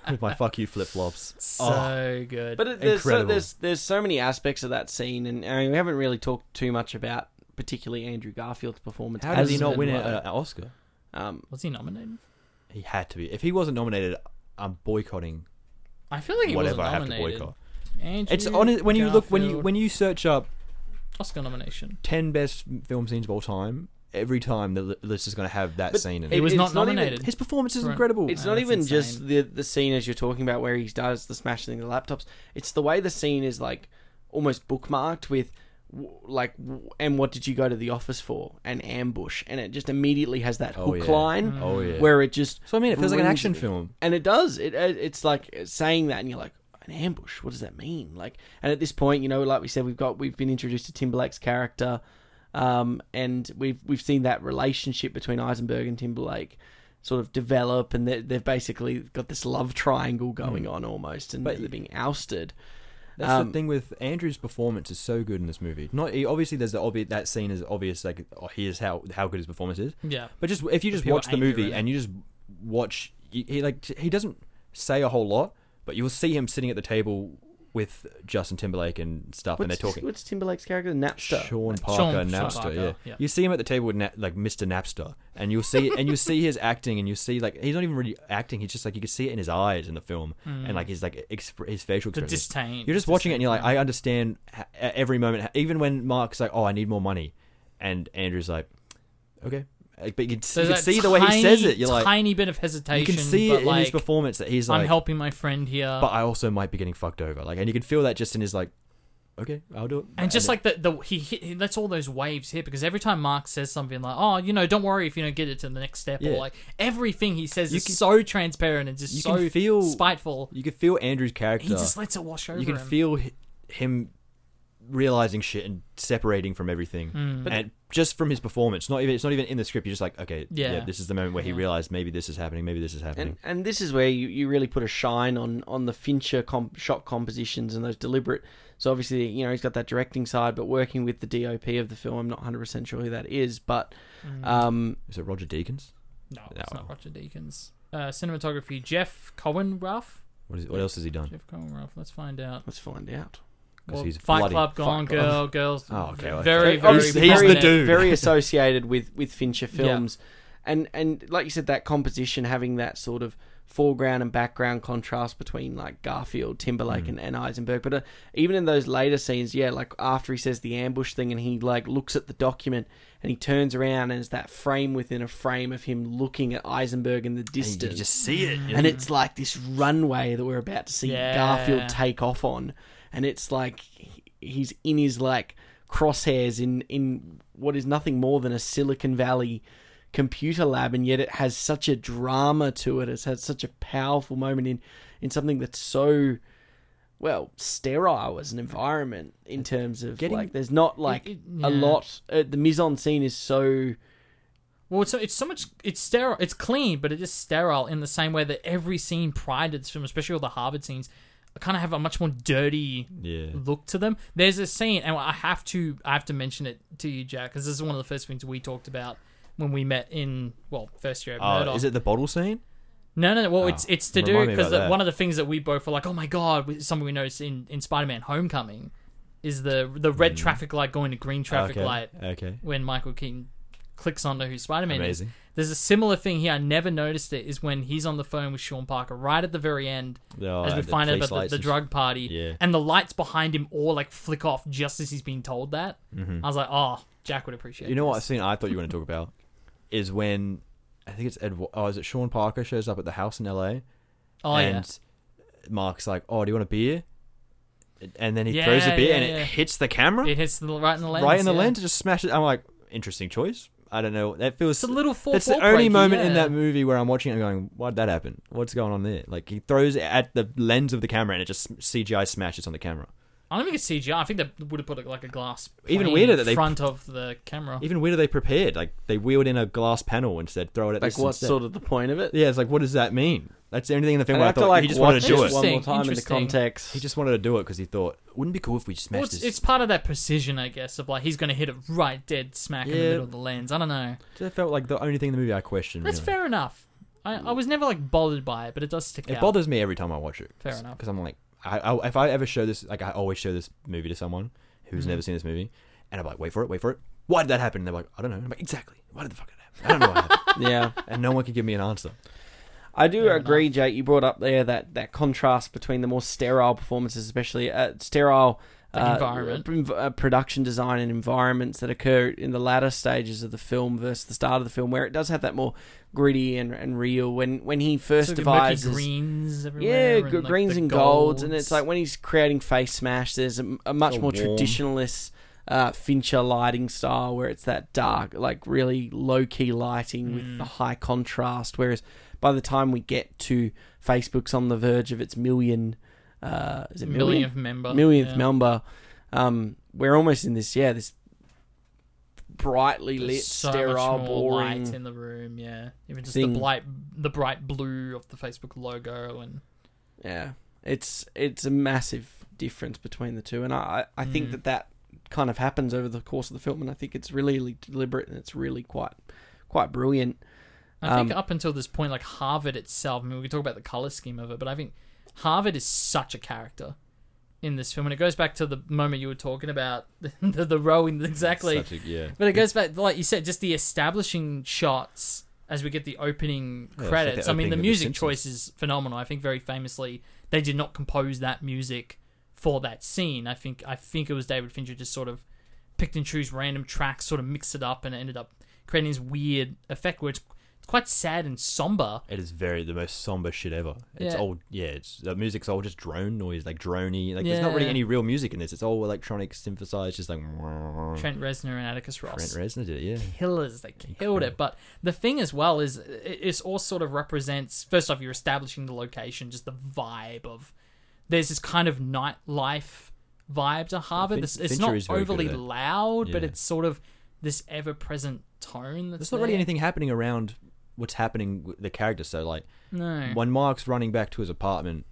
Speaker 3: with my fuck you flip flops. Oh.
Speaker 2: so good.
Speaker 1: But it, there's, so,
Speaker 3: Incredible.
Speaker 1: there's there's so many aspects of that scene, and I mean, we haven't really talked too much about particularly Andrew Garfield's performance.
Speaker 3: How did
Speaker 1: as
Speaker 3: he not win a-
Speaker 1: Eduardo.
Speaker 3: a- an Oscar?
Speaker 1: Um,
Speaker 2: was he nominated?
Speaker 3: He had to be. If he wasn't nominated, I'm boycotting
Speaker 2: I feel like he
Speaker 3: whatever I
Speaker 2: wasn't
Speaker 3: have to
Speaker 2: nominated.
Speaker 3: boycott.
Speaker 2: Andrew
Speaker 3: It's on when you look when you
Speaker 2: Garfield,
Speaker 3: when you search up
Speaker 2: Oscar nomination.
Speaker 3: ten best film scenes of all time. Every time the li- list is going to have that
Speaker 1: But
Speaker 3: scene in
Speaker 2: He
Speaker 3: it.
Speaker 1: it-
Speaker 2: was
Speaker 1: it's
Speaker 2: not
Speaker 1: not Oh, even-
Speaker 2: nominated.
Speaker 3: His performance is
Speaker 2: Right.
Speaker 3: incredible.
Speaker 1: It's
Speaker 2: Wow,
Speaker 1: not
Speaker 2: that's
Speaker 1: even
Speaker 2: insane.
Speaker 1: just the the scene as you're talking about where he does the smashing the laptops. It's the way the scene is like almost bookmarked with w- like w- and what did you go to the office for? An ambush, and it just immediately has that
Speaker 3: Oh,
Speaker 1: hook
Speaker 3: yeah.
Speaker 1: line
Speaker 3: oh yeah.
Speaker 1: where it just
Speaker 3: so I mean, it feels like an
Speaker 1: brings
Speaker 3: action
Speaker 1: it.
Speaker 3: film.
Speaker 1: and it does it it- it's like uh, saying that and you're like an ambush what does that mean like and at this point you know like we said we've got we've been introduced to timberlake's character um and we've we've seen that relationship between eisenberg and timberlake sort of develop and they they've basically got this love triangle going on almost and
Speaker 3: Hmm. But-
Speaker 1: they're being ousted
Speaker 3: That's
Speaker 1: Um,
Speaker 3: the thing with Andrew's performance is so good in this movie. Not he- obviously there's the obvious that scene is obvious like oh, here's how how good his performance is.
Speaker 2: Yeah.
Speaker 3: But just if you just
Speaker 2: pure
Speaker 3: watch the
Speaker 2: anger
Speaker 3: movie
Speaker 2: in it.
Speaker 3: and you just watch he, he like t- he doesn't say a whole lot, but you will see him sitting at the table with Justin Timberlake and stuff and they're
Speaker 1: What's-
Speaker 3: talking.
Speaker 1: what's timberlake's character napster
Speaker 3: Sean Parker,
Speaker 2: Sean
Speaker 3: Napster.
Speaker 2: Parker,
Speaker 3: yeah.
Speaker 2: yeah.
Speaker 3: you see him at the table with Na- like Mr. Napster, and you'll see and you see his acting, and you see like he's not even really acting. He's just like you can see it in his eyes in the film, and like his like exp- his facial
Speaker 2: Hmm. The
Speaker 3: expressions.
Speaker 2: disdain-
Speaker 3: You're just watching it, and you're like,
Speaker 2: disdain,
Speaker 3: I understand ha- at every moment, ha- even when Mark's like, "Oh, I need more money," and Andrew's like, "Okay," Like, but you can,
Speaker 2: So
Speaker 3: you can
Speaker 2: that
Speaker 3: see the way he says
Speaker 2: tiny-
Speaker 3: it. You're like,
Speaker 2: tiny bit of hesitation.
Speaker 3: you can see
Speaker 2: but
Speaker 3: it in
Speaker 2: like,
Speaker 3: his performance that he's
Speaker 2: I'm
Speaker 3: like,
Speaker 2: helping my friend here.
Speaker 3: but I also might be getting fucked over. Like, and you can feel that just in his like, "Okay, I'll do it,"
Speaker 2: And just like the, the he, hit, he lets all those waves hit because every time Mark says something like, "Oh, you know, don't worry if you don't get it to the next step,"
Speaker 3: Yeah.
Speaker 2: or like everything he says
Speaker 3: You
Speaker 2: is
Speaker 3: can-
Speaker 2: so transparent and just
Speaker 3: you
Speaker 2: so
Speaker 3: can feel-
Speaker 2: spiteful.
Speaker 3: you can feel Andrew's character.
Speaker 2: He just lets it wash over
Speaker 3: you can
Speaker 2: him.
Speaker 3: feel hi- him realizing shit and separating from
Speaker 2: Hmm.
Speaker 3: everything
Speaker 2: Mm.
Speaker 3: and just from his performance not even it's not even in the script you're just like okay yeah,
Speaker 2: Yeah.
Speaker 3: this is the moment where he
Speaker 2: Yeah.
Speaker 3: realized maybe this is happening maybe this is happening
Speaker 1: And and this is where you, you really put a shine on on the Fincher comp, shot compositions and those deliberate. So obviously, you know, he's got that directing side, but working with the DOP of the film, I'm not 100 percent sure who that is, but
Speaker 2: Hmm.
Speaker 3: uh,
Speaker 1: um,
Speaker 3: is it roger deakins
Speaker 2: Mm. no, it's
Speaker 3: No.
Speaker 2: not Roger Deakins. Uh, cinematography Jeff Cohen Ruff.
Speaker 3: what, is, what else has he done
Speaker 2: Jeff Cohen Ruff. Let's find out.
Speaker 1: let's find out.
Speaker 3: because
Speaker 2: Well,
Speaker 3: he's
Speaker 2: Fight
Speaker 3: bloody
Speaker 2: Club, Gone
Speaker 3: fuck
Speaker 2: Girl, Girls.
Speaker 3: Oh, okay, well,
Speaker 2: Very,
Speaker 1: Uh,
Speaker 2: very.
Speaker 1: obviously,
Speaker 3: he's the
Speaker 2: prominent.
Speaker 3: dude.
Speaker 1: very associated with with Fincher films, and and like you said, that composition having that sort of foreground and background contrast between like Garfield, Timberlake,
Speaker 3: Mm.
Speaker 1: and, and Eisenberg. But uh, even in those later scenes, yeah, like after he says the ambush thing and he like looks at the document and he turns around and it's that frame within a frame of him looking at Eisenberg in the
Speaker 3: You
Speaker 1: distance.
Speaker 3: can just see it. you
Speaker 1: And
Speaker 3: know?
Speaker 1: it's like this runway that we're about to see
Speaker 2: Yeah.
Speaker 1: Garfield take off on, and it's like he- he's in his like crosshairs in in what is nothing more than a Silicon Valley computer lab, and yet it has such a drama to it. It's had such a powerful moment in in something that's so well sterile as an environment in terms of
Speaker 3: Getting-
Speaker 1: like there's not like
Speaker 2: it-
Speaker 1: a
Speaker 2: yeah.
Speaker 1: lot. Uh, the mise en scene is so
Speaker 2: Well, it's so, it's so much it's sterile. It's clean, but it is sterile in the same way that every scene prior to this film, especially all the Harvard scenes, kind of have a much more dirty
Speaker 3: Yeah.
Speaker 2: look to them. There's a scene, and I have to I have to mention it to you, Jack, because this is one of the first things we talked about when we met in well first year at
Speaker 3: Oh,
Speaker 2: Murdoch.
Speaker 3: is it the bottle scene?
Speaker 2: No, no, no. Well, it's it's to do
Speaker 3: remind me
Speaker 2: because
Speaker 3: about that.
Speaker 2: one of the things that we both were like, oh my god, was something we noticed in, in Spider Man Homecoming is the the red traffic light going to green traffic
Speaker 3: Mm. okay.
Speaker 2: light
Speaker 3: Okay.
Speaker 2: when Michael Keaton clicks onto who Spider Man is.
Speaker 3: Amazing.
Speaker 2: There's a similar thing here. I never noticed it. Is when he's on the phone with Sean Parker right at the very end,
Speaker 3: Oh,
Speaker 2: as we
Speaker 3: and the
Speaker 2: find out
Speaker 3: police
Speaker 2: about
Speaker 3: lights
Speaker 2: the, the
Speaker 3: and sh-
Speaker 2: drug party,
Speaker 3: Yeah.
Speaker 2: and the lights behind him all like flick off just as he's being told that.
Speaker 3: Mm-hmm.
Speaker 2: I was like, oh, Jack would appreciate.
Speaker 3: You know what I've
Speaker 2: this."
Speaker 3: seen? I thought you were going to talk about is when I think it's Edward. Oh, is it Sean Parker shows up at the house in L.A.
Speaker 2: Oh yeah.
Speaker 3: and Mark's like, "Oh, do you want a beer?" And then he
Speaker 2: Yeah,
Speaker 3: throws a beer
Speaker 2: yeah,
Speaker 3: and it
Speaker 2: yeah.
Speaker 3: hits the camera
Speaker 2: It hits the, right in the lens.
Speaker 3: right in the
Speaker 2: yeah.
Speaker 3: lens. It just smashes. I'm like, interesting choice. I don't know. That feels
Speaker 2: It's a little four.
Speaker 3: That's the only moment in that movie where I'm watching it and going, why'd that happen? What's going on there? Like, he throws it at the lens of the camera and it just CGI smashes on the camera.
Speaker 2: I don't think it's CGI. I think they would have put like a glass
Speaker 3: Even
Speaker 2: plane
Speaker 3: weirder
Speaker 2: in
Speaker 3: that they-
Speaker 2: front of the camera.
Speaker 3: Even weirder, they prepared. Like, they wheeled in a glass panel and said, throw it at
Speaker 1: like
Speaker 3: this
Speaker 1: what's
Speaker 3: instead.
Speaker 1: sort of the point of it.
Speaker 3: Yeah, it's like, what does that mean? That's the only thing in the film
Speaker 1: And
Speaker 3: where I
Speaker 1: have to,
Speaker 3: thought
Speaker 1: like,
Speaker 3: he just wanted to
Speaker 1: watch
Speaker 3: do
Speaker 1: this
Speaker 3: it.
Speaker 1: one more time in the
Speaker 2: Interesting.
Speaker 1: context.
Speaker 3: He just wanted to do it because he thought, wouldn't it be cool if we smashed
Speaker 2: Well, it's,
Speaker 3: this?
Speaker 2: it's part of that precision, I guess, of like he's going to hit it right dead smack in the
Speaker 3: Yeah.
Speaker 2: middle of the lens. I don't know.
Speaker 3: That felt like the only thing in the movie I questioned.
Speaker 2: That's
Speaker 3: really.
Speaker 2: fair enough. I, I was never like bothered by it, but it does stick
Speaker 3: It
Speaker 2: out.
Speaker 3: bothers me every time I watch it.
Speaker 2: Fair enough.
Speaker 3: Because I'm like, I, I, if I ever show this, like I always show this movie to someone who's
Speaker 2: Mm-hmm.
Speaker 3: never seen this movie, and I'm like, wait for it, wait for it. Why did that happen? And they're like, I don't know. I'm like, exactly. Why did the fuck it happen? I don't know. What happened.
Speaker 1: yeah.
Speaker 3: And no one can give me an answer.
Speaker 1: I do agree, Jake. You brought up there that, that contrast between the more sterile performances, especially uh, sterile uh,
Speaker 2: environment.
Speaker 1: pr- uh, production design and environments that occur in the latter stages of the film versus the start of the film, where it does have that more gritty and, and real. When when he first
Speaker 2: So the murky
Speaker 1: devises,
Speaker 2: greens everywhere.
Speaker 1: yeah,
Speaker 2: and,
Speaker 1: g-
Speaker 2: like,
Speaker 1: greens
Speaker 2: the
Speaker 1: and golds,
Speaker 2: golds,
Speaker 1: and it's like when he's creating face smash, there's a, a much
Speaker 3: So
Speaker 1: more
Speaker 3: warm.
Speaker 1: traditionalist uh, Fincher lighting style where it's that dark, like really low key lighting with
Speaker 2: Mm.
Speaker 1: the high contrast. Whereas by the time we get to Facebook's on the verge of its million, uh, is it million?
Speaker 2: millionth Mm. member,
Speaker 1: millionth
Speaker 2: yeah.
Speaker 1: member. Um, we're almost in this, yeah, this brightly
Speaker 2: There's
Speaker 1: lit,
Speaker 2: so
Speaker 1: sterile,
Speaker 2: much more
Speaker 1: boring.
Speaker 2: light in the room. Yeah, even just
Speaker 1: thing.
Speaker 2: the bright, the bright blue of the Facebook logo and
Speaker 1: Yeah, it's it's a massive difference between the two, and I I I think
Speaker 2: Mm.
Speaker 1: that that kind of happens over the course of the film, and I think it's really deliberate and it's really quite quite brilliant.
Speaker 2: I think
Speaker 1: Um,
Speaker 2: up until this point, like Harvard itself, I mean, we can talk about the color scheme of it, but I think Harvard is such a character in this film, and it goes back to the moment you were talking about the, the rowing exactly.
Speaker 3: Such a- yeah.
Speaker 2: but it goes back, like you said, just the establishing shots as we get the opening
Speaker 3: like the
Speaker 2: credits. I mean,
Speaker 3: opening
Speaker 2: the
Speaker 3: of The
Speaker 2: music
Speaker 3: Simpsons.
Speaker 2: choice is phenomenal. I think very famously they did not compose that music for that scene. I think I think it was David Fincher just sort of picked and choose random tracks, sort of mixed it up, and it ended up creating this weird effect where it's it's quite sad and somber.
Speaker 3: It is very the most somber shit ever. It's
Speaker 2: Yeah.
Speaker 3: all yeah. It's the music's all just drone noise, like droney. Like there's not really
Speaker 2: Yeah.
Speaker 3: any real music in this. It's all electronic synthesized, just like Mm. Trent,
Speaker 2: Trent Reznor and Atticus Ross.
Speaker 3: Reznor did it. Yeah,
Speaker 2: killers. They killed it. But the thing as well is it- it's all sort of represents first off you're establishing the location, just the vibe of there's this kind of nightlife vibe to Harvard.
Speaker 3: Fin-
Speaker 2: This it's
Speaker 3: Fincher
Speaker 2: not
Speaker 3: is very good at
Speaker 2: overly
Speaker 3: that.
Speaker 2: loud, but
Speaker 3: Yeah.
Speaker 2: it's sort of this ever present tone that's
Speaker 3: there's not really
Speaker 2: there.
Speaker 3: anything happening around what's happening with the character. So like
Speaker 2: No.
Speaker 3: when Mark's running back to his apartment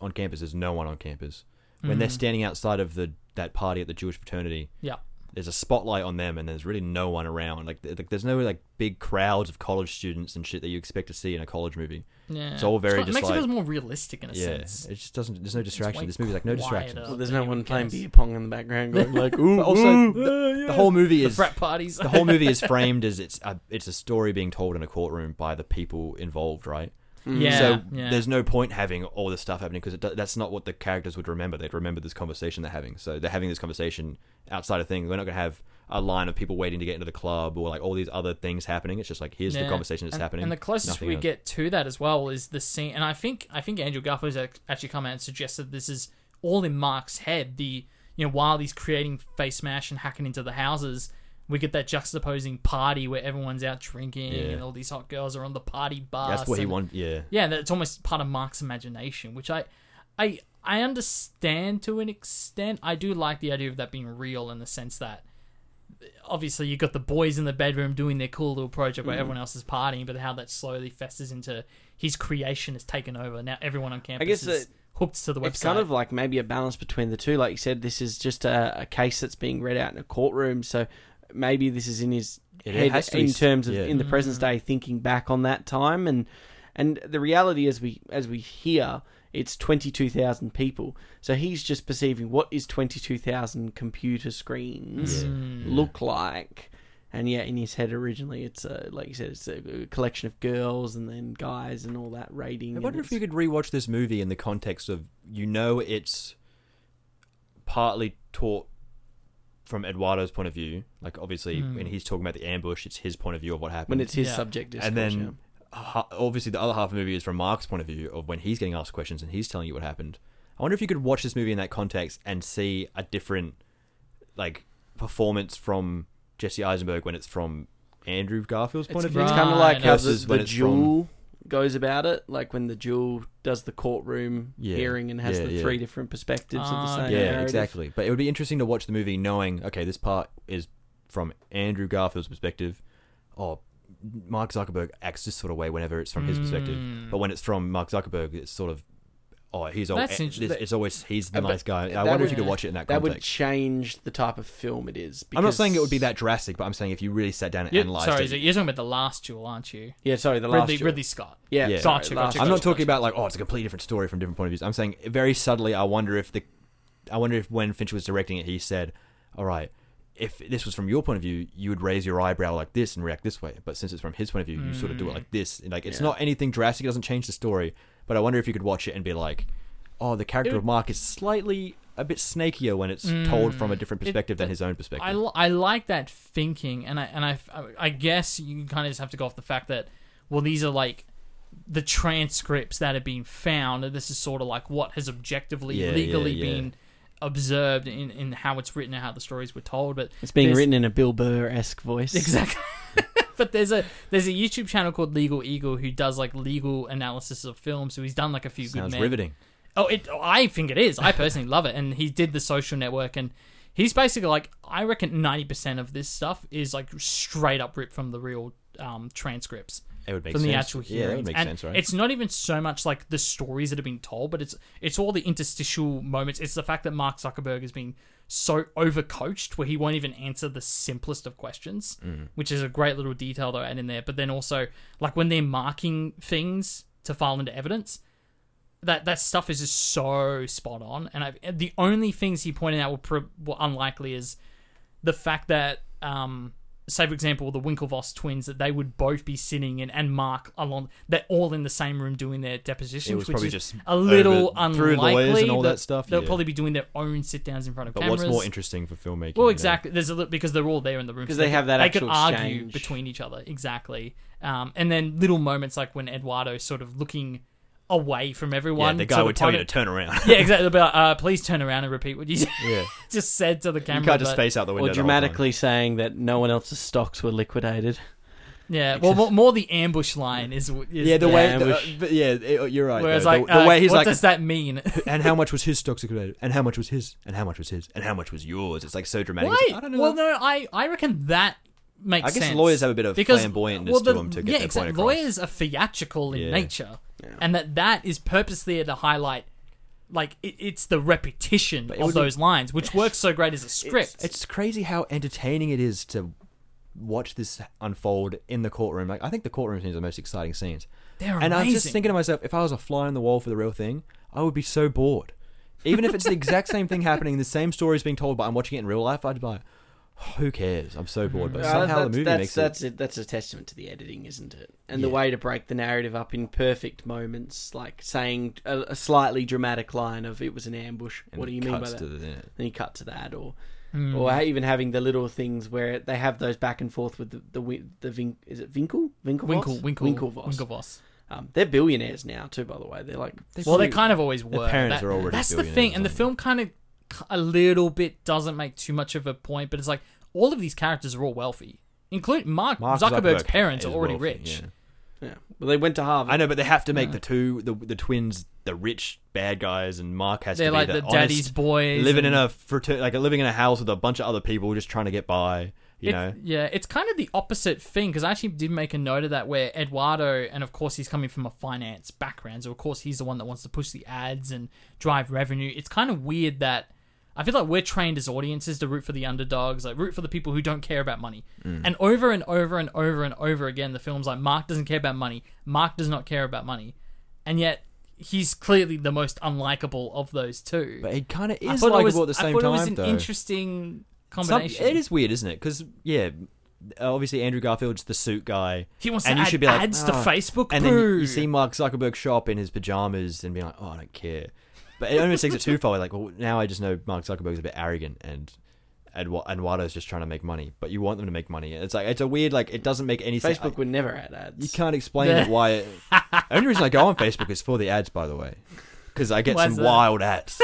Speaker 3: on campus, there's no one on campus. When
Speaker 2: Mm-hmm.
Speaker 3: they're standing outside of the that party at the Jewish fraternity,
Speaker 2: Yeah.
Speaker 3: there's a spotlight on them, and there's really no one around. Like, th- like there's no like big crowds of college students and shit that you expect to see in a college movie.
Speaker 2: Yeah.
Speaker 3: It's all very
Speaker 2: it
Speaker 3: just
Speaker 2: makes it
Speaker 3: like-
Speaker 2: feel more realistic in a
Speaker 3: Yeah,
Speaker 2: sense.
Speaker 3: it just doesn't. There's no
Speaker 2: way
Speaker 3: distraction. This movie's like no
Speaker 2: quieter. Mm.
Speaker 3: distractions.
Speaker 1: Well, there's no
Speaker 2: Anyone
Speaker 1: one playing
Speaker 2: cares?
Speaker 1: beer pong in the background going like, ooh,
Speaker 3: But also,
Speaker 1: ooh.
Speaker 3: the, the whole movie is
Speaker 2: Frat parties.
Speaker 3: the whole movie is framed as it's a, it's a story being told in a courtroom by the people involved, right?
Speaker 2: Yeah.
Speaker 3: so
Speaker 2: yeah.
Speaker 3: there's no point having all this stuff happening because do- that's not what the characters would remember. They'd remember this conversation they're having. So they're having this conversation outside of things. We're not going to have a line of people waiting to get into the club or like all these other things happening. It's just like here's the
Speaker 2: Yeah.
Speaker 3: conversation that's
Speaker 2: and,
Speaker 3: happening.
Speaker 2: And the closest
Speaker 3: nothing
Speaker 2: we
Speaker 3: else.
Speaker 2: get to that as well is the scene. And I think I think Andrew Garfield's ac- actually come out and suggested this is all in Mark's head. The you know while he's creating face mash and hacking into the houses, we get that juxtaposing party where everyone's out drinking
Speaker 3: Yeah.
Speaker 2: and all these hot girls are on the party bus.
Speaker 3: that's what he
Speaker 2: and-
Speaker 3: wanted. Yeah,
Speaker 2: Yeah, that's almost part of Mark's imagination, which I, I, I understand to an extent. I do like the idea of that being real in the sense that, obviously, you got the boys in the bedroom doing their cool little project
Speaker 3: Mm.
Speaker 2: where everyone else is partying, but how that slowly festers into his creation has taken over. Now everyone on campus
Speaker 1: guess
Speaker 2: is
Speaker 1: it-
Speaker 2: hooked to the website.
Speaker 1: It's kind of like maybe a balance between the two. Like you said, this is just a, a case that's being read out in a courtroom, so maybe this is in his
Speaker 3: It
Speaker 1: head
Speaker 3: has to be
Speaker 1: in
Speaker 3: s-
Speaker 1: terms of
Speaker 3: yeah.
Speaker 1: in the
Speaker 3: Mm.
Speaker 1: present day, thinking back on that time, and and the reality as we as we hear, it's twenty two thousand people. So he's just perceiving what is twenty two thousand computer screens
Speaker 3: Yeah.
Speaker 2: Mm.
Speaker 1: look like. And yeah, in his head originally, it's a, like you said, it's a a collection of girls and then guys and all that rating.
Speaker 3: I
Speaker 1: and
Speaker 3: wonder if
Speaker 1: it's-
Speaker 3: you could rewatch this movie in the context of you know it's partly taught from Eduardo's point of view. Like obviously
Speaker 2: Hmm.
Speaker 3: when he's talking about the ambush, it's his point of view of what happened.
Speaker 1: when it's his
Speaker 2: Yeah.
Speaker 1: subject discourse,
Speaker 3: and
Speaker 1: yeah.
Speaker 3: then ha- obviously the other half of the movie is from Mark's point of view of when he's getting asked questions and he's telling you what happened. I wonder if you could watch this movie in that context and see a different like performance from Jesse Eisenberg when it's from Andrew Garfield's point of
Speaker 1: It's,
Speaker 3: view.
Speaker 2: Right.
Speaker 1: kind of like how the,
Speaker 3: Versus
Speaker 1: the
Speaker 3: when it's
Speaker 1: jewel goes about it, like when the jewel does the courtroom
Speaker 3: Yeah.
Speaker 1: hearing and has
Speaker 3: Yeah,
Speaker 1: the
Speaker 3: yeah.
Speaker 1: three different perspectives of the
Speaker 2: Ah,
Speaker 1: same.
Speaker 2: okay.
Speaker 3: Yeah,
Speaker 1: narrative.
Speaker 3: exactly. But it would be interesting to watch the movie knowing, okay, this part is from Andrew Garfield's perspective. Oh, Mark Zuckerberg acts this sort of way whenever it's from his perspective.
Speaker 2: Mm.
Speaker 3: But when it's from Mark Zuckerberg, it's sort of, oh, he's always,
Speaker 2: That's interesting.
Speaker 3: it's always, he's the
Speaker 1: Uh, but
Speaker 3: nice guy. I
Speaker 1: that
Speaker 3: wonder
Speaker 1: would-
Speaker 3: if you could watch it in that
Speaker 1: That would
Speaker 3: context.
Speaker 1: change the type of film it is. Because,
Speaker 3: I'm not saying it would be that drastic, but I'm saying if you really sat down and
Speaker 2: You-
Speaker 3: analyzed
Speaker 2: sorry,
Speaker 3: it.
Speaker 2: is it- you're talking about the last jewel, aren't you?
Speaker 1: Yeah, sorry, the last.
Speaker 2: Ridley,
Speaker 1: jewel.
Speaker 2: Ridley Scott.
Speaker 1: Yeah,
Speaker 3: Yeah.
Speaker 1: sorry,
Speaker 2: Gotcha,
Speaker 1: last
Speaker 2: gotcha,
Speaker 3: I'm
Speaker 1: jewel.
Speaker 3: not talking about like, oh, it's a completely different story from different point of views. I'm saying very subtly. I wonder if the, I wonder if when Fincher was directing it, he said, "All right, if this was from your point of view, you would raise your eyebrow like this and react this way. But since it's from his point of view, you sort of do it like this. And like, it's
Speaker 1: Yeah.
Speaker 3: not anything drastic. It doesn't change the story. But I wonder if you could watch it and be like, oh, the character of Mark is slightly a bit snakier when it's told from a different perspective than his own perspective.
Speaker 2: Mm. I, li- I like that thinking, and I and I, I guess you kind of just have to go off the fact that well, these are like the transcripts that have been found, and this is sort of like what has objectively
Speaker 3: Yeah,
Speaker 2: legally
Speaker 3: yeah, yeah.
Speaker 2: been observed in, in how it's written and how the stories were told. But
Speaker 1: It's being
Speaker 2: there's-
Speaker 1: written in a Bill Burr esque voice.
Speaker 2: Exactly. but there's a there's a YouTube channel called Legal Eagle who does like legal analysis of films. So he's done like a few good
Speaker 3: Sounds
Speaker 2: men.
Speaker 3: riveting.
Speaker 2: Oh, it. oh, I think it is. I personally love it. And he did the Social Network, and he's basically like, I reckon ninety percent of this stuff is like straight up ripped from the real um, transcripts
Speaker 3: It would make
Speaker 2: from
Speaker 3: sense.
Speaker 2: the actual hearings.
Speaker 3: Yeah, it would make
Speaker 2: and
Speaker 3: sense, right?
Speaker 2: It's not even so much like the stories that have been told, but it's it's all the interstitial moments. It's the fact that Mark Zuckerberg has been so overcoached where he won't even answer the simplest of questions,
Speaker 3: Mm.
Speaker 2: which is a great little detail to add in there. But then also, like when they're marking things to file into evidence, that that stuff is just so spot on. And I the only things he pointed out were, prob- were unlikely is the fact that, um, say for example, the Winklevoss twins that they would both be sitting in and Mark along, they're all in the same room doing their depositions,
Speaker 3: It was
Speaker 2: which
Speaker 3: probably
Speaker 2: is
Speaker 3: just
Speaker 2: a little
Speaker 3: over-
Speaker 2: unlikely.
Speaker 3: through lawyers and all that stuff,
Speaker 2: They'll
Speaker 3: yeah.
Speaker 2: probably be doing their own sit downs in front of
Speaker 3: but
Speaker 2: cameras.
Speaker 3: what's more interesting for filmmaking? you
Speaker 2: Well,
Speaker 3: know?
Speaker 2: exactly. There's a little, because they're all there in the room.
Speaker 1: 'Cause
Speaker 2: so
Speaker 1: they have that
Speaker 2: They
Speaker 1: actual
Speaker 2: can argue
Speaker 1: exchange.
Speaker 2: between each other. Exactly. Um, and then little moments like when Eduardo's sort of looking away from everyone.
Speaker 3: Yeah, the
Speaker 2: so
Speaker 3: guy would tell you to
Speaker 2: opponent-
Speaker 3: turn around.
Speaker 2: Yeah, exactly. But uh, please turn around and repeat what you
Speaker 3: yeah.
Speaker 2: just said to the camera.
Speaker 3: You can't just
Speaker 2: but-
Speaker 3: face out the window.
Speaker 1: Or
Speaker 3: the whole time.
Speaker 1: dramatically saying that no one else's stocks were liquidated.
Speaker 2: Yeah, well, more, more the ambush line is. is
Speaker 3: Yeah, the
Speaker 1: Yeah,
Speaker 3: way. The, uh,
Speaker 1: ambush.
Speaker 3: but yeah, it- you're right.
Speaker 2: Whereas,
Speaker 3: though.
Speaker 2: like,
Speaker 3: the, the
Speaker 2: uh,
Speaker 3: way he's
Speaker 2: what
Speaker 3: like,
Speaker 2: does that mean?
Speaker 3: and how much was his stocks accumulated? And how much was his? And how much was his? And how much was yours? It's like so dramatic. It's
Speaker 2: Why?
Speaker 3: like, I don't know.
Speaker 2: Well, no, I, I reckon that makes
Speaker 3: I
Speaker 2: sense.
Speaker 3: guess lawyers have a bit of
Speaker 2: because,
Speaker 3: flamboyantness
Speaker 2: well, the-
Speaker 3: to them to get
Speaker 2: yeah,
Speaker 3: their
Speaker 2: exactly.
Speaker 3: point across.
Speaker 2: Lawyers are theatrical in
Speaker 3: Yeah.
Speaker 2: nature, and that that is purposely there to highlight, like it, it's the repetition
Speaker 3: it
Speaker 2: of
Speaker 3: would-
Speaker 2: those lines, which works so great as a script.
Speaker 3: It's crazy how entertaining it is to watch this unfold in the courtroom. Like, I think the courtroom scenes are the most exciting scenes.
Speaker 2: They're
Speaker 3: And I was just
Speaker 2: amazing.
Speaker 3: thinking to myself, if I was a fly on the wall for the real thing, I would be so bored. Even if it's the exact same thing happening, the same story is being told, but I'm watching it in real life, I'd be like, Who cares? I'm so bored. But
Speaker 2: Mm.
Speaker 1: Uh,
Speaker 3: somehow
Speaker 1: that's,
Speaker 3: the movie
Speaker 1: that's,
Speaker 3: makes
Speaker 1: that's it. That's a testament to the editing, isn't it? And the
Speaker 3: Yeah.
Speaker 1: way to break the narrative up in perfect moments, like saying a, a slightly dramatic line of "It was an ambush."
Speaker 3: it. and
Speaker 1: what do
Speaker 3: it
Speaker 1: you mean by
Speaker 3: cuts
Speaker 1: that?
Speaker 3: to the-
Speaker 1: then you cut to that, or
Speaker 2: Hmm.
Speaker 1: or ha- even having the little things where they have those back and forth with the the, win- the Vin, is it Winkle Winklevoss
Speaker 2: Winkle, Winkle,
Speaker 1: Winklevoss.
Speaker 2: Winklevoss.
Speaker 1: Um, they're billionaires now too, by the way. They're like
Speaker 2: well, they kind of always were.
Speaker 3: parents are already
Speaker 2: That's the
Speaker 3: billionaires,
Speaker 2: thing, and the
Speaker 3: aren't they?
Speaker 2: film kind of a little bit doesn't make too much of a point, but it's like all of these characters are all wealthy, including Mark,
Speaker 3: Mark
Speaker 2: Zuckerberg's
Speaker 3: Zuckerberg
Speaker 2: parents are
Speaker 3: is
Speaker 2: already
Speaker 3: wealthy,
Speaker 2: rich.
Speaker 3: yeah.
Speaker 1: yeah. Well, they went to Harvard.
Speaker 3: I know, but they have to make the two the the twins the rich bad guys, and Mark has
Speaker 2: They're
Speaker 3: to be
Speaker 2: like
Speaker 3: the,
Speaker 2: the
Speaker 3: honest-
Speaker 2: daddy's boys
Speaker 3: living in
Speaker 2: and-
Speaker 3: a frater- like living in a house with a bunch of other people just trying to get by. You know,
Speaker 2: It's- yeah, it's kind of the opposite thing because I actually did make a note of that where Eduardo, and of course he's coming from a finance background, so of course he's the one that wants to push the ads and drive revenue. It's kind of weird that I feel like we're trained as audiences to root for the underdogs, like root for the people who don't care about money.
Speaker 3: Mm.
Speaker 2: And over and over and over and over again, the film's like Mark doesn't care about money, Mark does not care about money, and yet he's clearly the most unlikable of those two.
Speaker 3: but it kind of
Speaker 2: I
Speaker 3: is
Speaker 2: thought it was,
Speaker 3: likable at the
Speaker 2: I
Speaker 3: same
Speaker 2: thought
Speaker 3: time,
Speaker 2: it was an
Speaker 3: though.
Speaker 2: interesting
Speaker 3: Some-
Speaker 2: combination.
Speaker 3: it is weird, isn't it? Because yeah, obviously Andrew Garfield's the suit guy.
Speaker 2: He wants
Speaker 3: and
Speaker 2: to
Speaker 3: you
Speaker 2: add
Speaker 3: should be like,
Speaker 2: ads to
Speaker 3: "Oh."
Speaker 2: Facebook.
Speaker 3: And then you,
Speaker 2: boo."
Speaker 3: you see Mark Zuckerberg show up in his pajamas and be like, "Oh, I don't care." But it almost takes it too far. Like, well, now I just know Mark Zuckerberg's a bit arrogant and. Edwa- Eduardo's just trying to make money, but you want them to make money. It's like it's a weird, like it doesn't make any sense.
Speaker 1: Facebook would never add ads.
Speaker 3: You can't explain it why. It, the only reason I go on Facebook is for the ads, by the way, because I get
Speaker 2: Why's
Speaker 3: some
Speaker 2: that?
Speaker 3: wild ads.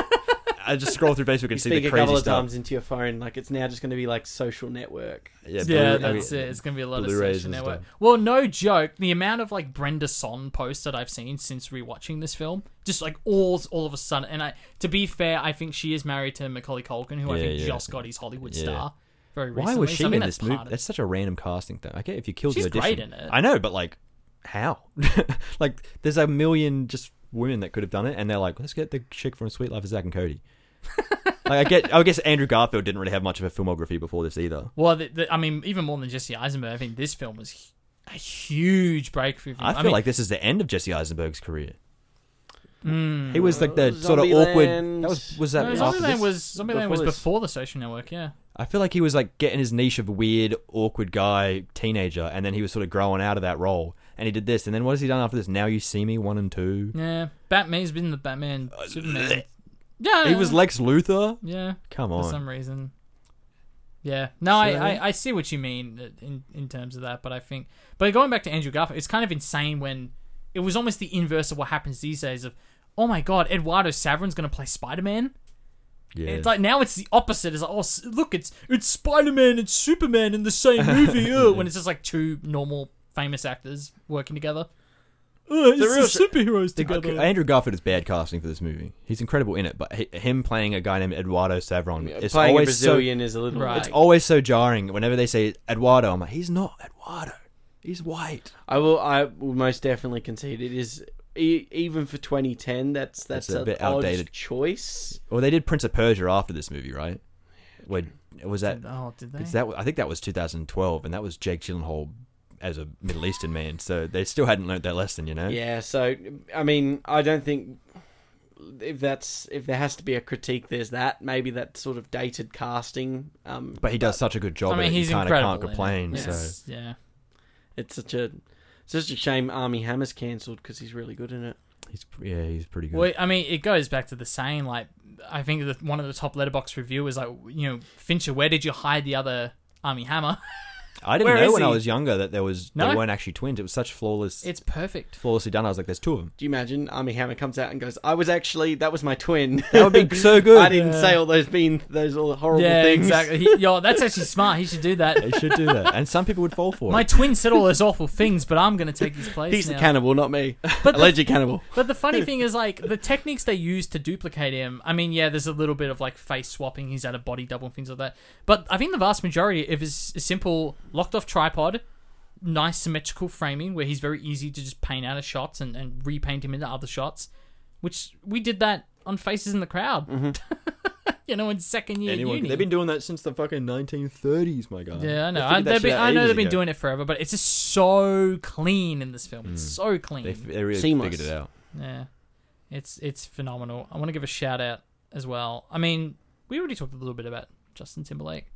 Speaker 3: I just scroll through Facebook and
Speaker 1: You
Speaker 3: see
Speaker 1: speak
Speaker 3: the
Speaker 1: a
Speaker 3: crazy
Speaker 1: couple of
Speaker 3: stuff.
Speaker 1: times into your phone, like it's now just going to be like social network.
Speaker 2: Yeah,
Speaker 3: Blu-
Speaker 2: that's
Speaker 3: I mean,
Speaker 2: it. It's gonna be a lot
Speaker 3: Blu-rays
Speaker 2: of social
Speaker 3: and
Speaker 2: network.
Speaker 3: stuff.
Speaker 2: Well, no joke. The amount of like Brenda Son posts that I've seen since rewatching this film, just like all all of a sudden. And I, to be fair, I think she is married to Macaulay Culkin, who I
Speaker 3: Yeah,
Speaker 2: think
Speaker 3: yeah.
Speaker 2: just got his Hollywood
Speaker 3: Yeah.
Speaker 2: star. Very
Speaker 3: Why
Speaker 2: recently.
Speaker 3: was she
Speaker 2: so I
Speaker 3: in
Speaker 2: think
Speaker 3: this
Speaker 2: that's
Speaker 3: movie?
Speaker 2: part of it.
Speaker 3: That's such a random casting thing. I get if you killed
Speaker 2: She's
Speaker 3: the
Speaker 2: great
Speaker 3: audition.
Speaker 2: in it.
Speaker 3: I know, but like, how? like, there's a million just women that could have done it, and they're like, let's get the chick from Sweet Life of Zack and Cody. like, I get. I guess Andrew Garfield didn't really have much of a filmography before this either.
Speaker 2: Well, the, the, I mean, even more than Jesse Eisenberg, I think this film was hu- a huge breakthrough. For him.
Speaker 3: I feel
Speaker 2: mean,
Speaker 3: like this is the end of Jesse Eisenberg's career.
Speaker 2: mm.
Speaker 3: He was like the sort of
Speaker 1: Zombieland.
Speaker 3: awkward. That was was that
Speaker 2: no,
Speaker 3: after
Speaker 2: Zombieland
Speaker 3: this?
Speaker 2: was Zombieland
Speaker 1: Before
Speaker 2: was
Speaker 1: this.
Speaker 2: before the social network. Yeah.
Speaker 3: I feel like he was like getting his niche of weird, awkward guy teenager, and then he was sort of growing out of that role. And he did this, and then what has he done after this? Now you see me one and two.
Speaker 2: Yeah, Batman's been the Batman. Superman. Yeah,
Speaker 3: Uh, He was Lex Luthor.
Speaker 2: yeah.
Speaker 3: Come
Speaker 2: for
Speaker 3: on,
Speaker 2: some reason. Yeah, no, I,
Speaker 3: So-
Speaker 2: I, I see what you mean uh, in in terms of that, but I think, but going back to Andrew Garfield, it's kind of insane when it was almost the inverse of what happens these days. Of oh my god, Eduardo Saverin's going to play Spider Man.
Speaker 3: yeah.
Speaker 2: It's like now it's the opposite. It's like oh s- look, it's it's Spider Man and Superman in the same movie. uh, when it's just like two normal famous actors working together. Uh, it's the superheroes together.
Speaker 3: Okay, Andrew Garfield is bad casting for this movie. He's incredible in it, but hi- him playing a guy named Eduardo Savron
Speaker 1: Yeah,
Speaker 3: is
Speaker 1: Playing a
Speaker 3: always so
Speaker 1: Brazilian is a little
Speaker 2: Right.
Speaker 3: it's
Speaker 1: like-
Speaker 3: always so jarring. Whenever they say Eduardo, I'm like, he's not Eduardo. He's white.
Speaker 1: I will. I will most definitely concede it is e- even for 2010. That's that's,
Speaker 3: That's a
Speaker 1: an
Speaker 3: bit
Speaker 1: odd
Speaker 3: outdated.
Speaker 1: choice.
Speaker 3: Well, they did Prince of Persia after this movie, right? Where was that?
Speaker 2: oh, did they?
Speaker 3: Because that I think that was 2012, and that was Jake Gyllenhaal as a Middle Eastern man. So they still hadn't learned that lesson, you know.
Speaker 1: Yeah. So I mean, I don't think if that's if there has to be a critique, there's that. Maybe that sort of dated casting. Um,
Speaker 3: But he does such a good job.
Speaker 2: I mean,
Speaker 3: at it,
Speaker 2: he's
Speaker 3: you kind of
Speaker 2: incredible.
Speaker 3: can't complain.
Speaker 2: in it.
Speaker 3: So
Speaker 2: Yes, yeah.
Speaker 1: it's such a it's such a shame. Army Hammer's cancelled because he's really good in it.
Speaker 3: he's yeah, he's pretty good.
Speaker 2: Well, I mean, it goes back to the saying. Like, I think that one of the top letterbox reviewers, like, you know, Fincher, where did you hide the other Army Hammer?
Speaker 3: I didn't
Speaker 2: where
Speaker 3: know
Speaker 2: is
Speaker 3: when I
Speaker 2: he?
Speaker 3: was younger that there was
Speaker 2: No?
Speaker 3: they weren't actually twins. It was such flawless,
Speaker 2: It's perfect.
Speaker 3: flawlessly done. I was like, there's two of them.
Speaker 1: Do you imagine Army Hammer comes out and goes, "I was actually that was my twin."
Speaker 3: That would be so good.
Speaker 1: I didn't say all those mean those all horrible
Speaker 2: Yeah,
Speaker 1: things.
Speaker 2: exactly. He, yo, that's actually smart. He should do that.
Speaker 3: They should do that, and some people would fall for
Speaker 2: My
Speaker 3: it.
Speaker 2: twin said all those awful things, but I'm going to take his place
Speaker 1: He's
Speaker 2: now.
Speaker 1: the cannibal, not me.
Speaker 2: But the-
Speaker 1: Alleged cannibal.
Speaker 2: But the funny thing is, like, the techniques they use to duplicate him. I mean, yeah, there's a little bit of like face swapping. He's out of body double and things like that. But I think the vast majority of his is simple locked off tripod, nice symmetrical framing where he's very easy to just paint out of shots and, and repaint him into other shots. Which we did that on Faces in the Crowd. you know, in second year
Speaker 3: Mm-hmm. Anyone?
Speaker 2: uni.
Speaker 3: They've been doing that since the fucking 1930s, my guy.
Speaker 2: yeah, I know.
Speaker 3: They
Speaker 2: I,
Speaker 3: figured that
Speaker 2: they've
Speaker 3: shit
Speaker 2: been,
Speaker 3: out
Speaker 2: I know
Speaker 3: ages
Speaker 2: they've been
Speaker 3: ago.
Speaker 2: doing it forever, but it's just so clean in this film. It's so clean.
Speaker 3: Mm. They, f- they really
Speaker 1: Seamless.
Speaker 3: figured it out.
Speaker 2: Yeah, it's it's phenomenal. I want to give a shout out as well. I mean, we already talked a little bit about Justin Timberlake,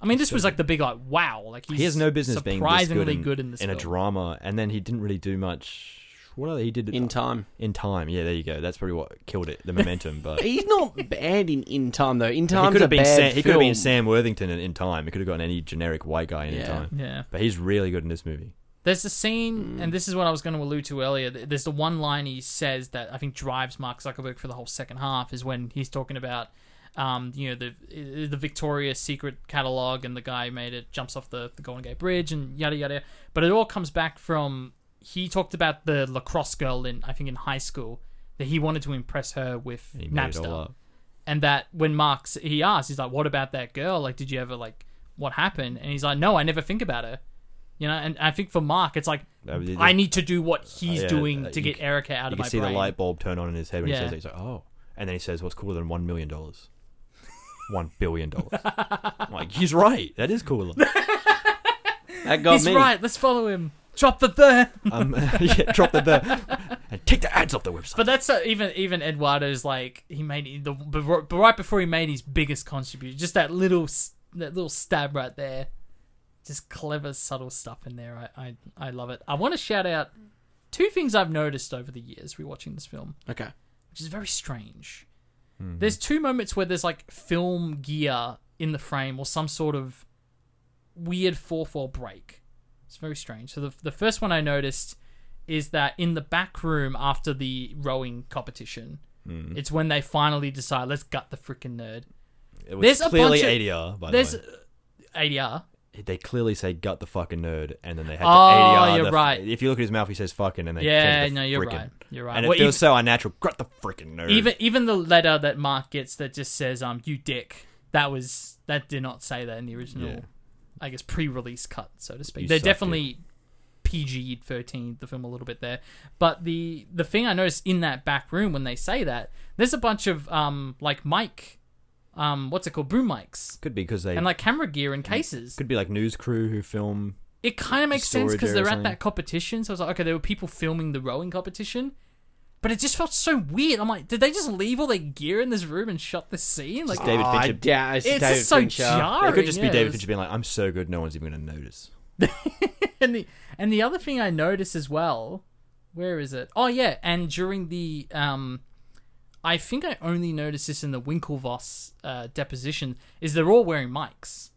Speaker 2: I mean, this was like the big like wow, like he's
Speaker 3: He has no business being this
Speaker 2: surprisingly
Speaker 3: good in,
Speaker 2: in this
Speaker 3: in a
Speaker 2: film.
Speaker 3: drama, and then he didn't really do much. What other, he did
Speaker 1: In Time.
Speaker 3: in time. Yeah, there you go. That's probably what killed it, the momentum. But he
Speaker 1: He's not bad in In Time though. In Time's
Speaker 3: could
Speaker 1: a
Speaker 3: have been
Speaker 1: bad
Speaker 3: Sam, he could have been
Speaker 1: film.
Speaker 3: Sam Worthington in, in time. He could have gotten any generic white guy in, in
Speaker 1: Yeah.
Speaker 3: time.
Speaker 2: Yeah,
Speaker 3: But he's really good in this movie.
Speaker 2: there's a scene,
Speaker 3: Mm.
Speaker 2: and this is what I was going to allude to earlier. th- There's the one line he says that I think drives Mark Zuckerberg for the whole second half is when he's talking about, um, you know, the the Victoria's Secret catalog and the guy who made it jumps off the, the Golden Gate Bridge and yada yada. But it all comes back from he talked about the lacrosse girl in I think in high school that he wanted to impress her with
Speaker 3: He made it all
Speaker 2: Napster.
Speaker 3: up.
Speaker 2: And that when Mark's he asks, he's like, "What about that girl? Like, did you ever like what happened?" And he's like, "No, I never think about her." You know, and I think for Mark, it's like
Speaker 3: That was-
Speaker 2: I need to do what he's
Speaker 3: yeah,
Speaker 2: doing
Speaker 3: uh,
Speaker 2: to
Speaker 3: you
Speaker 2: get
Speaker 3: c-
Speaker 2: Erica out
Speaker 3: You
Speaker 2: of
Speaker 3: can
Speaker 2: my
Speaker 3: see
Speaker 2: brain.
Speaker 3: the light bulb turn on in his head when
Speaker 2: Yeah.
Speaker 3: he says, it. he's like, oh. And then he says, what's cooler than $1 million? $1 billion. I'm like, he's right. That is cooler.
Speaker 1: That got
Speaker 2: he's
Speaker 1: me.
Speaker 2: right. Let's follow him. Drop the burn.
Speaker 3: Um, yeah, drop the, the and take the ads off the website.
Speaker 2: But that's uh, even even Eduardo's like he made the but right before he made his biggest contribution, just that little s- that little stab right there, just clever subtle stuff in there. I I, I love it. I want to shout out two things I've noticed over the years rewatching this film,
Speaker 1: Okay.
Speaker 2: which is very strange.
Speaker 3: Mm-hmm.
Speaker 2: There's two moments where there's like film gear in the frame or some sort of weird four four break. It's very strange. So the the first one I noticed is that in the back room after the rowing competition,
Speaker 3: Mm.
Speaker 2: it's when they finally decide let's gut the freaking nerd.
Speaker 3: It was
Speaker 2: There's a
Speaker 3: clearly
Speaker 2: bunch of-
Speaker 3: ADR, by
Speaker 2: There's
Speaker 3: the way.
Speaker 2: ADR.
Speaker 3: they clearly say gut the fucking nerd and then they had to
Speaker 2: Oh,
Speaker 3: ADR.
Speaker 2: you're
Speaker 3: the-
Speaker 2: right.
Speaker 3: If you look at his mouth, he says fucking and they
Speaker 2: Yeah,
Speaker 3: change the
Speaker 2: no, you're
Speaker 3: frickin'.
Speaker 2: right. You're right.
Speaker 3: And it
Speaker 2: Well,
Speaker 3: feels
Speaker 2: ev-
Speaker 3: so unnatural. Gut the freaking nerd.
Speaker 2: even even the letter that Mark gets that just says um you dick that was that did not say that in the original
Speaker 3: Yeah.
Speaker 2: I guess pre-release cut so to speak.
Speaker 3: You
Speaker 2: They're
Speaker 3: suck,
Speaker 2: definitely PG thirteen the film a little bit there, but the the thing I noticed in that back room when they say that there's a bunch of um like mic um what's it called boom mics
Speaker 3: could be because they
Speaker 2: and like camera gear
Speaker 3: Mm.
Speaker 2: and cases.
Speaker 3: could be like news crew who film.
Speaker 2: it kind of makes sense
Speaker 3: storage
Speaker 2: because
Speaker 3: area
Speaker 2: they're
Speaker 3: or
Speaker 2: at
Speaker 3: something.
Speaker 2: that competition. So I was like, okay, there were people filming the rowing competition, but it just felt so weird. I'm like, did they just leave all their gear in this room and shot this scene? Like,
Speaker 3: Just David
Speaker 1: I
Speaker 3: Fincher.
Speaker 1: doubt it's
Speaker 2: it's
Speaker 1: David
Speaker 2: just so
Speaker 1: Fincher.
Speaker 2: jarring.
Speaker 3: It could just
Speaker 2: yeah,
Speaker 3: be David
Speaker 2: was-
Speaker 3: Fincher being like, "I'm so good, no one's even going to notice."
Speaker 2: and the and the other thing I noticed as well, where is it? Oh yeah, and during the um, I think I only noticed this in the Winklevoss uh, deposition is they're all wearing mics.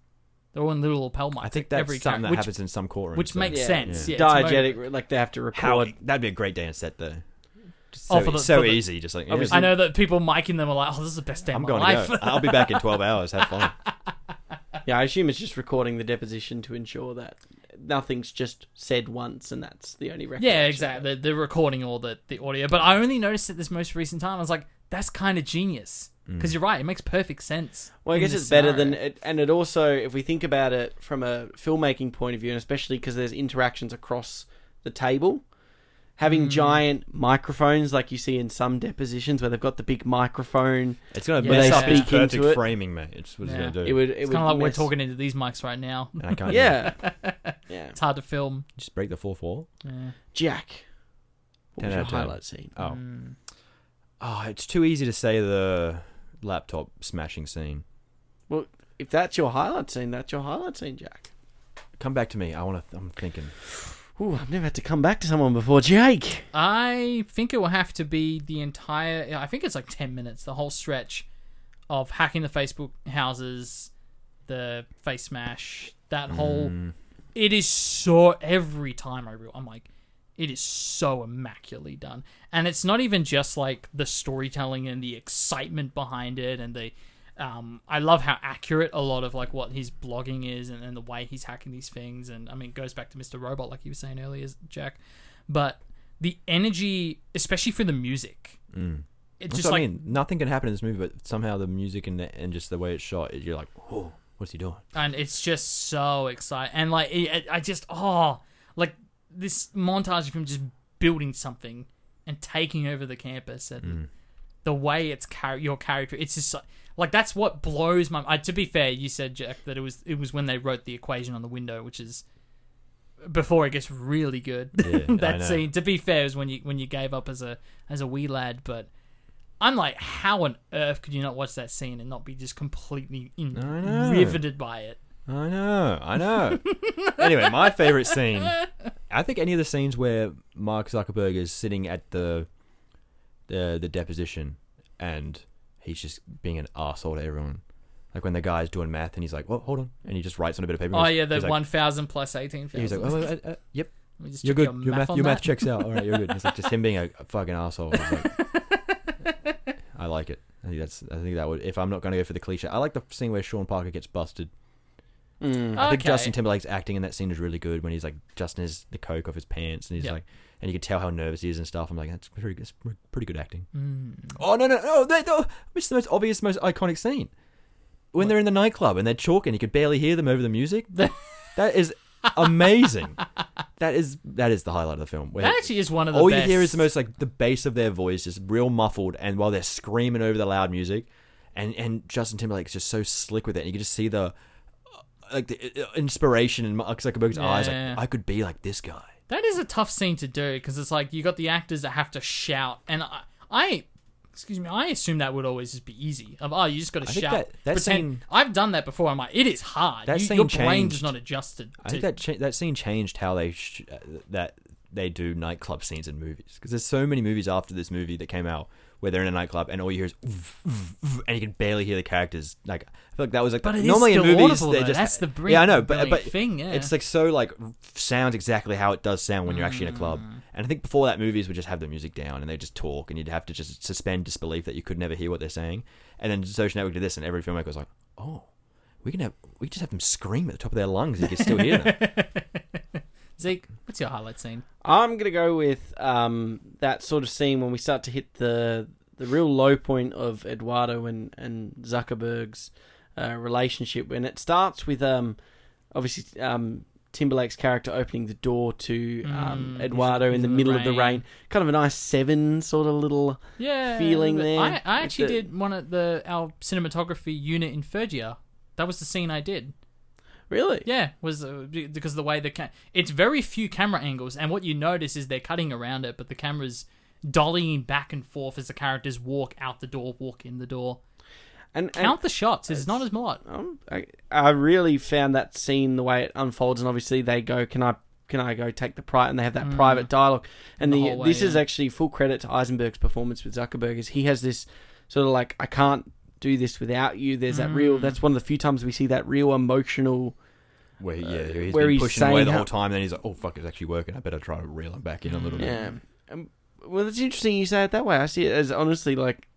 Speaker 2: They're all in little lapel mics.
Speaker 3: I think that's
Speaker 2: every character,
Speaker 3: something that
Speaker 2: which,
Speaker 3: happens in some courtrooms.
Speaker 2: which
Speaker 3: so-
Speaker 2: makes sense. Yeah, it's a moment-
Speaker 1: Diegetic, like they have to record.
Speaker 3: How that'd be a great day on set though. Just
Speaker 2: Oh,
Speaker 3: so,
Speaker 2: for the-
Speaker 3: so
Speaker 2: for the-
Speaker 3: easy, just like
Speaker 2: I know that people miking them are like, "Oh, this is the best day of
Speaker 3: I'm
Speaker 2: my
Speaker 3: going
Speaker 2: life."
Speaker 3: to go. I'll be back in 12 hours. Have fun.
Speaker 1: Yeah, I assume it's just recording the deposition to ensure that nothing's just said once and that's the only record.
Speaker 2: yeah, exactly. They're recording all the, the audio, but I only noticed it this most recent time. I was like, "That's kind of genius," because you're right. It makes perfect sense.
Speaker 1: Mm. Well, I
Speaker 2: in
Speaker 1: guess
Speaker 2: this
Speaker 1: it's better than
Speaker 2: scenario.
Speaker 1: it, and it also, if we think about it from a filmmaking point of view, and especially because there's interactions across the table, having giant microphones like you see in some depositions where they've got the big microphone,
Speaker 3: It's going to
Speaker 2: Yeah.
Speaker 3: mess
Speaker 2: They
Speaker 3: up his
Speaker 1: speak into
Speaker 3: perfect
Speaker 1: it.
Speaker 3: framing, mate. It's what it's
Speaker 2: Yeah.
Speaker 3: going to do.
Speaker 1: it would it
Speaker 2: It's
Speaker 1: would
Speaker 2: kind of like we're
Speaker 1: mess-
Speaker 2: talking into these mics right now.
Speaker 3: And I can't
Speaker 1: Yeah, yeah.
Speaker 2: It's hard to film.
Speaker 3: Just break the fourth wall.
Speaker 2: Yeah.
Speaker 1: Jack, what was
Speaker 3: Ten
Speaker 1: your
Speaker 3: out of ten.
Speaker 1: highlight scene?
Speaker 3: Oh.
Speaker 2: Mm.
Speaker 3: Oh, it's too easy to say the laptop smashing scene.
Speaker 1: Well, if that's your highlight scene, that's your highlight scene, Jack.
Speaker 3: Come back to me. I want to. I'm thinking.
Speaker 1: Ooh, I've never had to come back to someone before, Jake.
Speaker 2: I think it will have to be the entire. I think it's like ten minutes, the whole stretch of hacking the Facebook houses, the face smash, that whole. It is so every time I re- I'm like, it is so immaculately done, and it's not even just like the storytelling and the excitement behind it, and the. Um, I love how accurate a lot of like what his blogging is and, and the way he's hacking these things, and I mean it goes back to Mr. Robot, like you were saying earlier, Jack, but the energy, especially for the music, it's
Speaker 3: That's
Speaker 2: just
Speaker 3: what
Speaker 2: like
Speaker 3: I mean. Nothing can happen in this movie, but somehow the music and the, and just the way it's shot, you're like, oh, what's he doing?
Speaker 2: and it's just so exciting. And like, it, it- I just oh, like this montage of him just building something and taking over the campus and
Speaker 3: Mm.
Speaker 2: the way it's car- your character. It's just so- like that's what blows my. I, to be fair, you said Jack that it was it was when they wrote the equation on the window, which is before it gets really good.
Speaker 3: Yeah, I
Speaker 2: that
Speaker 3: know.
Speaker 2: scene, to be fair, is when you when you gave up as a as a wee lad, but. I'm like, how on earth could you not watch that scene and not be just completely in-
Speaker 3: I know.
Speaker 2: riveted by it?
Speaker 3: I know, I know. anyway, my favorite scene. I think any of the scenes where Mark Zuckerberg is sitting at the the the deposition and he's just being an asshole to everyone. Like when the guy's doing math and he's like, "Well, hold on," and he just writes on a bit of paper.
Speaker 2: Oh
Speaker 3: He's-
Speaker 2: yeah, the
Speaker 3: he's like-
Speaker 2: one thousand plus eighteen
Speaker 3: He's
Speaker 2: thousand.
Speaker 3: like, "Oh, uh, uh, "Yep,
Speaker 2: just
Speaker 3: you're
Speaker 2: check
Speaker 3: good. Your math,
Speaker 2: on
Speaker 3: your math
Speaker 2: that.
Speaker 3: checks out. All right, you're good." It's like just him being a, a fucking asshole. It's like- I like it. I think that's. I think that would. If I'm not going to go for the cliche, I like the scene where Sean Parker gets busted.
Speaker 1: Mm.
Speaker 3: I think
Speaker 2: Okay.
Speaker 3: Justin Timberlake's acting in that scene is really good when he's like Justin is the coke off his pants and he's
Speaker 2: Yeah.
Speaker 3: like, and you can tell how nervous he is and stuff. I'm like, that's pretty, that's pre- pretty good acting.
Speaker 2: Mm.
Speaker 3: Oh no no no! They, no it's the most obvious, most iconic scene when they're in the nightclub and they're chalking. You could barely hear them over the music. that is amazing. that is that is the highlight of the film. Where
Speaker 2: That actually is one of the
Speaker 3: all
Speaker 2: best.
Speaker 3: you hear is the most like the bass of their voice is real muffled, and while they're screaming over the loud music, and and Justin Timberlake's just so slick with it, and you can just see the like the uh, inspiration in Mark Zuckerberg's eyes.
Speaker 2: Yeah.
Speaker 3: Like I could be like this guy.
Speaker 2: That is a tough scene to do because it's like you got the actors that have to shout, and I, I, excuse me, I assume that would always just be easy. Of oh, you just got to
Speaker 3: I think
Speaker 2: shout.
Speaker 3: that- that
Speaker 2: pretend.
Speaker 3: scene-
Speaker 2: I've done that before. I'm like, it is hard.
Speaker 3: That
Speaker 2: you,
Speaker 3: scene
Speaker 2: your brain
Speaker 3: changed.
Speaker 2: just not adjusted. To,
Speaker 3: I think that cha- that scene changed how they sh- uh, that they do nightclub scenes in movies because there's so many movies after this movie that came out where they're in a nightclub and all you hear is "Oof, oof, oof," and you can barely hear the characters. Like I feel like that was like
Speaker 2: But
Speaker 3: the-
Speaker 2: it is
Speaker 3: normally in
Speaker 2: still
Speaker 3: movies
Speaker 2: audible,
Speaker 3: they're
Speaker 2: though.
Speaker 3: just
Speaker 2: That's the bri-
Speaker 3: yeah I know but
Speaker 2: brilliant
Speaker 3: but
Speaker 2: thing, yeah.
Speaker 3: it's like so like sounds exactly how it does sound when you're actually in a club.
Speaker 2: Mm.
Speaker 3: And I think before that movies would just have the music down and they just talk and you'd have to just suspend disbelief that you could never hear what they're saying. And then Social Network did this and every filmmaker was like, oh. We can have we just have them scream at the top of their lungs. and You can still hear them.
Speaker 2: Zeke, what's your highlight scene?
Speaker 1: I'm gonna go with um, that sort of scene when we start to hit the the real low point of Eduardo and and Zuckerberg's uh, relationship, and it starts with um, obviously um, Timberlake's character opening the door to um,
Speaker 2: Mm,
Speaker 1: Eduardo in
Speaker 2: into
Speaker 1: the
Speaker 2: the
Speaker 1: middle of the
Speaker 2: rain.
Speaker 1: rain. Kind of a nice seven sort of little.
Speaker 2: Yeah,
Speaker 1: Feeling
Speaker 2: but
Speaker 1: there
Speaker 2: I, I
Speaker 1: with
Speaker 2: actually
Speaker 1: the-
Speaker 2: did one of the our cinematography unit in Fergia. That was the scene I did.
Speaker 1: Really?
Speaker 2: Yeah, was uh, be- because of the way the ca- it's very few camera angles, and what you notice is they're cutting around it, but the camera's dollying back and forth as the characters walk out the door, walk in the door.
Speaker 1: And, and
Speaker 2: Count the shots; it's not as much.
Speaker 1: um, I, I really found that scene the way it unfolds, and obviously they go, "Can I, can I go take the private?" And they have that private dialogue. And
Speaker 2: Mm. The
Speaker 1: the,
Speaker 2: whole way,
Speaker 1: this is
Speaker 2: yeah.
Speaker 1: actually full credit to Eisenberg's performance with Zuckerberg. Is he has this sort of like, "I can't do this without you." There's that
Speaker 2: Mm.
Speaker 1: real. That's one of the few times we see that real emotional.
Speaker 3: Where he- yeah, he's
Speaker 1: Uh, where
Speaker 3: been
Speaker 1: he's
Speaker 3: pushing away
Speaker 1: saying
Speaker 3: the
Speaker 1: how-
Speaker 3: whole time. Then he's like, "Oh fuck, it's actually working. I better try to reel him back in a little bit."
Speaker 1: Yeah. Um, well, it's interesting you say it that way. I see it as honestly like.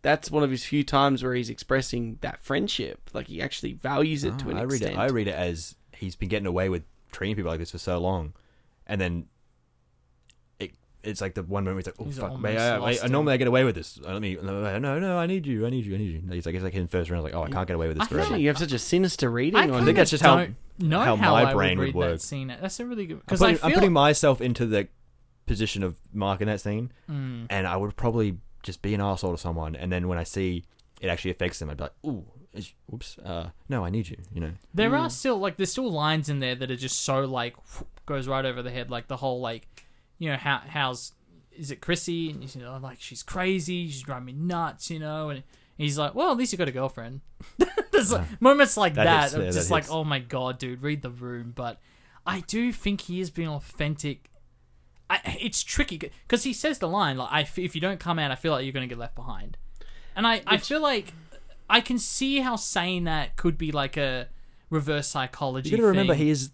Speaker 1: That's one of his few times where he's expressing that friendship. Like he actually values it
Speaker 3: Oh,
Speaker 1: to an
Speaker 3: I read
Speaker 1: extent.
Speaker 3: it. I read it as he's been getting away with treating people like this for so long, and then it it's like the one moment where he's like, "Oh
Speaker 2: He's
Speaker 3: fuck,
Speaker 2: almost
Speaker 3: mate, I, I,
Speaker 2: lost
Speaker 3: I
Speaker 2: it.
Speaker 3: normally I get away with this. Let me, no, no, no, I need you, I need you, I need you." And He's like, it's like his first round, like, "Oh, I can't get away with this
Speaker 2: I feel
Speaker 3: forever."
Speaker 1: Actually, you have such a sinister reading
Speaker 2: I
Speaker 1: on
Speaker 2: kind
Speaker 1: it.
Speaker 3: think that's just how-
Speaker 2: don't know
Speaker 3: how
Speaker 2: how
Speaker 3: my
Speaker 2: I
Speaker 3: brain would
Speaker 2: read That
Speaker 3: work.
Speaker 2: scene. That's a really good
Speaker 3: I'm
Speaker 2: because I
Speaker 3: putting,
Speaker 2: feel
Speaker 3: I'm putting myself into the position of Mark in that scene,
Speaker 2: hmm.
Speaker 3: and I would probably just be an asshole to someone, and then when I see it actually affects them, I'd be like, "Ooh, it's- whoops, uh, no, I need you," you know.
Speaker 2: there are still like there's still lines in there that are just so like goes right over the head. Like the whole like you know how how's is it Chrissy? And you know like she's crazy, she's driving me nuts, you know. And he's like, well, at least you got a girlfriend. there's like, moments like
Speaker 3: That
Speaker 2: that,
Speaker 3: hits,
Speaker 2: of
Speaker 3: yeah, that
Speaker 2: just like
Speaker 3: hits.
Speaker 2: oh my god, dude, read the room. But I do think he is being authentic. I, it's tricky because he says the line like, I f- "If you don't come out, I feel like you're going to get left behind," and I, I feel like I can see how saying that could be like a reverse psychology.
Speaker 3: You gotta remember,
Speaker 2: thing.
Speaker 3: he is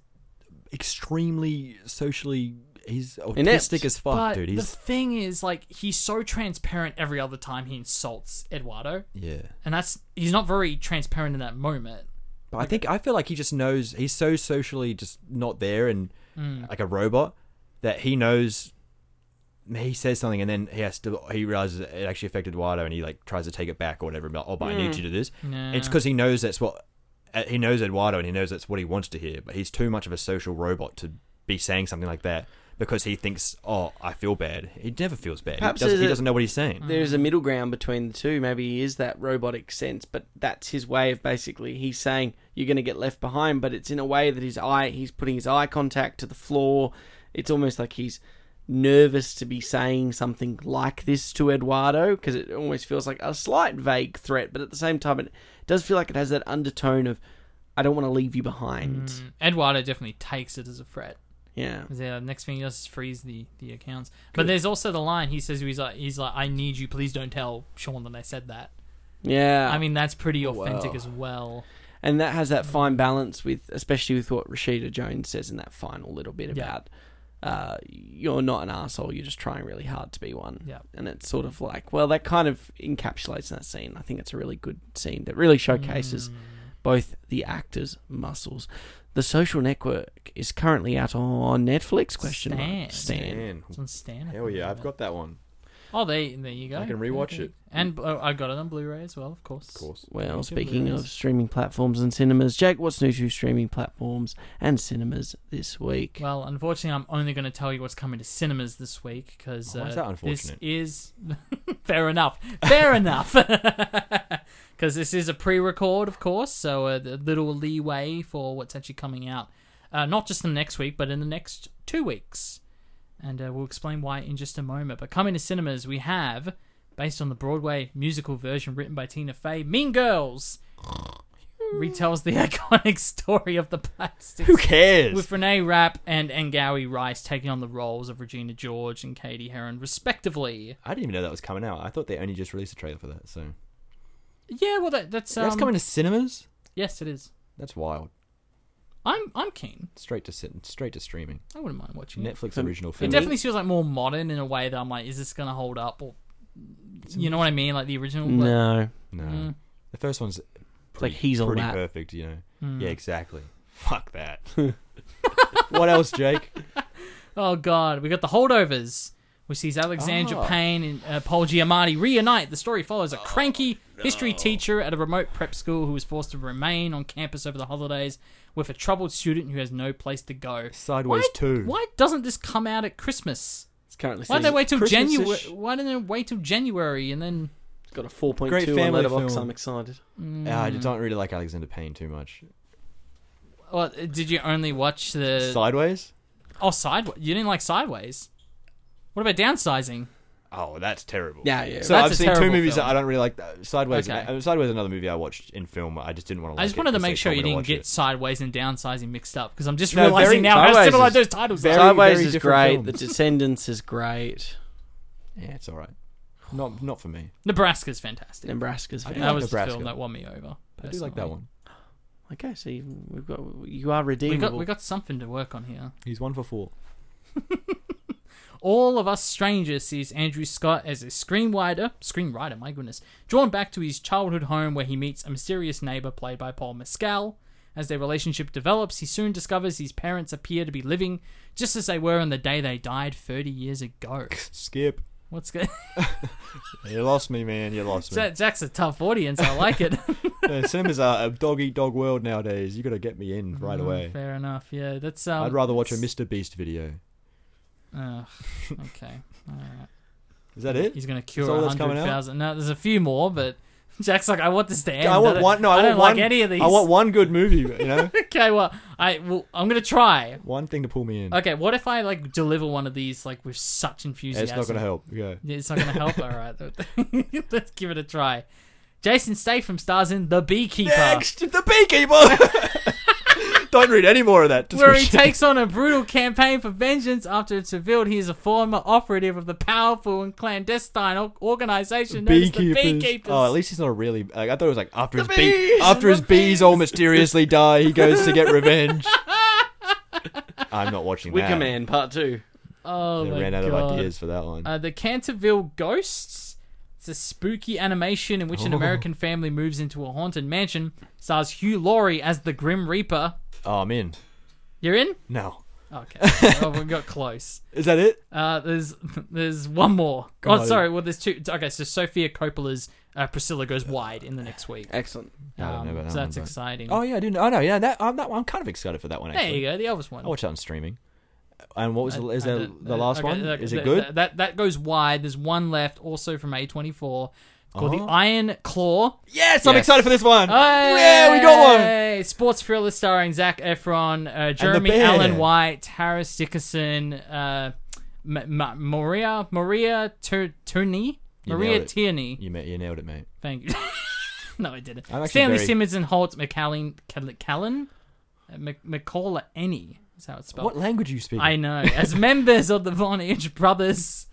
Speaker 3: extremely socially. He's autistic
Speaker 1: Inept.
Speaker 3: as fuck,
Speaker 2: But
Speaker 3: dude.
Speaker 2: the
Speaker 3: He's
Speaker 2: thing is, like, he's so transparent every other time he insults Eduardo,
Speaker 3: yeah.
Speaker 2: and that's he's not very transparent in that moment.
Speaker 3: But I think I feel like he just knows he's so socially just not there and like a robot that he knows. He says something and then he has to. He realizes it actually affected Eduardo and he like tries to take it back or whatever. But, oh, but I need you to do this.
Speaker 2: Yeah.
Speaker 3: It's because he knows that's what uh, he knows Eduardo and he knows that's what he wants to hear. But he's too much of a social robot to be saying something like that because he thinks, oh, I feel bad. He never feels bad.
Speaker 1: Perhaps
Speaker 3: he, doesn't,
Speaker 1: there's
Speaker 3: he
Speaker 1: a-
Speaker 3: doesn't know what he's saying.
Speaker 1: there's a middle ground between the two. Maybe he is that robotic sense, but that's his way of basically he's saying you're going to get left behind. But it's in a way that his eye he's putting his eye contact to the floor. It's almost like he's nervous to be saying something like this to Eduardo because it almost feels like a slight vague threat, but at the same time it does feel like it has that undertone of I don't want to leave you behind.
Speaker 2: Mm, Eduardo definitely takes it as a threat.
Speaker 1: Yeah.
Speaker 2: The next thing he does is freeze the, the accounts. But there's also the line he says he's like he's like I need you, please don't tell Sean that I said that.
Speaker 1: Yeah.
Speaker 2: I mean that's pretty
Speaker 3: Oh,
Speaker 2: authentic
Speaker 1: wow.
Speaker 2: as well.
Speaker 1: and that has that fine balance with, especially with what Rashida Jones says in that final little bit
Speaker 2: Yeah.
Speaker 1: about uh, you're not an asshole, you're just trying really hard to be one.
Speaker 2: Yeah.
Speaker 1: And it's sort of like, well, that kind of encapsulates that scene. I think it's a really good scene that really
Speaker 2: Mm. Hmm.
Speaker 1: showcases both the actors' muscles. The Social Network is currently out on Netflix. Question mark.
Speaker 2: Stan.
Speaker 1: Stan.
Speaker 3: Man,
Speaker 2: It's on Stan. I
Speaker 3: hell
Speaker 2: think,
Speaker 3: yeah, I've
Speaker 2: isn't it?
Speaker 3: got that one.
Speaker 2: Oh, they there you go.
Speaker 3: I can rewatch
Speaker 2: Okay.
Speaker 3: it.
Speaker 2: and oh, I got it on Blu-ray as well, of course.
Speaker 3: Of course.
Speaker 1: Well,
Speaker 2: YouTube
Speaker 1: speaking
Speaker 2: movies.
Speaker 1: of streaming platforms and cinemas, Jack, what's new to streaming platforms and cinemas this week?
Speaker 2: Well, unfortunately, I'm only going to tell you what's coming to cinemas this week because
Speaker 3: Why
Speaker 2: uh,
Speaker 3: is that
Speaker 2: this
Speaker 3: unfortunate?
Speaker 2: is fair enough. Fair enough. Because this is a pre-record, of course, so a little leeway for what's actually coming out, uh, not just in the next week, but in the next two weeks, and uh, we'll explain why in just a moment. But coming to cinemas, we have, based on the Broadway musical version written by Tina Fey, Mean Girls. Retells the iconic story of the plastic
Speaker 3: Who cares?
Speaker 2: with Renee Rapp and Ngawi Rice taking on the roles of Regina George and Katie Heron, respectively.
Speaker 3: I didn't even know that was coming out. I thought they only just released a trailer for that. So
Speaker 2: Yeah, well, that, that's um,
Speaker 3: that's coming to cinemas.
Speaker 2: Yes, it is.
Speaker 3: That's wild.
Speaker 2: I'm I'm keen.
Speaker 3: Straight to sit, straight to streaming.
Speaker 2: I wouldn't mind watching it.
Speaker 3: Netflix original
Speaker 2: It
Speaker 3: film.
Speaker 2: definitely feels like more modern in a way that I'm like, is this gonna hold up? Or you know what I mean, like the original. like-
Speaker 1: No.
Speaker 3: no,
Speaker 2: Mm.
Speaker 3: the first one's pretty,
Speaker 1: he's all
Speaker 3: pretty
Speaker 1: that.
Speaker 3: perfect. You know.
Speaker 2: Mm.
Speaker 3: Yeah, exactly. Fuck that. what else, Jake?
Speaker 2: Oh God, we got the holdovers, which sees Alexandra
Speaker 3: Ah.
Speaker 2: Payne and uh, Paul Giamatti reunite. The story follows a cranky history teacher at a remote prep school who is forced to remain on campus over the holidays with a troubled student who has no place to go.
Speaker 3: Sideways
Speaker 2: why,
Speaker 3: two.
Speaker 2: Why doesn't this come out at Christmas?
Speaker 1: It's currently
Speaker 2: Why did they wait till January?
Speaker 3: Christmas-ish.
Speaker 2: Why didn't they wait till January and then?
Speaker 1: It's got a 4.2
Speaker 3: Great
Speaker 1: on
Speaker 3: family
Speaker 1: Letterboxd.
Speaker 3: film.
Speaker 1: I'm excited.
Speaker 3: Uh, I
Speaker 2: Mm.
Speaker 3: don't really like Alexander Payne too much.
Speaker 2: Well, oh, did you only watch the?
Speaker 3: Sideways.
Speaker 2: oh, sideways. You didn't like Sideways. What about downsizing?
Speaker 3: Oh, that's terrible.
Speaker 1: Yeah, yeah.
Speaker 2: That's
Speaker 3: So I've
Speaker 2: a
Speaker 3: seen two
Speaker 2: terrible
Speaker 3: movies
Speaker 2: film.
Speaker 3: that I don't really like. Uh, Sideways.
Speaker 2: Okay.
Speaker 3: uh, Sideways, is another movie I watched in film. I just didn't want to. Like
Speaker 2: I just
Speaker 3: it
Speaker 2: wanted to
Speaker 3: 'cause they
Speaker 2: make sure
Speaker 3: told
Speaker 2: you
Speaker 3: me to
Speaker 2: didn't
Speaker 3: watch
Speaker 2: get
Speaker 3: it.
Speaker 2: sidewise and downsizing mixed up because I'm just
Speaker 3: No,
Speaker 2: realizing
Speaker 3: very-
Speaker 2: now how
Speaker 3: Sideways
Speaker 2: similar
Speaker 3: is
Speaker 2: those titles
Speaker 3: very-
Speaker 2: are.
Speaker 1: Sideways
Speaker 3: very
Speaker 1: is
Speaker 3: different
Speaker 1: great.
Speaker 3: films.
Speaker 1: The Descendants is great.
Speaker 3: Yeah, it's all right. Not not for me.
Speaker 2: Nebraska's fantastic.
Speaker 1: Nebraska's
Speaker 3: I
Speaker 1: fan.
Speaker 3: do
Speaker 2: that
Speaker 3: like
Speaker 2: was
Speaker 3: Nebraska.
Speaker 2: the film that won me over.
Speaker 3: I do like that
Speaker 2: personally.
Speaker 3: one.
Speaker 1: Okay, so you- we've got you are
Speaker 2: We
Speaker 1: redeemable.
Speaker 2: got we got something to work on here.
Speaker 3: He's one for four.
Speaker 2: All of Us Strangers sees Andrew Scott as a screenwriter, screenwriter, my goodness, drawn back to his childhood home where he meets a mysterious neighbor played by Paul Mescal. As their relationship develops, he soon discovers his parents appear to be living just as they were on the day they died 30 years ago.
Speaker 3: Skip.
Speaker 2: What's good?
Speaker 3: You lost me, man. You lost me.
Speaker 2: Jack's a tough audience. I like it.
Speaker 3: Uh, cinemas are a dog eat dog world nowadays. You got to get me in right away.
Speaker 2: Mm, Fair enough. Yeah, that's. Um,
Speaker 3: I'd rather watch a Mr. Beast video.
Speaker 2: Ugh, okay, all right.
Speaker 3: Is that it?
Speaker 2: He's gonna
Speaker 3: Is
Speaker 2: cure a
Speaker 3: all that's coming
Speaker 2: hundred
Speaker 3: out?
Speaker 2: thousand. No, there's a few more, but Jack's like, I want this to end.
Speaker 3: I want
Speaker 2: don't-
Speaker 3: one. No,
Speaker 2: I,
Speaker 3: I,
Speaker 2: don't
Speaker 3: want
Speaker 2: like
Speaker 3: one-
Speaker 2: any of these.
Speaker 3: I want one good movie. You know,
Speaker 2: Okay, well, I well, I'm gonna try.
Speaker 3: one thing to pull me in.
Speaker 2: Okay, what if I like deliver one of these like with such
Speaker 3: Yeah, it's
Speaker 2: enthusiasm?
Speaker 3: not going to help. Yeah.
Speaker 2: Yeah, It's not gonna help. all right, let's give it a try. Jason Statham stars in The Beekeeper.
Speaker 3: Next, the beekeeper. Don't read any more of that.
Speaker 2: where he
Speaker 3: description.
Speaker 2: takes on a brutal campaign for vengeance after it's revealed he is a former operative of the powerful and clandestine o- organization known as the
Speaker 3: beekeepers.
Speaker 2: Beekeepers.
Speaker 3: Oh, at least he's not a really. Like, I thought it was like after his
Speaker 1: bees!
Speaker 3: bee, after his bees all mysteriously die, he goes to get revenge. I'm not watching
Speaker 1: Wicker
Speaker 3: that.
Speaker 1: Man Part Two.
Speaker 2: oh
Speaker 3: They
Speaker 2: my
Speaker 3: ran out
Speaker 2: God.
Speaker 3: of ideas for that one.
Speaker 2: Uh, the Canterville Ghosts. It's a spooky animation in which an
Speaker 3: Oh.
Speaker 2: American family moves into a haunted mansion. Stars Hugh Laurie as the Grim Reaper.
Speaker 3: oh, I'm in.
Speaker 2: You're in?
Speaker 3: No,
Speaker 2: Okay. oh, we got close.
Speaker 3: is that it?
Speaker 2: Uh, there's there's one more.
Speaker 3: God.
Speaker 2: Oh, sorry. Well, there's two. Okay, so Sophia Coppola's uh, Priscilla goes wide in the next week.
Speaker 1: Excellent.
Speaker 3: I don't know about that
Speaker 2: Um, so
Speaker 3: one,
Speaker 2: that's
Speaker 3: but-
Speaker 2: exciting.
Speaker 3: Oh yeah, I didn't. Oh no, yeah, that I'm, that I'm kind of excited for that one.
Speaker 2: There
Speaker 3: Actually,
Speaker 2: you go, the Elvis one.
Speaker 3: I watched that on streaming. And what was the, Oh, is
Speaker 2: I
Speaker 3: there
Speaker 2: don't-
Speaker 3: the
Speaker 2: uh,
Speaker 3: last
Speaker 2: okay,
Speaker 3: one?
Speaker 2: uh,
Speaker 3: Is
Speaker 2: th-
Speaker 3: it good?
Speaker 2: th- That that goes wide. There's one left, also from A24, called the
Speaker 3: Oh.
Speaker 2: Iron Claw.
Speaker 3: yes, I'm
Speaker 1: Yes.
Speaker 3: excited for this
Speaker 2: Oh,
Speaker 3: one. Yeah, we got one.
Speaker 2: Hey! Sports thriller starring Zach Efron, uh, Jeremy
Speaker 3: bear.
Speaker 2: Allen White, Harris Dickerson, uh, M- M- Maria Maria Tur- Tierney,
Speaker 3: You
Speaker 2: Maria
Speaker 3: nailed it.
Speaker 2: Tierney.
Speaker 3: You ma- you nailed it, mate.
Speaker 2: Thank you. no, I didn't.
Speaker 3: I'm actually
Speaker 2: Stanley
Speaker 3: very-
Speaker 2: Simmons and Holt McCallan, Cal- Callan, Uh, Mc- McCalla Ennie is how it's spelled.
Speaker 3: What language are you speaking?
Speaker 2: I know. As members of the Von Inch brothers,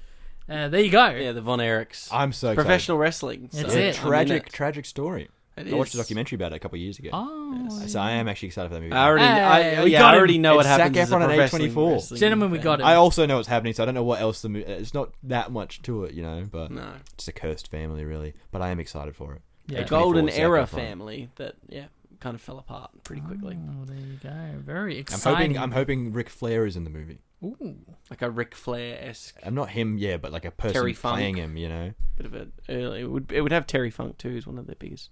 Speaker 2: uh, there you go.
Speaker 1: Yeah, the Von Erichs.
Speaker 3: I'm so excited.
Speaker 1: professional wrestling.
Speaker 2: That's
Speaker 1: so
Speaker 2: it.
Speaker 1: I'm in
Speaker 3: Tragic,
Speaker 1: it.
Speaker 3: tragic story.
Speaker 1: It
Speaker 3: I watched a
Speaker 1: is.
Speaker 3: documentary about it a couple of years ago.
Speaker 2: Oh,
Speaker 3: So I am actually excited for that movie.
Speaker 1: I already,
Speaker 2: Hey,
Speaker 1: I,
Speaker 2: we
Speaker 1: yeah,
Speaker 2: got
Speaker 1: I
Speaker 2: him.
Speaker 1: already know what
Speaker 3: It's Zac
Speaker 1: happens. as a
Speaker 3: Efron on
Speaker 1: professional
Speaker 3: A24.
Speaker 1: wrestling
Speaker 2: gentlemen, we
Speaker 1: fan.
Speaker 2: got it.
Speaker 3: I also know what's happening, so I don't know what else the mo- it's not that much to it, you know. But
Speaker 2: Mm.
Speaker 1: No,
Speaker 3: it's a cursed family, really. But I am excited for it.
Speaker 2: Yeah.
Speaker 1: the golden
Speaker 3: 24 Zac
Speaker 1: era
Speaker 3: Efron.
Speaker 1: family that yeah kind of fell apart pretty quickly,
Speaker 2: Oh, there you go. Very
Speaker 3: I'm
Speaker 2: exciting.
Speaker 3: hoping I'm hoping Ric Flair is in the movie.
Speaker 2: Ooh.
Speaker 1: like a Ric Flair esque
Speaker 3: I'm not him, yeah, but like a person
Speaker 1: Terry Funk.
Speaker 3: playing him, you know.
Speaker 1: bit of a. early- It would it would have Terry Funk too, who's one of their biggest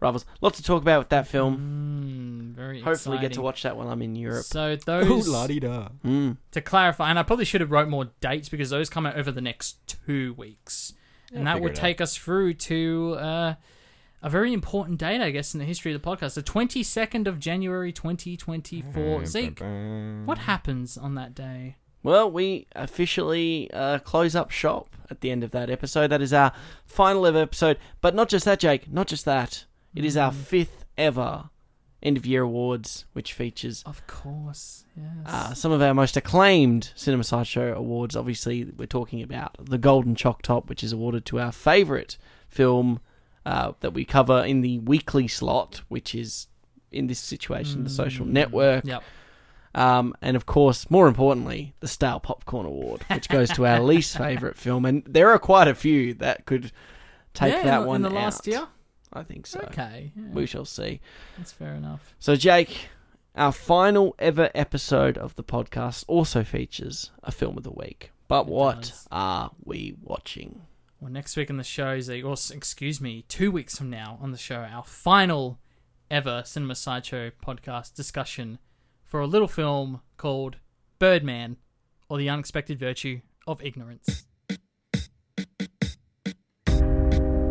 Speaker 1: rivals. Lots to talk about with that film.
Speaker 2: Mm, very
Speaker 1: Hopefully, get to
Speaker 2: exciting.
Speaker 1: watch that while I'm in Europe.
Speaker 2: So
Speaker 3: Oh,
Speaker 2: those
Speaker 3: la di da.
Speaker 1: Mm.
Speaker 2: to clarify, and I probably should have wrote more dates because those come out over the next two weeks, and that
Speaker 3: figure
Speaker 2: would
Speaker 3: it out.
Speaker 2: take us through to uh, a very important date, I guess, in the history of the podcast, the twenty second of January, twenty twenty
Speaker 3: Mm-hmm.
Speaker 2: four. Zeke, what happens on that day?
Speaker 1: Well, we officially uh, close up shop at the end of that episode. That is our final ever episode. But not just that, Jake, not just that. It is
Speaker 2: Mm.
Speaker 1: our fifth ever end of year awards, which features
Speaker 2: Of course, yes.
Speaker 3: Ah,
Speaker 1: uh, some of our most acclaimed Cinema Sideshow awards. Obviously, we're talking about the Golden Chalk Top, which is awarded to our favourite film uh, that we cover in the weekly slot, which is, in this situation, The Social
Speaker 2: Mm.
Speaker 1: Network.
Speaker 2: Yep.
Speaker 1: Um, and of course, more importantly, the Style Popcorn Award, which goes to our least favourite film. And there are quite a few that could take
Speaker 2: yeah, in
Speaker 1: that
Speaker 2: the-
Speaker 1: one
Speaker 2: in the
Speaker 1: out.
Speaker 2: last year.
Speaker 1: I think so.
Speaker 2: Okay, yeah,
Speaker 1: We shall see.
Speaker 2: that's fair enough.
Speaker 1: So, Jake, our final ever episode of the podcast also features a film of the week. But
Speaker 2: It
Speaker 1: what
Speaker 2: does.
Speaker 1: are we watching?
Speaker 2: Well, next week on the show is, a, or s- excuse me, two weeks from now on the show, our final ever Cinema Sideshow podcast discussion for a little film called Birdman or the Unexpected Virtue of Ignorance.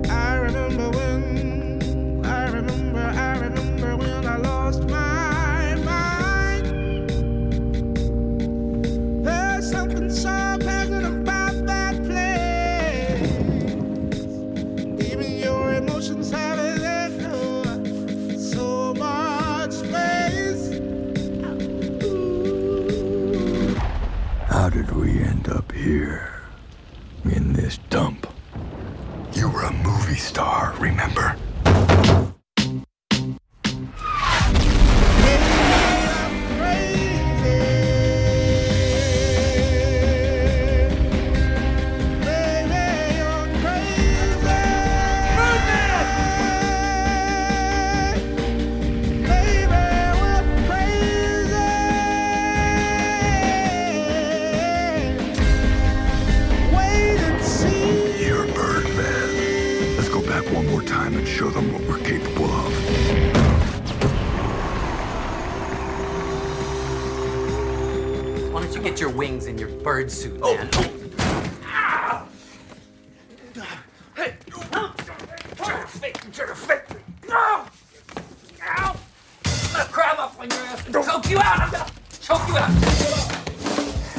Speaker 5: I remember when, I remember, I remember when I lost my mind. There's something so pleasant about that place. Even your emotions have an echo, so much space.
Speaker 6: How did we end up here? In this dump? You were a movie star, remember? You're Birdman. Let's go back one more time and show them what we're capable of.
Speaker 7: Why don't you get your wings and your bird suit, man?
Speaker 6: Hey! Terrific! Terrific! No!
Speaker 7: Ow! I'm gonna crab up on your ass and choke you out! I'm gonna choke you out!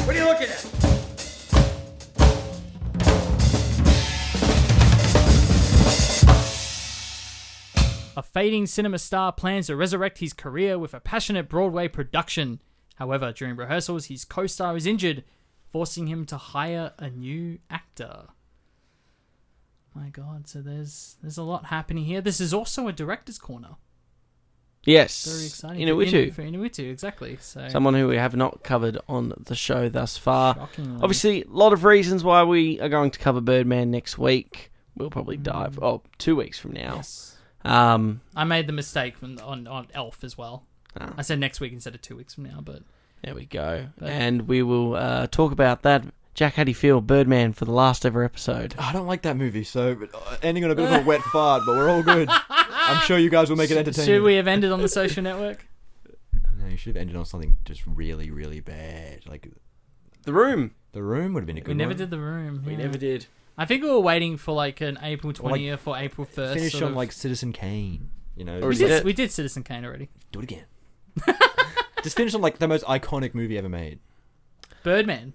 Speaker 7: What are you looking at?
Speaker 2: A fading cinema star plans to resurrect his career with a passionate Broadway production. However, during rehearsals, his co star is injured, forcing him to hire a new actor. My god, so there's there's a lot happening here. This is also a director's corner.
Speaker 1: Yes.
Speaker 2: Very exciting. for
Speaker 1: Inuitu.
Speaker 2: In- For Inuitu, exactly. So
Speaker 1: someone who we have not covered on the show thus far.
Speaker 2: Shockingly.
Speaker 1: Obviously, a lot of reasons why we are going to cover Birdman next week. We'll probably dive oh two weeks from now.
Speaker 2: Mm. Yes.
Speaker 1: Um,
Speaker 2: I made the mistake from, on, on Elf as well.
Speaker 1: Ah.
Speaker 2: I said next week instead of two weeks from now, but
Speaker 1: there we go, and we will uh, talk about that. Jack, how do you feel, Birdman, for the last ever episode?
Speaker 3: I don't like that movie, so uh, ending on a bit of a wet fart, but we're all good. I'm sure you guys will make it entertaining.
Speaker 2: should we have ended on the social network?
Speaker 3: No, you should have ended on something just really, really bad. Like
Speaker 1: The
Speaker 2: Mm.
Speaker 1: Room.
Speaker 3: the room would have been a good.
Speaker 2: We never
Speaker 3: one.
Speaker 2: did the room.
Speaker 1: We
Speaker 2: yeah.
Speaker 1: never did.
Speaker 2: I think we were waiting for like an April
Speaker 3: Or, like,
Speaker 2: twentieth or April first.
Speaker 3: finish on like Citizen Kane. You know,
Speaker 1: Or
Speaker 2: we
Speaker 1: is
Speaker 3: just
Speaker 1: it-
Speaker 2: did, we did Citizen Kane already.
Speaker 3: do it again. just finish on like the most iconic movie ever made.
Speaker 2: Birdman.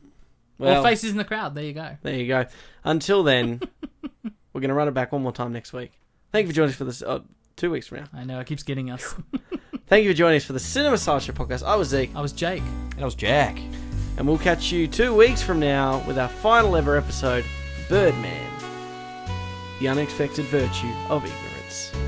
Speaker 1: Well,
Speaker 2: or Faces in the Crowd. There you go.
Speaker 1: there you go. Until then, we're going to run it back one more time next week. Thank you for joining us for this. Uh, Two weeks from now.
Speaker 2: I know, it keeps getting us.
Speaker 1: Thank you for joining us for the Cinema Side Show podcast. I was Zeke,
Speaker 2: I was Jake.
Speaker 3: And that was Jack.
Speaker 1: and we'll catch you two weeks from now with our final ever episode Birdman The Unexpected Virtue of Ignorance.